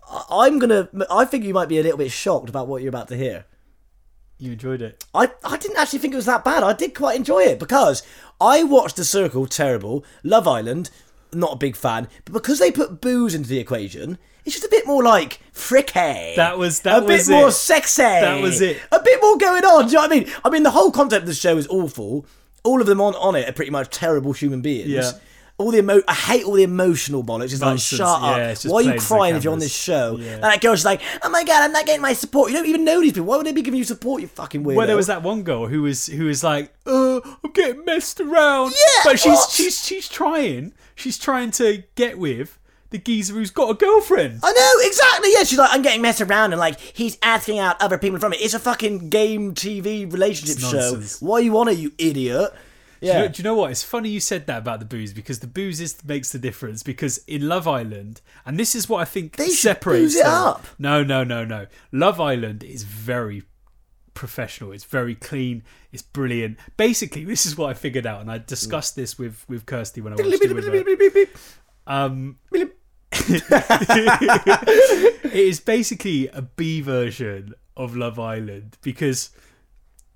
[SPEAKER 2] I- I'm gonna. I think you might be a little bit shocked about what you're about to hear.
[SPEAKER 1] you enjoyed it.
[SPEAKER 2] I, I didn't actually think it was that bad. I did quite enjoy it because I watched The Circle, terrible. Love Island, not a big fan. But because they put booze into the equation, it's just a bit more like fricky.
[SPEAKER 1] That was- that
[SPEAKER 2] a
[SPEAKER 1] was
[SPEAKER 2] bit more
[SPEAKER 1] it.
[SPEAKER 2] sexy.
[SPEAKER 1] That was it.
[SPEAKER 2] A bit more going on. Do you know what I mean? I mean, the whole concept of the show is awful. All of them on, on it are pretty much terrible human beings.
[SPEAKER 1] Yeah.
[SPEAKER 2] All the emo- I hate all the emotional bollocks. It's
[SPEAKER 1] Nonsense.
[SPEAKER 2] like, shut up.
[SPEAKER 1] Yeah, it's just
[SPEAKER 2] Why are you
[SPEAKER 1] played to the
[SPEAKER 2] crying if you're on
[SPEAKER 1] cameras.
[SPEAKER 2] this show?
[SPEAKER 1] Yeah.
[SPEAKER 2] And that girl's like, oh my god, I'm not getting my support. You don't even know these people. Why would they be giving you support? You fucking weirdo.
[SPEAKER 1] Well, there was that one girl who was who was like, "Uh, I'm getting messed around."
[SPEAKER 2] Yeah,
[SPEAKER 1] but she's
[SPEAKER 2] what?
[SPEAKER 1] she's she's trying. She's trying to get with the geezer who's got a girlfriend.
[SPEAKER 2] I know, exactly. Yeah, she's like, I'm getting messed around, and like, he's asking out other people from it. It's a fucking game TV relationship
[SPEAKER 1] It's
[SPEAKER 2] show.
[SPEAKER 1] nonsense.
[SPEAKER 2] Why you on it, you idiot?
[SPEAKER 1] Do
[SPEAKER 2] Yeah.
[SPEAKER 1] you, do you know what? It's funny you said that about the booze because the booze is makes the difference. Because in Love Island, and this is what I think
[SPEAKER 2] They should
[SPEAKER 1] separates
[SPEAKER 2] booze it
[SPEAKER 1] them.
[SPEAKER 2] up.
[SPEAKER 1] No, no, no, no. Love Island is very professional. It's very clean. It's brilliant. Basically, this is what I figured out, and I discussed this with with Kirsty when I watched it with her. Um, it is basically a B version of Love Island because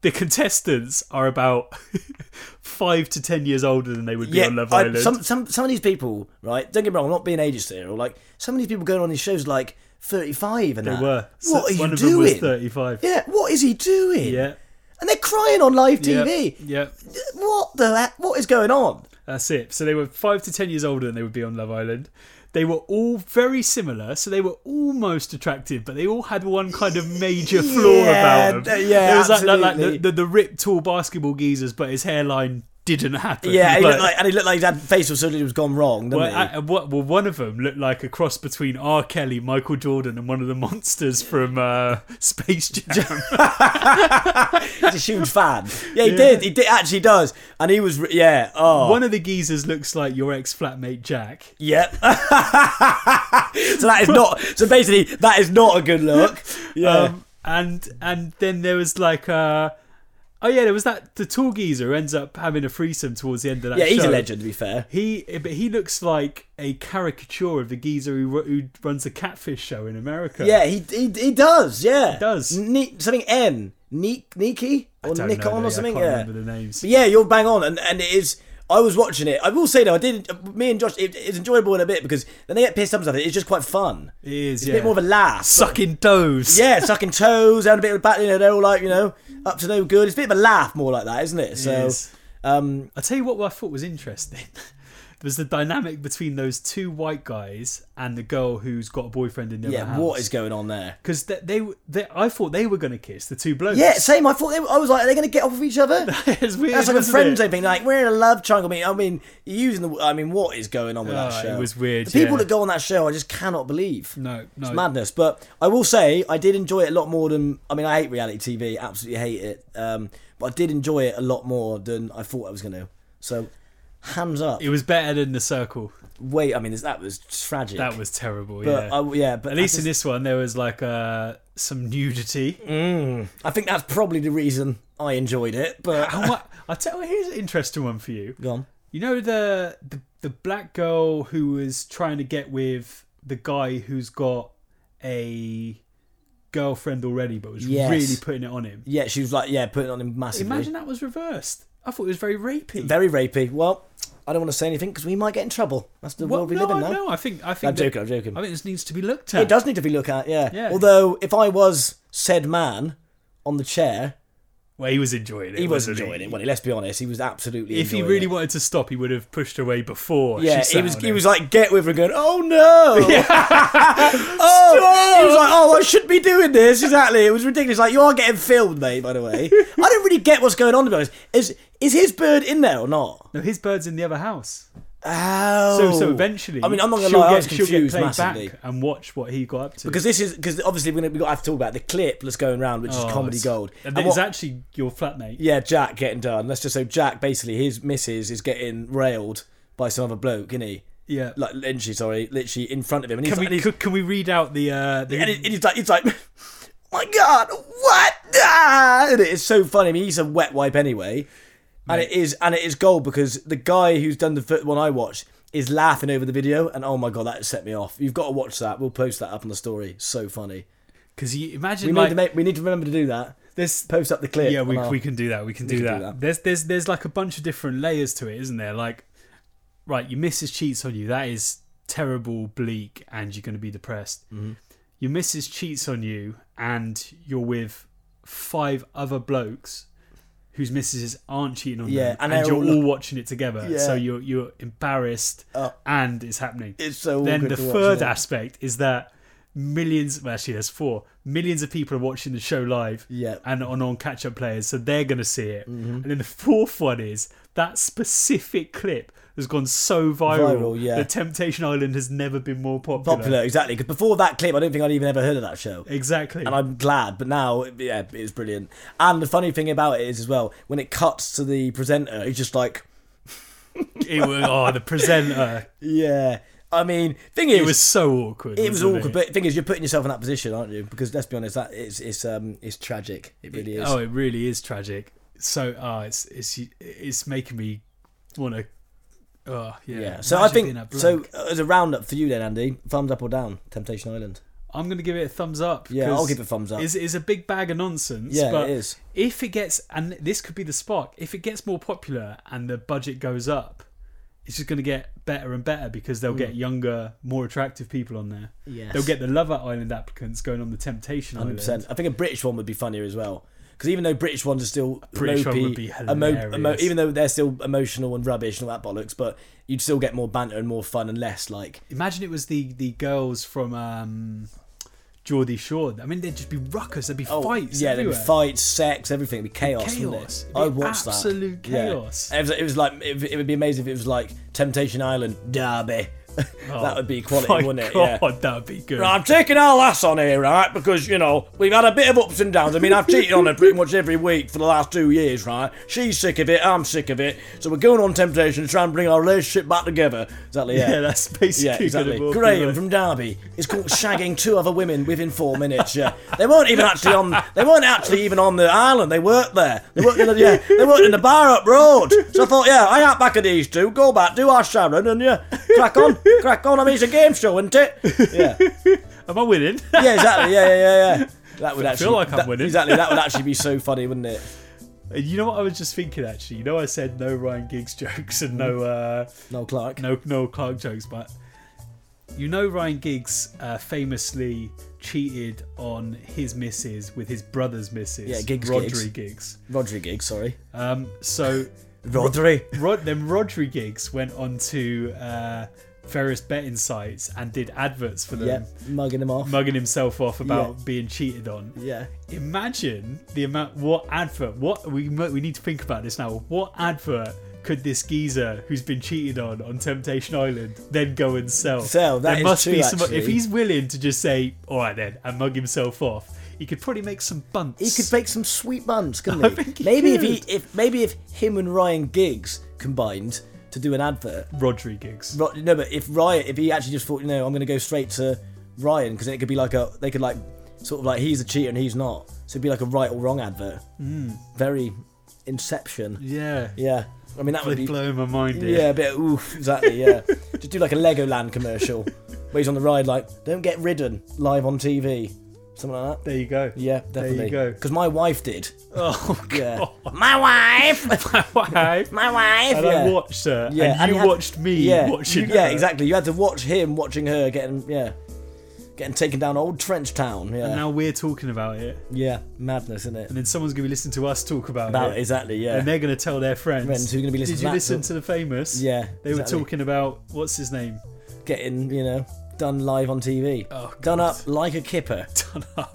[SPEAKER 1] the contestants are about [laughs] five to ten years older than they would be
[SPEAKER 2] Yeah,
[SPEAKER 1] on Love
[SPEAKER 2] I-
[SPEAKER 1] Island.
[SPEAKER 2] some some some of these people, right? Don't get me wrong, I'm not being ageist here. Or like some of these people going on these shows like 35 and
[SPEAKER 1] they [laughs]
[SPEAKER 2] that.
[SPEAKER 1] were. So
[SPEAKER 2] What are you
[SPEAKER 1] one of
[SPEAKER 2] doing?
[SPEAKER 1] them was thirty-five.
[SPEAKER 2] Yeah, what is he doing?
[SPEAKER 1] yeah,
[SPEAKER 2] and they're crying on live
[SPEAKER 1] yeah,
[SPEAKER 2] TV.
[SPEAKER 1] yeah.
[SPEAKER 2] What the? heck? What is going on?
[SPEAKER 1] That's it. So they were five to ten years older than they would be on Love Island. They were all very similar, so they were almost attractive, but they all had one kind of major flaw
[SPEAKER 2] Yeah,
[SPEAKER 1] about
[SPEAKER 2] th-
[SPEAKER 1] them.
[SPEAKER 2] yeah,
[SPEAKER 1] there was like, like, like the,
[SPEAKER 2] absolutely.
[SPEAKER 1] the, the ripped tall basketball geezers, but his hairline didn't happen.
[SPEAKER 2] Yeah,
[SPEAKER 1] Like-
[SPEAKER 2] he looked like, and he looked like his had facial surgery was gone wrong. Didn't
[SPEAKER 1] well,
[SPEAKER 2] he?
[SPEAKER 1] I- I- what- well, one of them looked like a cross between R. Kelly, Michael Jordan, and one of the monsters from uh, Space
[SPEAKER 2] [laughs]
[SPEAKER 1] Jam.
[SPEAKER 2] He's a huge fan. Yeah, he did. He did actually does, and he was re- yeah. Oh,
[SPEAKER 1] one of the geezers looks like your ex flatmate Jack.
[SPEAKER 2] yep. [laughs] so that is not. So basically, that is not a good look. Yeah.
[SPEAKER 1] Um, and and then there was like uh oh yeah, there was that the tall geezer who ends up having a threesome towards the end of that.
[SPEAKER 2] yeah, he's
[SPEAKER 1] show.
[SPEAKER 2] a legend. To be fair.
[SPEAKER 1] He but he looks like a caricature of the geezer who, ru- who runs the catfish show in America.
[SPEAKER 2] Yeah, he he, he does. Yeah, he
[SPEAKER 1] does.
[SPEAKER 2] Ne- something N Neek Neeky or
[SPEAKER 1] Don't know,
[SPEAKER 2] Nikon
[SPEAKER 1] though,
[SPEAKER 2] or something.
[SPEAKER 1] I can't
[SPEAKER 2] yeah.
[SPEAKER 1] remember the names.
[SPEAKER 2] But yeah, you're bang on, and, and it is. I was watching it. I will say though, I did. Me and Josh, it, it's enjoyable in a bit because then they get pissed up and stuff. It's just quite fun.
[SPEAKER 1] It is,
[SPEAKER 2] It's
[SPEAKER 1] yeah.
[SPEAKER 2] a bit more of a laugh.
[SPEAKER 1] sucking toes.
[SPEAKER 2] Yeah, sucking toes, having a bit of a bat, you know, they're all like, you know, up to no good. It's a bit of a laugh more like that, isn't it? So
[SPEAKER 1] is.
[SPEAKER 2] um
[SPEAKER 1] I'll tell you what I thought was interesting. [laughs] was the dynamic between those two white guys and the girl who's got a boyfriend in the
[SPEAKER 2] yeah,
[SPEAKER 1] other house.
[SPEAKER 2] what is going on there?
[SPEAKER 1] because they, they, they I thought they were going to kiss the two blokes.
[SPEAKER 2] Yeah, same. I thought they, I was like, are they going to get off of
[SPEAKER 1] [laughs]
[SPEAKER 2] each other?
[SPEAKER 1] it's weird.
[SPEAKER 2] That's like a
[SPEAKER 1] wasn't
[SPEAKER 2] friend
[SPEAKER 1] it?
[SPEAKER 2] zone thing. Like we're in a love triangle. I mean, I mean, you're using the. I mean, what is going on with
[SPEAKER 1] Ah,
[SPEAKER 2] that
[SPEAKER 1] it
[SPEAKER 2] show?
[SPEAKER 1] was weird,
[SPEAKER 2] The people
[SPEAKER 1] yeah.
[SPEAKER 2] that go on that show, I just cannot believe.
[SPEAKER 1] No, no.
[SPEAKER 2] It's madness. But I will say, I did enjoy it a lot more than. I mean, I hate reality TV. Absolutely hate it. Um, but I did enjoy it a lot more than I thought I was going to. So, hands up.
[SPEAKER 1] It was better than the circle.
[SPEAKER 2] Wait, I mean, this- that was tragic.
[SPEAKER 1] That was terrible.
[SPEAKER 2] But
[SPEAKER 1] yeah.
[SPEAKER 2] yeah, I, yeah but
[SPEAKER 1] At
[SPEAKER 2] I
[SPEAKER 1] least in
[SPEAKER 2] just- Mm.
[SPEAKER 1] this one, there was like uh, some nudity.
[SPEAKER 2] I think that's probably the reason I enjoyed it. But
[SPEAKER 1] How much? I tell you, here's an interesting one for you.
[SPEAKER 2] go on.
[SPEAKER 1] You know the, the the black girl who was trying to get with the guy who's got a girlfriend already, but was
[SPEAKER 2] Yes.
[SPEAKER 1] really putting it on him.
[SPEAKER 2] Yeah, she was like, yeah, putting on him massively.
[SPEAKER 1] Imagine that was reversed. I thought it was very rapey.
[SPEAKER 2] Very rapey. Well, I don't want to say anything because we might get in trouble. That's the
[SPEAKER 1] Well,
[SPEAKER 2] world we
[SPEAKER 1] no,
[SPEAKER 2] live in now.
[SPEAKER 1] no, I think I think
[SPEAKER 2] I'm
[SPEAKER 1] that-
[SPEAKER 2] joking. I'm joking.
[SPEAKER 1] I think this needs to be looked at.
[SPEAKER 2] It does need to be looked at. Yeah.
[SPEAKER 1] Yeah.
[SPEAKER 2] Although, if I was said man on the chair,
[SPEAKER 1] Well, he was enjoying it.
[SPEAKER 2] he was
[SPEAKER 1] wasn't
[SPEAKER 2] enjoying it. Well, let's be honest, he was absolutely.
[SPEAKER 1] If he
[SPEAKER 2] enjoying
[SPEAKER 1] really
[SPEAKER 2] it.
[SPEAKER 1] wanted to stop, he would have pushed her away before.
[SPEAKER 2] Yeah,
[SPEAKER 1] she
[SPEAKER 2] he
[SPEAKER 1] sat
[SPEAKER 2] was.
[SPEAKER 1] on
[SPEAKER 2] He
[SPEAKER 1] him.
[SPEAKER 2] was like, "Get with her," going, "Oh no!" [laughs]
[SPEAKER 1] [laughs]
[SPEAKER 2] oh, he was like, "Oh, I should be doing this." Exactly. It was ridiculous. Like, you are getting filmed, mate. By the way, I don't really get what's going on. To be honest, is is his bird in there or not?
[SPEAKER 1] No, his bird's in the other house.
[SPEAKER 2] Oh,
[SPEAKER 1] So, so eventually,
[SPEAKER 2] I mean, I'm not gonna
[SPEAKER 1] she'll
[SPEAKER 2] lie,
[SPEAKER 1] get,
[SPEAKER 2] I was
[SPEAKER 1] she'll get
[SPEAKER 2] confused
[SPEAKER 1] played
[SPEAKER 2] massively.
[SPEAKER 1] back and watch what he got up to.
[SPEAKER 2] Because this is because obviously we're gonna we got to have to talk about the clip that's going around, which
[SPEAKER 1] Oh,
[SPEAKER 2] is comedy
[SPEAKER 1] it's-
[SPEAKER 2] gold.
[SPEAKER 1] And
[SPEAKER 2] And
[SPEAKER 1] it's
[SPEAKER 2] what-
[SPEAKER 1] actually your flatmate.
[SPEAKER 2] yeah, Jack getting done. Let's just say Jack basically his missus is getting railed by some other bloke, isn't he?
[SPEAKER 1] Yeah.
[SPEAKER 2] like literally, sorry, literally in front of him, and he's
[SPEAKER 1] Can
[SPEAKER 2] like, and
[SPEAKER 1] we
[SPEAKER 2] he's-
[SPEAKER 1] could, can we read out the uh the
[SPEAKER 2] and, it, and he's like, he's like, my God, what? Ah! And it is so funny. I mean, he's a wet wipe anyway, and it is, and it is gold because the guy who's done the fir- one I watched is laughing over the video, and oh my God, that set me off. You've got to watch that. We'll post that up on the story. So funny.
[SPEAKER 1] because you
[SPEAKER 2] We
[SPEAKER 1] imagine
[SPEAKER 2] need
[SPEAKER 1] like
[SPEAKER 2] to make, we need to remember to do that.
[SPEAKER 1] this
[SPEAKER 2] Post up the clip.
[SPEAKER 1] yeah we,
[SPEAKER 2] on our-
[SPEAKER 1] we can do that we can, do,
[SPEAKER 2] can do
[SPEAKER 1] that.
[SPEAKER 2] that.
[SPEAKER 1] there's there's there's like a bunch of different layers to it isn't there like right your missus cheats on you that is terrible bleak and you're going to be depressed
[SPEAKER 2] Mm-hmm.
[SPEAKER 1] your missus cheats on you and you're with five other blokes whose missuses aren't cheating on
[SPEAKER 2] Yeah,
[SPEAKER 1] them
[SPEAKER 2] and
[SPEAKER 1] and,
[SPEAKER 2] they're
[SPEAKER 1] you're
[SPEAKER 2] all
[SPEAKER 1] all
[SPEAKER 2] look-
[SPEAKER 1] watching it together so
[SPEAKER 2] Yeah. Oh.
[SPEAKER 1] you're you're embarrassed and it's happening
[SPEAKER 2] It's so
[SPEAKER 1] then
[SPEAKER 2] awkward
[SPEAKER 1] the
[SPEAKER 2] to watch,
[SPEAKER 1] third
[SPEAKER 2] isn't it?
[SPEAKER 1] aspect is that millions well, actually there's four millions of people are watching the show live
[SPEAKER 2] Yeah.
[SPEAKER 1] and on, on catch up players so they're going to see it
[SPEAKER 2] Mm-hmm.
[SPEAKER 1] and then the fourth one is that specific clip has gone so viral,
[SPEAKER 2] Viral, yeah.
[SPEAKER 1] that temptation island has never been more popular,
[SPEAKER 2] popular exactly because before that clip, I don't think I'd even ever heard of that show.
[SPEAKER 1] exactly
[SPEAKER 2] and I'm glad. But now, yeah, it's brilliant. And the funny thing about it is as well when it cuts to the presenter, he's just like,
[SPEAKER 1] [laughs] it was, oh the presenter
[SPEAKER 2] yeah. I mean, thing
[SPEAKER 1] it
[SPEAKER 2] is,
[SPEAKER 1] was so awkward
[SPEAKER 2] it was
[SPEAKER 1] wasn't
[SPEAKER 2] awkward. But thing is, you're putting yourself in that position, aren't you? Because let's be honest, that is it's um it's tragic. It really is.
[SPEAKER 1] oh it really is tragic so uh it's it's it's making me want to Oh, yeah.
[SPEAKER 2] yeah. So
[SPEAKER 1] Imagine being
[SPEAKER 2] I
[SPEAKER 1] that
[SPEAKER 2] think so. uh,
[SPEAKER 1] bloke.
[SPEAKER 2] As a roundup for you, then Andy, thumbs up or down, Temptation Island.
[SPEAKER 1] I'm gonna give it a thumbs up.
[SPEAKER 2] Yeah, I'll
[SPEAKER 1] 'cause
[SPEAKER 2] give it a thumbs up.
[SPEAKER 1] It's, it's a big bag of nonsense.
[SPEAKER 2] Yeah, it
[SPEAKER 1] but
[SPEAKER 2] is.
[SPEAKER 1] If it gets, and this could be the spark. If it gets more popular and the budget goes up, it's just gonna get better and better because they'll
[SPEAKER 2] Hmm.
[SPEAKER 1] get younger, more attractive people on there.
[SPEAKER 2] Yes.
[SPEAKER 1] They'll get the Love Island applicants going on the Temptation
[SPEAKER 2] Hundred percent.
[SPEAKER 1] Island.
[SPEAKER 2] I think a British one would be funnier as well. Because even though British ones are still
[SPEAKER 1] British one
[SPEAKER 2] mopey,
[SPEAKER 1] would be hilarious.
[SPEAKER 2] even though they're still emotional and rubbish and all that bollocks, but you'd still get more banter and more fun and less like
[SPEAKER 1] Imagine it was the the girls from. um Geordie Shore. I mean, there'd just be ruckus. There'd be fights.
[SPEAKER 2] Oh, yeah, there'd be
[SPEAKER 1] everywhere.
[SPEAKER 2] fights, sex, everything. It'd be chaos. wouldn't it?
[SPEAKER 1] chaos. It'd be
[SPEAKER 2] I watched that.
[SPEAKER 1] absolute
[SPEAKER 2] Yeah.
[SPEAKER 1] chaos.
[SPEAKER 2] It, was, it was like it, it would be amazing if it was like Temptation Island Derby. [laughs] that would be quality,
[SPEAKER 1] Oh, My
[SPEAKER 2] wouldn't it?
[SPEAKER 1] God,
[SPEAKER 2] Yeah.
[SPEAKER 1] that'd be good.
[SPEAKER 2] I'm taking our lass on here, right? Because you know we've had a bit of ups and downs. I mean, I've cheated on her pretty much every week for the last two years, right? She's sick of it. I'm sick of it. So we're going on temptation to try and bring our relationship back together. Exactly. Yeah.
[SPEAKER 1] Yeah, that's basically [laughs]
[SPEAKER 2] Yeah, exactly.
[SPEAKER 1] gonna work,
[SPEAKER 2] Graham
[SPEAKER 1] isn't it?
[SPEAKER 2] from Derby. It's called shagging two other women within four minutes. Yeah, they weren't even actually on. They weren't actually even on the island. They worked there. They worked in the, yeah, they worked in the bar up road. So I thought, yeah, I out back of these two. Go back, do our Sharon, and yeah, crack on, crack on. I mean, it's a game show, isn't it? Yeah,
[SPEAKER 1] [laughs] Am I
[SPEAKER 2] [laughs]
[SPEAKER 1] winning?
[SPEAKER 2] yeah, exactly. Yeah, yeah, yeah, yeah. That would actually
[SPEAKER 1] like I'm
[SPEAKER 2] that-
[SPEAKER 1] winning. [laughs]
[SPEAKER 2] Exactly. That would actually be so funny, wouldn't it?
[SPEAKER 1] And you know what I was just thinking actually? You know I said no Ryan Giggs [laughs] jokes and no uh
[SPEAKER 2] Noel Clark.
[SPEAKER 1] no no Clark jokes, but you know Ryan Giggs uh, famously cheated on his missus with his brother's missus.
[SPEAKER 2] Yeah, Giggs
[SPEAKER 1] Rodri Giggs.
[SPEAKER 2] Rodri Giggs, sorry.
[SPEAKER 1] Um so
[SPEAKER 2] Rodri.
[SPEAKER 1] Rod then Rodri Giggs went on to uh various betting sites and did adverts for them.
[SPEAKER 2] Yeah, mugging him off.
[SPEAKER 1] Mugging himself off about
[SPEAKER 2] Yeah.
[SPEAKER 1] being cheated on.
[SPEAKER 2] Yeah.
[SPEAKER 1] Imagine the amount. What advert? What we mo- we need to think about this now. What advert could this geezer who's been cheated on on Temptation Island then go and sell?
[SPEAKER 2] Sell, that
[SPEAKER 1] there
[SPEAKER 2] is
[SPEAKER 1] must
[SPEAKER 2] true,
[SPEAKER 1] be some.
[SPEAKER 2] actually.
[SPEAKER 1] If he's willing to just say, "All right then," and mug himself off, he could probably make some bunts.
[SPEAKER 2] He could make some sweet buns, couldn't
[SPEAKER 1] [laughs]
[SPEAKER 2] he?
[SPEAKER 1] I think he
[SPEAKER 2] maybe if
[SPEAKER 1] could.
[SPEAKER 2] he, if maybe if him and Ryan Giggs combined to do an advert.
[SPEAKER 1] Rodri gigs.
[SPEAKER 2] Ro- No, but if Ryan, if he actually just thought, you know, I'm going to go straight to Ryan because it could be like a they could like sort of like he's a cheater and he's not, so it'd be like a right or wrong advert.
[SPEAKER 1] Mm.
[SPEAKER 2] Very Inception.
[SPEAKER 1] Yeah,
[SPEAKER 2] Yeah, I mean that would
[SPEAKER 1] really
[SPEAKER 2] be
[SPEAKER 1] blowing my mind. here.
[SPEAKER 2] yeah, a bit of oof exactly.
[SPEAKER 1] [laughs]
[SPEAKER 2] Yeah, just do like a Legoland commercial where he's on the ride like don't get ridden live on TV, something like that.
[SPEAKER 1] there you go.
[SPEAKER 2] Yeah, definitely.
[SPEAKER 1] go.
[SPEAKER 2] Because my wife did.
[SPEAKER 1] Oh god,
[SPEAKER 2] [laughs]
[SPEAKER 1] [laughs]
[SPEAKER 2] Yeah. My wife.
[SPEAKER 1] my wife.
[SPEAKER 2] My wife.
[SPEAKER 1] And
[SPEAKER 2] yeah.
[SPEAKER 1] I watched her,
[SPEAKER 2] Yeah,
[SPEAKER 1] and you
[SPEAKER 2] had-
[SPEAKER 1] watched me
[SPEAKER 2] yeah.
[SPEAKER 1] watching.
[SPEAKER 2] you- Yeah,
[SPEAKER 1] her.
[SPEAKER 2] exactly. You had to watch him watching her getting yeah, getting taken down old trench town. Yeah.
[SPEAKER 1] And now we're talking about it,
[SPEAKER 2] yeah. Madness, isn't it?
[SPEAKER 1] and then someone's gonna be listening to us talk about,
[SPEAKER 2] About
[SPEAKER 1] it.
[SPEAKER 2] exactly. Yeah.
[SPEAKER 1] and they're going to tell their friends.
[SPEAKER 2] Friends who are gonna be listening
[SPEAKER 1] Did
[SPEAKER 2] to
[SPEAKER 1] you
[SPEAKER 2] that
[SPEAKER 1] listen
[SPEAKER 2] talk.
[SPEAKER 1] to the famous?
[SPEAKER 2] Yeah,
[SPEAKER 1] They were
[SPEAKER 2] exactly.
[SPEAKER 1] talking about what's his name. [laughs]
[SPEAKER 2] getting you know done live on TV.
[SPEAKER 1] Oh,
[SPEAKER 2] done
[SPEAKER 1] God.
[SPEAKER 2] up like a kipper.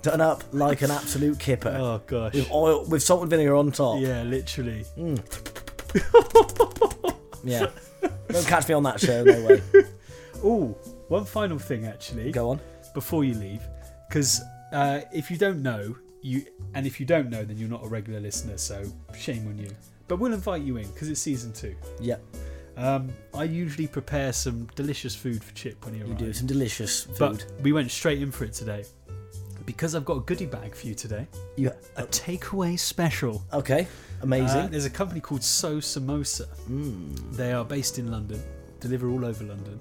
[SPEAKER 2] done up like an absolute kipper.
[SPEAKER 1] Oh gosh.
[SPEAKER 2] With Mm. oil, with salt and vinegar on top.
[SPEAKER 1] Yeah, literally. [laughs]
[SPEAKER 2] Yeah. Don't catch me on that show. No way.
[SPEAKER 1] Oh, one final thing actually.
[SPEAKER 2] Go on.
[SPEAKER 1] Before you leave, because uh, if you don't know, you and if you don't know, then you're not a regular listener. So shame on you. But we'll invite you in because it's season two.
[SPEAKER 2] Yep.
[SPEAKER 1] Um, I usually prepare some delicious food for Chip when he arrives.
[SPEAKER 2] Do some delicious food.
[SPEAKER 1] But we went straight in for it today. Because I've got a goodie bag for you today,
[SPEAKER 2] you,
[SPEAKER 1] a takeaway special.
[SPEAKER 2] okay, amazing.
[SPEAKER 1] Uh,
[SPEAKER 2] Hmm.
[SPEAKER 1] there's a company called So Samosa. They are based in London, deliver all over London,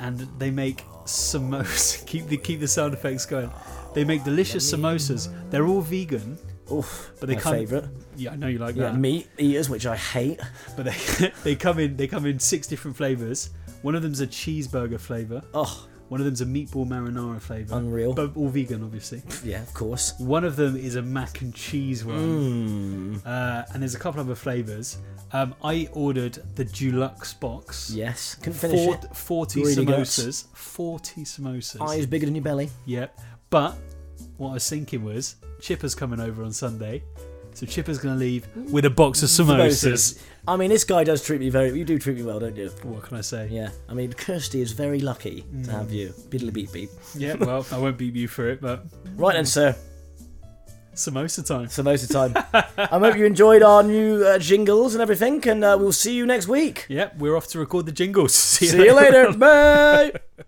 [SPEAKER 1] and they make samosa. [laughs] keep the keep the sound effects going. They make delicious samosas. They're all vegan.
[SPEAKER 2] Oof,
[SPEAKER 1] Uh, but they
[SPEAKER 2] my
[SPEAKER 1] come-
[SPEAKER 2] favourite.
[SPEAKER 1] Yeah, I know you like
[SPEAKER 2] Yeah,
[SPEAKER 1] that.
[SPEAKER 2] meat eaters, which I hate.
[SPEAKER 1] But they [laughs] they come in they come in six different flavors. One of them's a cheeseburger flavor.
[SPEAKER 2] Oh,
[SPEAKER 1] One of them's a meatball marinara flavor.
[SPEAKER 2] Unreal.
[SPEAKER 1] But all vegan, obviously.
[SPEAKER 2] yeah, of course.
[SPEAKER 1] One of them is a mac and cheese one, uh, and there's a couple other flavors. Um, I ordered the deluxe box.
[SPEAKER 2] Yes, couldn't finish
[SPEAKER 1] Four-
[SPEAKER 2] it.
[SPEAKER 1] 40
[SPEAKER 2] Greedy guts.
[SPEAKER 1] samosas. 40 samosas.
[SPEAKER 2] Eyes bigger than your belly.
[SPEAKER 1] Yep. But what I was thinking was Chipper's coming over on Sunday. So Chipper's going to leave with a box of samosas.
[SPEAKER 2] I mean, this guy does treat me very. You do treat me well, don't you?
[SPEAKER 1] What can I say?
[SPEAKER 2] Yeah. I mean, Kirsty is very lucky to have you. Biddly beep beep.
[SPEAKER 1] Yeah, well, I won't beat you for it, but
[SPEAKER 2] Right then, sir.
[SPEAKER 1] samosa time.
[SPEAKER 2] Samosa time. I hope you enjoyed our new uh, jingles and everything,
[SPEAKER 1] [laughs]
[SPEAKER 2] and uh, we'll see you next week.
[SPEAKER 1] Yep, we're off to record the jingles.
[SPEAKER 2] See you later. Bye.